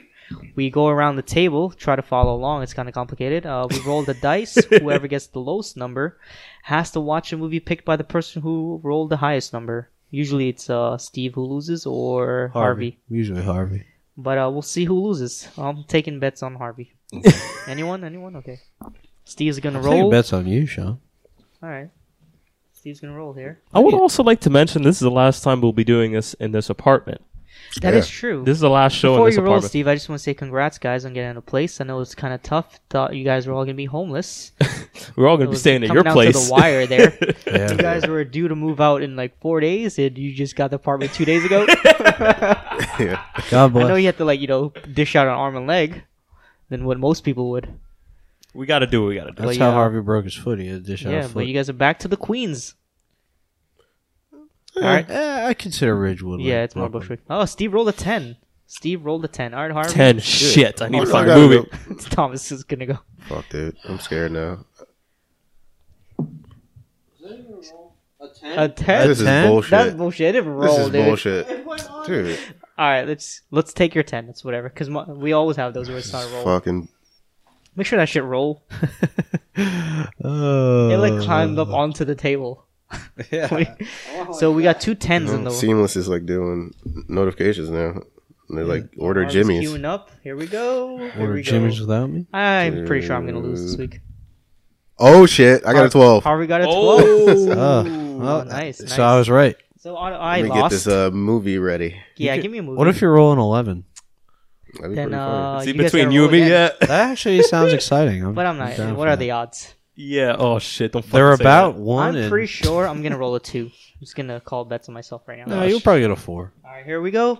[SPEAKER 1] we go around the table, try to follow along. It's kind of complicated. Uh, we roll the dice. Whoever gets the lowest number has to watch a movie picked by the person who rolled the highest number. Usually it's uh, Steve who loses or Harvey.
[SPEAKER 3] Usually Harvey.
[SPEAKER 1] But uh, we'll see who loses. I'm taking bets on Harvey. Anyone? Anyone? Okay. Steve's gonna
[SPEAKER 3] I think
[SPEAKER 1] roll.
[SPEAKER 3] bets on you, Sean.
[SPEAKER 1] All right. Steve's gonna roll here.
[SPEAKER 2] I would also like to mention this is the last time we'll be doing this in this apartment.
[SPEAKER 1] That is
[SPEAKER 4] Yeah.
[SPEAKER 1] true.
[SPEAKER 2] This is the last show
[SPEAKER 1] Before
[SPEAKER 2] in this
[SPEAKER 1] you roll,
[SPEAKER 2] apartment.
[SPEAKER 1] Steve, I just want to say congrats, guys, on getting a place. I know it's kind of tough. Thought you guys were all gonna be homeless.
[SPEAKER 2] We're all going
[SPEAKER 1] It
[SPEAKER 2] to be
[SPEAKER 1] was
[SPEAKER 2] staying at
[SPEAKER 1] coming
[SPEAKER 2] your
[SPEAKER 1] down to
[SPEAKER 2] place.
[SPEAKER 1] the wire there.
[SPEAKER 3] Yeah.
[SPEAKER 1] you guys were due to move out in like four days, and you just got the apartment two days ago.
[SPEAKER 4] yeah.
[SPEAKER 3] God
[SPEAKER 1] I know
[SPEAKER 3] bless.
[SPEAKER 1] you have to like you know dish out an arm and leg than what most people would.
[SPEAKER 2] we got to do what we got to do.
[SPEAKER 1] but
[SPEAKER 3] That's how
[SPEAKER 1] yeah.
[SPEAKER 3] Harvey broke his foot. He had to dish out
[SPEAKER 1] uh, yeah,
[SPEAKER 3] a foot.
[SPEAKER 1] but you guys are back to the Queens.
[SPEAKER 3] All right. Eh, I consider Ridgewood. like
[SPEAKER 1] yeah, it's more
[SPEAKER 3] Brooklyn.
[SPEAKER 1] Bushwick. Oh, Steve rolled a ten. Steve rolled a ten. All right, Harvey.
[SPEAKER 2] 10 shit. I need
[SPEAKER 4] Oh,
[SPEAKER 2] to
[SPEAKER 4] no,
[SPEAKER 2] find
[SPEAKER 4] I
[SPEAKER 2] a
[SPEAKER 4] gotta
[SPEAKER 2] movie.
[SPEAKER 4] go.
[SPEAKER 1] Thomas is gonna go.
[SPEAKER 4] Fuck, dude. I'm scared now.
[SPEAKER 1] A ten.
[SPEAKER 4] this is
[SPEAKER 3] 10?
[SPEAKER 4] bullshit.
[SPEAKER 1] That's bullshit. It didn't roll,
[SPEAKER 4] this is
[SPEAKER 1] dude.
[SPEAKER 4] bullshit. Dude,
[SPEAKER 1] All right, let's let's take your ten. It's whatever, because we always have those where it's not a roll.
[SPEAKER 4] fucking.
[SPEAKER 1] Make sure that shit roll.
[SPEAKER 3] Oh.
[SPEAKER 1] It like climbed up onto the table.
[SPEAKER 3] Yeah.
[SPEAKER 1] so we got two tens in the
[SPEAKER 4] Seamless is like doing notifications now. And They're like, order
[SPEAKER 1] Arms
[SPEAKER 4] Jimmy's.
[SPEAKER 1] Queuing up. Here we go. Here
[SPEAKER 3] Were
[SPEAKER 1] we
[SPEAKER 3] Jimmy's
[SPEAKER 1] go.
[SPEAKER 3] without me?
[SPEAKER 1] I'm pretty sure I'm gonna lose this
[SPEAKER 4] Dude.
[SPEAKER 1] week.
[SPEAKER 4] Oh shit, I got a 12.
[SPEAKER 1] Harvey got a
[SPEAKER 2] Oh.
[SPEAKER 1] 12.
[SPEAKER 3] Oh.
[SPEAKER 1] Oh, nice,
[SPEAKER 3] So
[SPEAKER 1] nice.
[SPEAKER 3] I was right.
[SPEAKER 1] So I, I
[SPEAKER 4] Let me get
[SPEAKER 1] lost.
[SPEAKER 4] this uh, movie ready.
[SPEAKER 1] yeah,
[SPEAKER 3] You
[SPEAKER 1] give me a movie.
[SPEAKER 3] What if you're rolling 11?
[SPEAKER 4] That'd be
[SPEAKER 1] Then,
[SPEAKER 4] pretty
[SPEAKER 1] uh,
[SPEAKER 4] funny.
[SPEAKER 2] See,
[SPEAKER 1] you guys
[SPEAKER 2] between
[SPEAKER 1] gotta
[SPEAKER 2] you
[SPEAKER 1] roll
[SPEAKER 2] and me,
[SPEAKER 1] again.
[SPEAKER 2] yeah.
[SPEAKER 3] That actually sounds exciting.
[SPEAKER 1] But I'm not.
[SPEAKER 3] down
[SPEAKER 1] What
[SPEAKER 3] for
[SPEAKER 1] are
[SPEAKER 3] that.
[SPEAKER 1] the odds?
[SPEAKER 2] Yeah. Oh, shit. Don't fucking
[SPEAKER 3] They're
[SPEAKER 2] say
[SPEAKER 3] about
[SPEAKER 2] that.
[SPEAKER 3] one.
[SPEAKER 1] I'm
[SPEAKER 3] and-
[SPEAKER 1] pretty sure I'm gonna roll a two. I'm just gonna call bets on myself right now.
[SPEAKER 3] No, you'll probably get a four.
[SPEAKER 1] All right, here we go.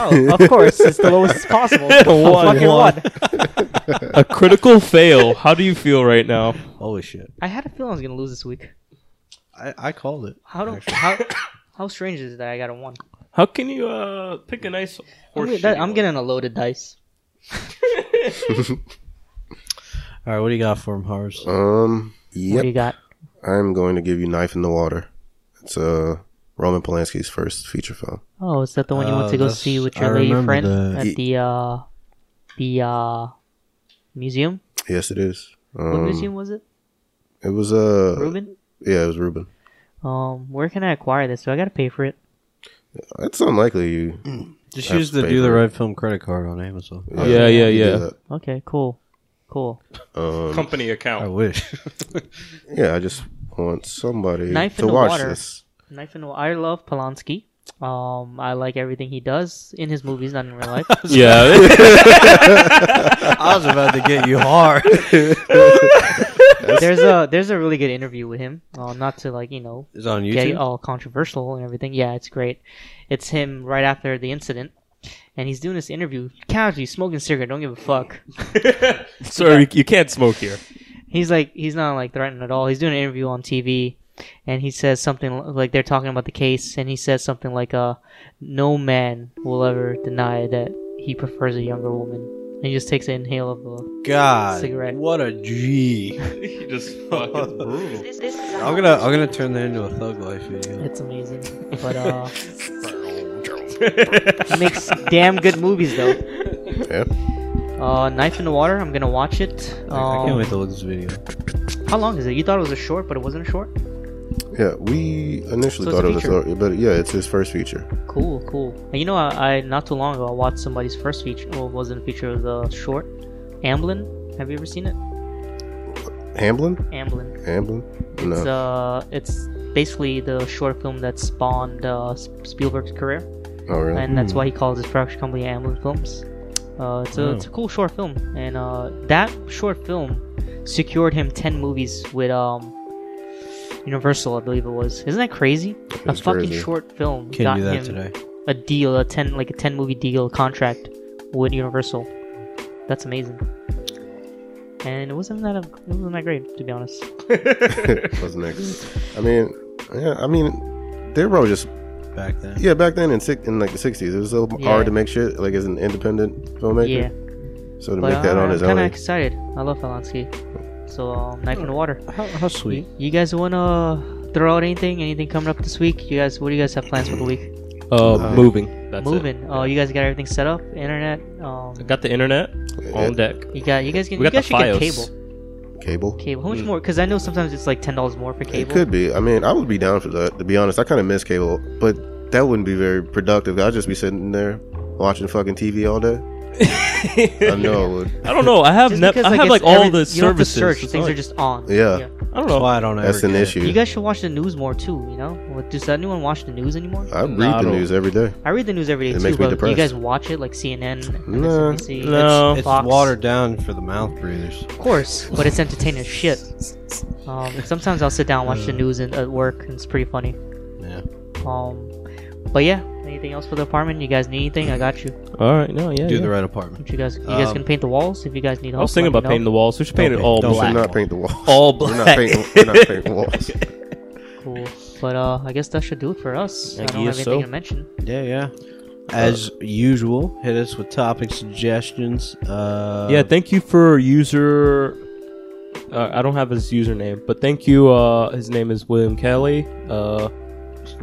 [SPEAKER 1] Oh, of course, it's the lowest possible.
[SPEAKER 2] One.
[SPEAKER 1] Fucking
[SPEAKER 2] One.
[SPEAKER 1] one.
[SPEAKER 2] a critical fail. How do you feel right now?
[SPEAKER 3] Holy shit!
[SPEAKER 1] I had a feeling I was gonna lose this week.
[SPEAKER 3] I, I called it.
[SPEAKER 1] How do how how strange is it that I got a one?
[SPEAKER 2] How can you uh, pick a nice
[SPEAKER 1] I'm,
[SPEAKER 2] horse?
[SPEAKER 1] get- that- I'm getting a loaded dice.
[SPEAKER 3] All right, what do you got for him, Harvest?
[SPEAKER 4] Um,
[SPEAKER 1] uh, What do
[SPEAKER 4] yep.
[SPEAKER 1] you got?
[SPEAKER 4] I'm going to give you Knife in the Water. It's uh, Roman Polanski's first feature film.
[SPEAKER 1] Oh, is that the one you
[SPEAKER 3] Oh,
[SPEAKER 1] went to go
[SPEAKER 3] that's-
[SPEAKER 1] see with
[SPEAKER 3] I
[SPEAKER 1] your lady
[SPEAKER 3] remember
[SPEAKER 1] friend
[SPEAKER 3] that.
[SPEAKER 1] at the uh the uh museum?
[SPEAKER 4] Yes, it is.
[SPEAKER 1] what
[SPEAKER 4] Um,
[SPEAKER 1] museum was it?
[SPEAKER 4] It was uh,
[SPEAKER 1] Ruben?
[SPEAKER 4] Yeah, it was Ruben.
[SPEAKER 1] Um, where can I acquire this? Do I gotta pay for it?
[SPEAKER 4] It's unlikely you.
[SPEAKER 3] Just
[SPEAKER 4] That's
[SPEAKER 3] use the Do the
[SPEAKER 4] favorite.
[SPEAKER 3] Right Film credit card on Amazon.
[SPEAKER 2] Yeah, yeah,
[SPEAKER 4] you do
[SPEAKER 2] yeah.
[SPEAKER 4] that.
[SPEAKER 1] Okay, cool. Cool.
[SPEAKER 4] Um,
[SPEAKER 2] company
[SPEAKER 3] I
[SPEAKER 2] account.
[SPEAKER 3] wish.
[SPEAKER 4] yeah, I just want somebody
[SPEAKER 1] Knife
[SPEAKER 4] to
[SPEAKER 1] in the
[SPEAKER 4] watch
[SPEAKER 1] water.
[SPEAKER 4] this.
[SPEAKER 1] Knife and I love Polanski. Um, I like everything he does in his movies, not in real life.
[SPEAKER 2] Yeah.
[SPEAKER 3] I was about to get you hard.
[SPEAKER 1] there's a there's a really good interview with him. Uh, not to like you know
[SPEAKER 3] It's on
[SPEAKER 1] get
[SPEAKER 3] YouTube.
[SPEAKER 1] all controversial and everything. Yeah, it's great. It's him right after the incident, and he's doing this interview casually smoking a cigarette. Don't give a fuck.
[SPEAKER 2] Sorry, you- you can't smoke here.
[SPEAKER 1] he's like he's not like threatened at all. He's doing an interview on TV, and he says something l- like they're talking about the case, and he says something like, "Uh, no man will ever deny that he prefers a younger woman." And he just takes an inhale of the.
[SPEAKER 3] God,
[SPEAKER 1] Cigarette.
[SPEAKER 3] what a G.
[SPEAKER 2] You just fucking brutal.
[SPEAKER 3] I'm gonna I'm gonna turn that into a Thug Life video.
[SPEAKER 1] It's amazing, but uh, he makes damn good movies though.
[SPEAKER 4] Yeah.
[SPEAKER 1] Uh, Knife in the Water. I'm gonna watch it.
[SPEAKER 3] I can't
[SPEAKER 1] Um,
[SPEAKER 3] wait to look at this video.
[SPEAKER 1] how long is it? You thought it was a short, but it wasn't a short.
[SPEAKER 4] Yeah, we initially
[SPEAKER 1] So it's
[SPEAKER 4] thought
[SPEAKER 1] a
[SPEAKER 4] it was a
[SPEAKER 1] feature.
[SPEAKER 4] story, but yeah, it's his first feature.
[SPEAKER 1] Cool, cool. And you know, I, I not too long ago I watched somebody's first feature. Well, it wasn't a feature of the short, Amblin. Have you ever seen it?
[SPEAKER 4] Hamblin?
[SPEAKER 1] Amblin.
[SPEAKER 4] Hamblin? No.
[SPEAKER 1] It's uh, it's basically the short film that spawned uh, S- Spielberg's career,
[SPEAKER 4] oh, really?
[SPEAKER 1] and that's why he calls his production company Amblin Films. Uh, it's a it's a cool short film, and uh, that short film secured him ten movies with um. Universal, I believe it was. Isn't that crazy? A
[SPEAKER 4] That's
[SPEAKER 1] fucking
[SPEAKER 4] crazy.
[SPEAKER 1] short film
[SPEAKER 3] Can
[SPEAKER 1] got
[SPEAKER 3] do that
[SPEAKER 1] him
[SPEAKER 3] today.
[SPEAKER 1] a deal, a ten like a ten movie deal contract with Universal. That's amazing. And it wasn't that it wasn't that great to be honest.
[SPEAKER 4] was next. I mean, yeah, I mean, they were probably just
[SPEAKER 3] Back then.
[SPEAKER 4] yeah. Back then in six, in like the sixties, it was so
[SPEAKER 1] Yeah.
[SPEAKER 4] hard to make shit like as an independent filmmaker.
[SPEAKER 1] yeah,
[SPEAKER 4] So to
[SPEAKER 1] but
[SPEAKER 4] make that
[SPEAKER 1] uh,
[SPEAKER 4] on his
[SPEAKER 1] I'm
[SPEAKER 4] own,
[SPEAKER 1] kind of excited. I love Polanski. So um, knife
[SPEAKER 2] Hmm.
[SPEAKER 1] in the water.
[SPEAKER 3] How, how sweet.
[SPEAKER 1] You guys wanna throw out anything? Anything coming up this week? You guys, what do you guys have plans for the week?
[SPEAKER 2] Uh, moving. That's
[SPEAKER 1] Moving. Oh, you guys got everything set up? Internet. Um,
[SPEAKER 2] It. Got the internet
[SPEAKER 4] Yeah.
[SPEAKER 2] on deck.
[SPEAKER 1] you got. You guys can.
[SPEAKER 2] We
[SPEAKER 1] You
[SPEAKER 2] got
[SPEAKER 1] guys
[SPEAKER 2] the
[SPEAKER 1] should get
[SPEAKER 2] files. Hmm.
[SPEAKER 1] cable.
[SPEAKER 4] cable.
[SPEAKER 1] Cable. How much more? Because I know sometimes it's like ten dollars more for
[SPEAKER 4] It
[SPEAKER 1] cable.
[SPEAKER 4] could be. I mean, I would be down for that. To be honest, I kind of miss cable, but that wouldn't be very productive. I'd just be sitting there watching fucking TV all day. I know I would.
[SPEAKER 2] I don't know. I have
[SPEAKER 1] Just
[SPEAKER 2] net.
[SPEAKER 1] because,
[SPEAKER 2] I have
[SPEAKER 1] it's
[SPEAKER 2] like all
[SPEAKER 1] every-
[SPEAKER 2] the
[SPEAKER 1] you don't have to
[SPEAKER 2] services.
[SPEAKER 1] search.
[SPEAKER 2] It's
[SPEAKER 1] Things
[SPEAKER 2] not
[SPEAKER 1] are
[SPEAKER 2] like-
[SPEAKER 1] just on.
[SPEAKER 4] Yeah.
[SPEAKER 2] I don't
[SPEAKER 3] That's
[SPEAKER 2] know.
[SPEAKER 3] why I don't ever
[SPEAKER 4] That's an
[SPEAKER 3] get it.
[SPEAKER 4] issue.
[SPEAKER 1] You guys should watch the news more too. You know, What- does anyone watch the news anymore?
[SPEAKER 4] I read
[SPEAKER 2] Nah, I
[SPEAKER 4] the
[SPEAKER 2] don't-
[SPEAKER 4] news every day.
[SPEAKER 1] I read the news every day
[SPEAKER 4] It
[SPEAKER 1] too,
[SPEAKER 4] makes me
[SPEAKER 1] but do you
[SPEAKER 4] depressed.
[SPEAKER 1] guys watch it like CNN,
[SPEAKER 4] No,
[SPEAKER 1] MSNBC,
[SPEAKER 2] no.
[SPEAKER 3] It's
[SPEAKER 1] Fox?
[SPEAKER 3] watered down for the mouth breathers.
[SPEAKER 1] of course, but it's entertaining as shit. Um, sometimes I'll sit down and watch the news and, at work, and it's pretty funny.
[SPEAKER 3] Yeah.
[SPEAKER 1] Um, but yeah, anything else for the apartment? You guys need anything? I got you.
[SPEAKER 2] All right. No. Yeah.
[SPEAKER 3] Do
[SPEAKER 2] yeah.
[SPEAKER 3] the right apartment.
[SPEAKER 1] What you guys, you guys
[SPEAKER 3] Um,
[SPEAKER 1] can paint the walls if you guys need help.
[SPEAKER 2] I was thinking
[SPEAKER 1] let me
[SPEAKER 2] about painting
[SPEAKER 1] know.
[SPEAKER 2] the walls. We should paint it
[SPEAKER 3] Don't
[SPEAKER 2] all
[SPEAKER 3] paint-
[SPEAKER 4] We
[SPEAKER 2] black.
[SPEAKER 4] should not paint the walls.
[SPEAKER 2] All
[SPEAKER 4] We're not
[SPEAKER 2] black.
[SPEAKER 4] painting. We're not painting walls.
[SPEAKER 1] Cool. But uh, I guess that should do it for us. I,
[SPEAKER 2] I
[SPEAKER 1] don't have
[SPEAKER 2] guess
[SPEAKER 1] anything
[SPEAKER 2] so.
[SPEAKER 1] to mention.
[SPEAKER 3] Yeah, yeah. As usual, hit us with topic suggestions. Uh,
[SPEAKER 2] yeah. Thank you for user. Uh, I don't have his username, but thank you. Uh, his name is William Kelly. Uh,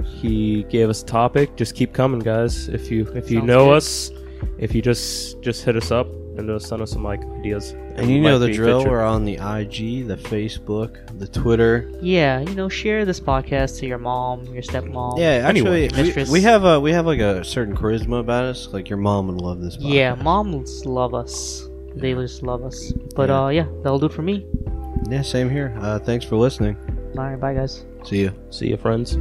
[SPEAKER 2] he gave us a topic. Just keep coming, guys. If you if you
[SPEAKER 1] Sounds
[SPEAKER 2] know
[SPEAKER 1] good.
[SPEAKER 2] us, if you just just hit us up and uh, send us some like ideas.
[SPEAKER 3] and you know
[SPEAKER 2] Might
[SPEAKER 3] the
[SPEAKER 2] be
[SPEAKER 3] drill.
[SPEAKER 2] featured.
[SPEAKER 3] We're on the IG, the Facebook, the Twitter.
[SPEAKER 1] Yeah, you know, share this podcast to your mom, your stepmom.
[SPEAKER 3] Yeah, actually,
[SPEAKER 2] Anyway,
[SPEAKER 3] we,
[SPEAKER 1] mistress.
[SPEAKER 3] we have a we have like a certain charisma about us. Like your mom would love this. Podcast.
[SPEAKER 1] Yeah, moms love us. They just love us. But
[SPEAKER 3] Yeah.
[SPEAKER 1] uh, yeah, that'll do it for me.
[SPEAKER 3] yeah, same here. Uh, thanks for listening.
[SPEAKER 1] All right, bye guys.
[SPEAKER 3] See you.
[SPEAKER 2] See you, friends.